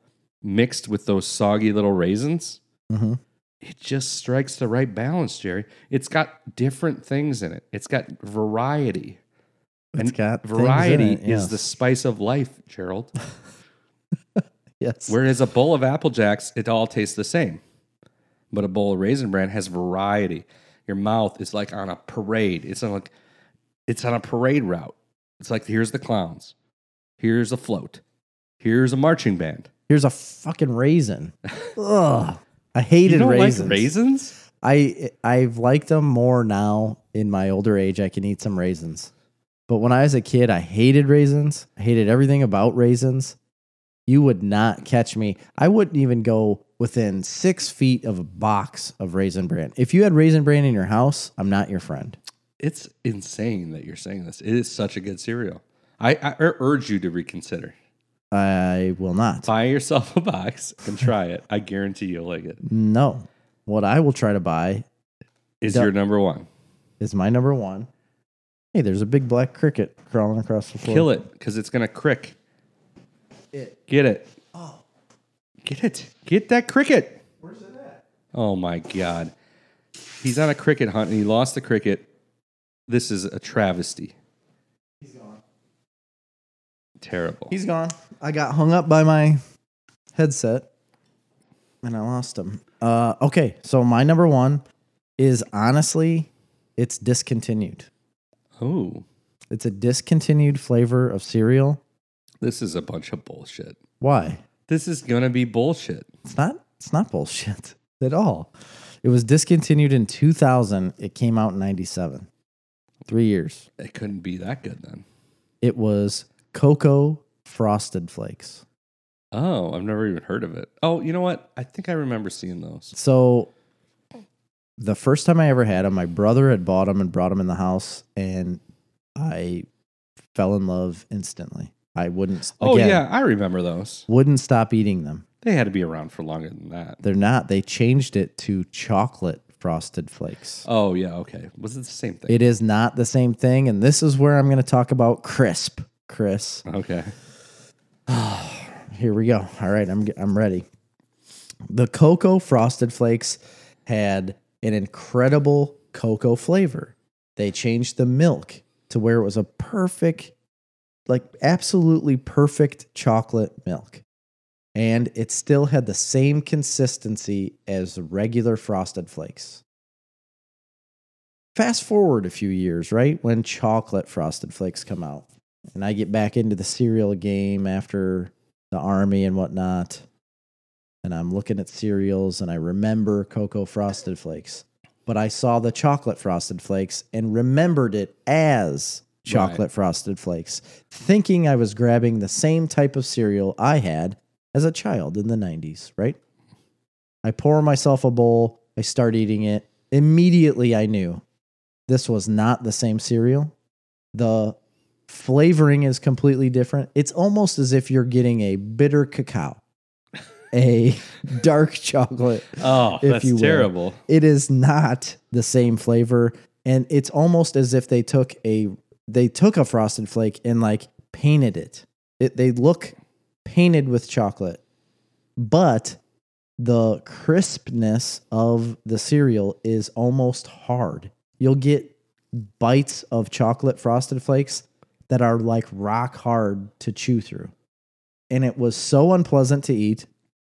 S1: mixed with those soggy little raisins.
S2: Mhm.
S1: It just strikes the right balance, Jerry. It's got different things in it. It's got variety.
S2: It's got things in
S1: variety
S2: it,
S1: is
S2: yes.
S1: the spice of life, Gerald.
S2: Yes.
S1: Whereas a bowl of Apple Jacks, it all tastes the same. But a bowl of Raisin Bran has variety. Your mouth is like on a parade. It's like it's on a parade route. It's like here's the clowns, here's a float, here's a marching band.
S2: Here's a fucking raisin. Ugh. I hated
S1: you don't like
S2: raisins.
S1: raisins?
S2: I I've liked them more now in my older age. I can eat some raisins. But when I was a kid, I hated raisins. I hated everything about raisins. You would not catch me. I wouldn't even go within six feet of a box of raisin bran. If you had raisin bran in your house, I'm not your friend.
S1: It's insane that you're saying this. It is such a good cereal. I, I ur- urge you to reconsider.
S2: I will not.
S1: Buy yourself a box and try it. I guarantee you'll like it.
S2: No. What I will try to buy
S1: Is
S2: Don't-
S1: your number one?
S2: is my number one. Hey, there's a big black cricket crawling across the floor.
S1: Kill it because it's gonna crick.
S2: It.
S1: Get it. Oh. Get it. Get that cricket. Where's it at? Oh my god. He's on a cricket hunt and he lost the cricket. This is a travesty. He's gone. Terrible.
S2: He's gone. I got hung up by my headset and I lost him. Uh, okay, so my number one is honestly, it's discontinued.
S1: oh.
S2: It's a discontinued flavor of cereal.
S1: This is a bunch of bullshit.
S2: Why?
S1: This is gonna be bullshit.
S2: It's not. It's not bullshit at all. It was discontinued in 2000. It came out in 97. Three years.
S1: It couldn't be that good then.
S2: It was cocoa frosted flakes.
S1: Oh, I've never even heard of it. Oh, you know what? I think I remember seeing those.
S2: So the first time I ever had them, my brother had bought them and brought them in the house, and I fell in love instantly. I wouldn't.
S1: Oh
S2: again,
S1: yeah, I remember those.
S2: wouldn't stop eating them.
S1: They had to be around for longer than that.
S2: They're not. They changed it to chocolate frosted flakes.
S1: Oh yeah, okay. Was it the same thing?
S2: It is not the same thing, and this is where I'm going to talk about crisp. Chris,
S1: okay.
S2: here we go. All right, I'm I'm ready. The cocoa frosted flakes had an incredible cocoa flavor. They changed the milk to where it was a perfect, like absolutely perfect chocolate milk. And it still had the same consistency as regular frosted flakes. Fast forward a few years, right? When chocolate frosted flakes come out. And I get back into the cereal game after the army and whatnot and I'm looking at cereals and I remember cocoa frosted flakes, but I saw the chocolate frosted flakes and remembered it as chocolate frosted flakes, thinking I was grabbing the same type of cereal I had as a child in the 90s, right? I pour myself a bowl, I start eating it. Immediately I knew this was not the same cereal. The flavoring is completely different. It's almost as if you're getting a bitter cacao a dark chocolate.
S1: Oh,
S2: if
S1: that's
S2: you will.
S1: terrible.
S2: It is not the same flavor, and it's almost as if they took a they took a frosted flake and like painted it. it they look painted with chocolate, but the crispness of the cereal is almost hard. You'll get bites of chocolate frosted flakes that are like rock hard to chew through. And it was so unpleasant to eat.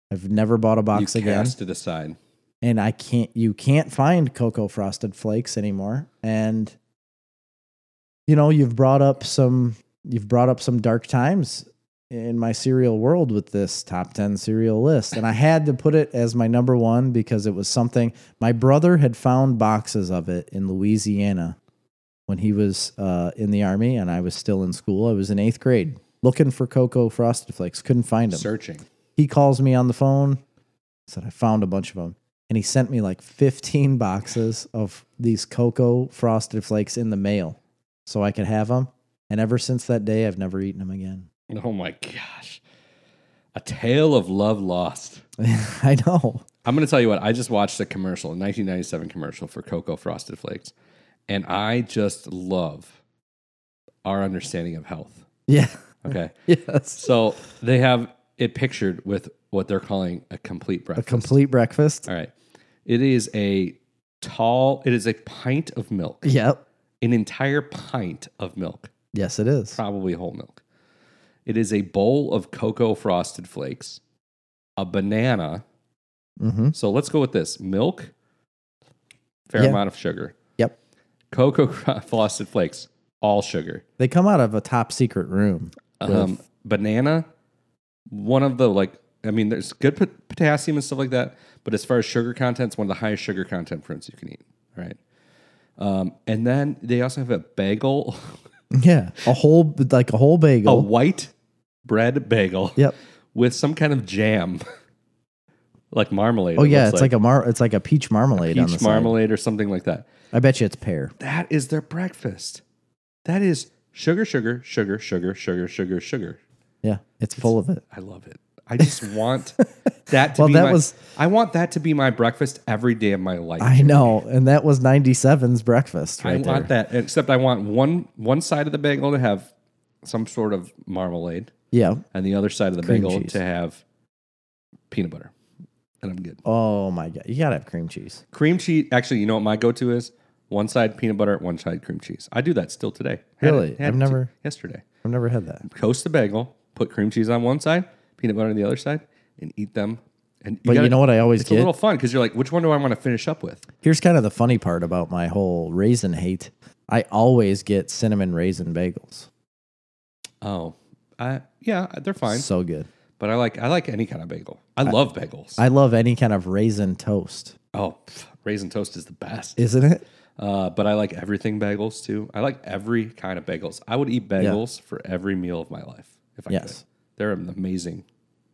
S2: I've never bought a box
S1: you
S2: again
S1: cast it aside.
S2: and I can't you can't find cocoa frosted flakes anymore and you know you've brought up some you've brought up some dark times in my cereal world with this top 10 cereal list and I had to put it as my number 1 because it was something my brother had found boxes of it in Louisiana when he was uh, in the army and I was still in school I was in 8th grade looking for cocoa frosted flakes couldn't find them
S1: Searching.
S2: he calls me on the phone said i found a bunch of them and he sent me like 15 boxes of these cocoa frosted flakes in the mail so i could have them and ever since that day i've never eaten them again
S1: Oh my gosh. A tale of love lost.
S2: i know
S1: I'm going to tell you what, I just watched a commercial, a 1997 commercial for Cocoa Frosted Flakes, and I just love our understanding of health.
S2: yeah
S1: Okay.
S2: yes
S1: so they have it pictured with what they're calling a complete
S2: a
S1: breakfast.
S2: complete breakfast
S1: All right. It is a tall, it is a pint of milk,
S2: yep
S1: an entire pint of milk.
S2: yes it is
S1: probably whole milk. It is a bowl of cocoa frosted flakes, a banana.
S2: mm-hmm.
S1: So let's go with this milk, fair
S2: Yeah.
S1: amount of sugar,
S2: yep
S1: cocoa cro- frosted flakes, all sugar.
S2: They come out of a top secret room.
S1: Um, banana, one of the like, I mean, there's good pot- potassium and stuff like that, but as far as sugar content, it's one of the highest sugar content fruits you can eat, right? Um, and then they also have a bagel,
S2: Yeah, a whole like a whole
S1: a
S2: bagel.
S1: white bread bagel,
S2: Yep.
S1: with some kind of jam, like marmalade.
S2: Oh
S1: it
S2: yeah,
S1: looks
S2: it's like, a mar. It's like a peach marmalade on the
S1: peach
S2: marmalade.
S1: marmalade or something like that.
S2: I bet you it's pear.
S1: That is their breakfast. That is sugar, sugar, sugar, sugar, sugar, sugar, sugar.
S2: Yeah, it's full of it.
S1: I love it. I just want that to
S2: Well,
S1: be
S2: that
S1: my,
S2: was-
S1: I want that to be my breakfast every day of my life.
S2: I know, and that was 97's breakfast
S1: I
S2: right there.
S1: want that. Except I want one one side of the bagel to have some sort of marmalade
S2: Yeah.
S1: and the other side of the
S2: Cream
S1: bagel
S2: cheese.
S1: to have peanut butter. And I'm good.
S2: Oh my god, you gotta have cream cheese.
S1: Cream cheese actually, you know what my go-to is? One side peanut butter, one side cream cheese. I do that still today. Had
S2: Really?
S1: it- had
S2: I've
S1: it
S2: never-
S1: yesterday.
S2: I've never had that.
S1: Coast the bagel, put cream cheese on one side, peanut butter on the other side, and eat them. And
S2: But you know what I always
S1: It's a
S2: get?
S1: little fun because you're like, which one do I want to finish up with?
S2: Here's kind of the funny part about my whole raisin hate. I always get cinnamon raisin bagels.
S1: Oh, I yeah, they're fine.
S2: So good.
S1: but I like I like any kind of bagel. I, love bagels.
S2: I love any kind of raisin toast,
S1: oh, pff, raisin toast is the best.
S2: isn't it?
S1: Uh, but I like everything bagels too. I like every kind of bagels. I would eat bagels for every meal of my life if I
S2: Yes.
S1: could. They're amazing.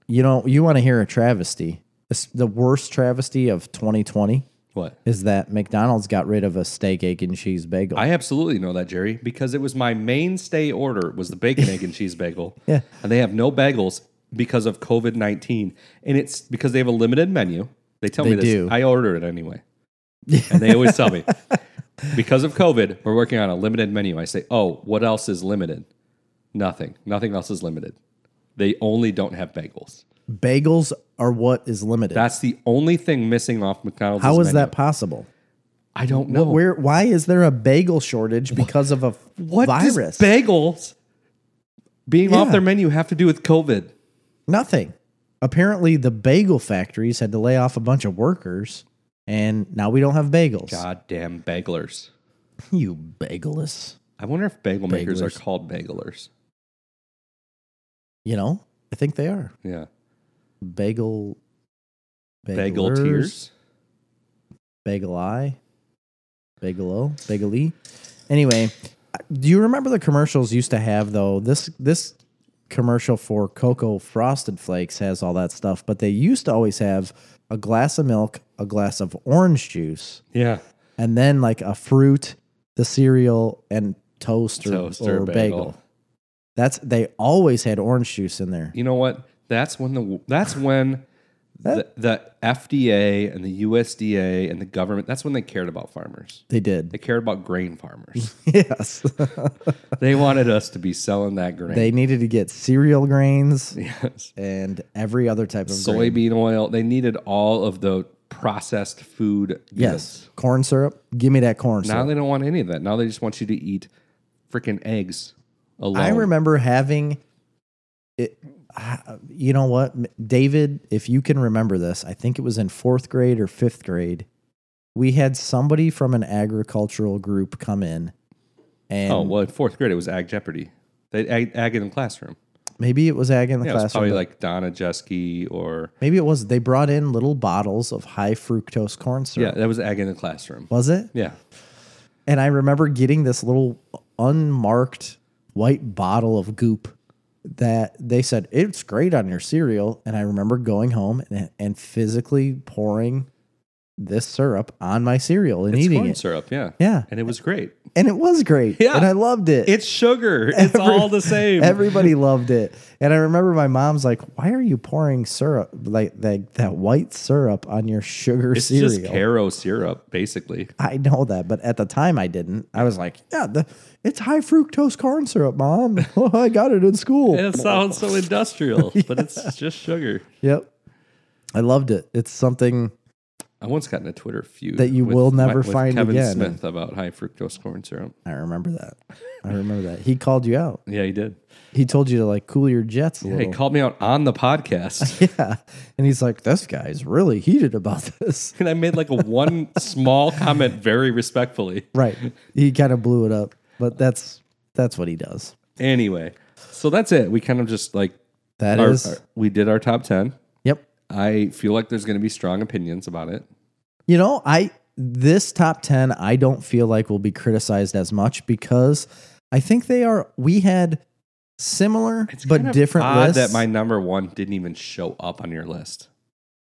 S2: You know, you want to hear a travesty. This, the worst travesty of 2020
S1: What?
S2: is that McDonald's got rid of a steak, egg, and cheese bagel.
S1: I absolutely know that, Jerry, because it was my mainstay order was the bacon, egg, and cheese bagel.
S2: Yeah.
S1: And they have no bagels because of COVID nineteen. And it's because they have a limited menu. They tell me
S2: They
S1: this.
S2: do.
S1: I order it anyway. and they always tell me. Because of COVID, we're working on a limited menu. I say, Oh, what else is limited? Nothing. Nothing else is limited. They only don't have bagels.
S2: Bagels are what is limited.
S1: That's the only thing missing off McDonald's.
S2: How is
S1: menu.
S2: that possible?
S1: I don't know.
S2: Where? Why is there a bagel shortage because of a f-
S1: what does
S2: virus?
S1: bagels being off
S2: Yeah.
S1: their menu have to do with COVID?
S2: Nothing. Apparently, the bagel factories had to lay off a bunch of workers, and now we don't have bagels.
S1: Goddamn bagelers.
S2: You bagelists.
S1: I wonder if bagel makers are
S2: Bagelers.
S1: called bagelers.
S2: You know, I think they are
S1: Yeah.
S2: bagel.
S1: Bagel
S2: bagelers,
S1: tears.
S2: Bagel eye. Bagelo. Bagely. Anyway, do you remember the commercials used to have though? This this commercial for Cocoa Frosted Flakes has all that stuff, but they used to always have a glass of milk, a glass of orange juice,
S1: Yeah.
S2: and then like a fruit, the cereal, and toast or,
S1: Toast
S2: or
S1: or
S2: bagel.
S1: bagel.
S2: That's they always had orange juice in there.
S1: You know what? That's when the that's when the, the FDA and the USDA and the government that's when they cared about farmers.
S2: They
S1: They
S2: did.
S1: cared about grain farmers.
S2: Yes.
S1: they wanted us to be selling that grain.
S2: they needed to get cereal grains
S1: yes.
S2: and every other type of grain.
S1: Soybean oil. They needed all of the processed food.
S2: Yes. Corn syrup. Give me that corn
S1: Now
S2: syrup.
S1: they don't want any of that. Now they just want you to eat freaking eggs alone.
S2: I remember having it. ah, You know what, M- David? If you can remember this, I think it was in fourth grade or fifth grade. We had somebody from an agricultural group come in, and
S1: Oh well, in fourth grade it was Ag Jeopardy. They ag, ag in the classroom.
S2: maybe it was ag in the
S1: Yeah, it was
S2: classroom.
S1: probably
S2: but
S1: like Donna Jeske or
S2: maybe it was. They brought in little bottles of high fructose corn
S1: yeah,
S2: syrup.
S1: that was ag in the classroom.
S2: Was it?
S1: Yeah,
S2: And I remember getting this little unmarked white bottle of goop that they said it's great on your cereal. And I remember going home and, and physically pouring this syrup on my cereal and
S1: it's
S2: eating
S1: corn
S2: it.
S1: syrup. Yeah,
S2: Yeah.
S1: and it was great.
S2: And it was great.
S1: Yeah.
S2: And I loved it.
S1: It's sugar. It's all the same.
S2: Everybody loved it. And I remember my mom's like, why are you pouring syrup, like that, that white syrup on your sugar
S1: it's
S2: cereal?
S1: just caro syrup, basically.
S2: I know that, but at the time I didn't. I was like, yeah, the, it's high fructose corn syrup, mom. I got it in school.
S1: It sounds so industrial, but it's just sugar.
S2: Yep. I loved it. It's something
S1: I once got in a Twitter feud
S2: That you
S1: with
S2: will never
S1: with
S2: find
S1: Kevin
S2: again.
S1: Smith about high fructose corn syrup.
S2: I remember that. I remember that. He called you out.
S1: Yeah, he did.
S2: He told you to like cool your jets a
S1: Hey,
S2: little.
S1: called me out on the podcast.
S2: yeah. And he's like, this guy's really heated about this.
S1: and I made like a one small comment very respectfully.
S2: Right. He kind of blew it up. But that's That's what he does.
S1: Anyway, so that's it. We kind of just like
S2: That
S1: our-
S2: is.
S1: our- we did our top ten.
S2: Yep.
S1: I feel like there's going to be strong opinions about it.
S2: You know, I this top 10 I don't feel like will be criticized as much because I think they are we had similar
S1: It's
S2: but
S1: kind of
S2: different
S1: odd
S2: lists.
S1: that my number one didn't even show up on your list.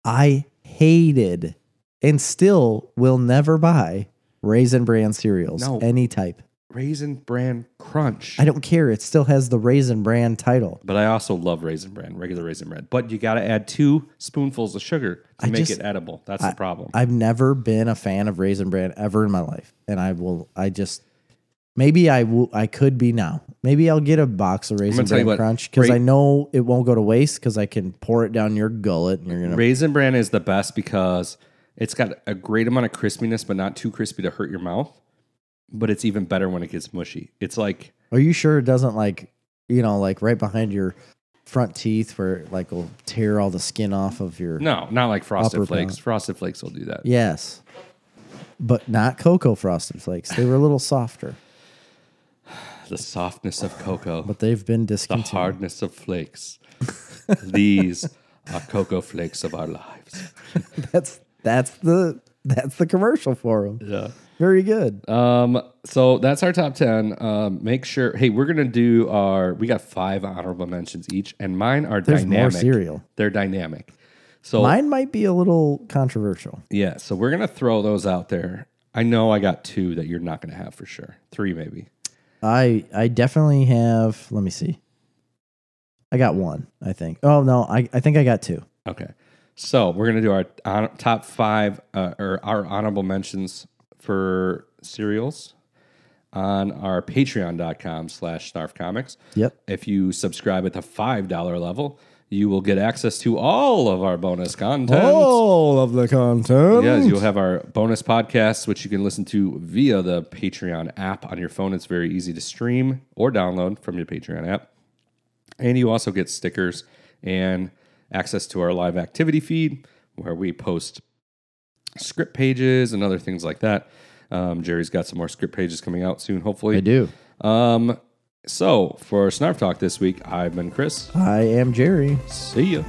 S2: I hated and still will never buy raisin bran cereals
S1: No.
S2: any type.
S1: Raisin Bran Crunch.
S2: I don't care, it still has the raisin bran title.
S1: but I also love raisin bran, regular raisin bread. But you got to add two spoonfuls of sugar to
S2: I
S1: make
S2: just-
S1: it edible. That's the problem.
S2: I've never been a fan of raisin bran ever in my life and I will I just Maybe I will. I could be now. Maybe I'll get a box of raisin
S1: gonna tell you
S2: bran
S1: what,
S2: crunch because
S1: Ra-
S2: I know it won't go to waste because I can pour it down your gullet and you're gonna.
S1: raisin bran is the best because it's got a great amount of crispiness, but not too crispy to hurt your mouth. But it's even better when it gets mushy. It's like
S2: Are you sure it doesn't like you know like right behind your front teeth where it like will tear all the skin off of your?
S1: no, not like frosted
S2: Upper
S1: flakes.
S2: palate.
S1: Frosted flakes will do that.
S2: Yes, but not cocoa frosted flakes. They were a little softer,
S1: The softness of cocoa,
S2: but they've been
S1: the
S2: discontinued.
S1: hardness of flakes. These are cocoa flakes of our lives.
S2: That's that's the that's the commercial for them.
S1: Yeah.
S2: Very good.
S1: Um, so that's our top 10. Um, make sure, hey, we're going to do our, we got five honorable mentions each, and mine are
S2: There's more
S1: dynamic.
S2: cereal.
S1: They're dynamic. So,
S2: Mine might be a little controversial.
S1: yeah, so we're going to throw those out there. I know I got two that you're not going to have for sure. Three, maybe.
S2: I I definitely have. Let me see. I got one. I think. Oh no, I I think I got two.
S1: Okay. So we're going to do our hon- top five uh, or our honorable mentions for cereals on our patreon.com slash snarfcomics.
S2: Yep.
S1: If you subscribe at the $5 level, you will get access to all of our bonus content.
S2: All of the content.
S1: Yes, you'll have our bonus podcasts, which you can listen to via the Patreon app on your phone. It's very easy to stream or download from your Patreon app. And you also get stickers and access to our live activity feed where we post script pages and other things like that. Um, Jerry's got some more script pages coming out soon, hopefully.
S2: I do.
S1: Um, so for Snarf Talk this week, I've been Chris.
S2: I am Jerry.
S1: See ya.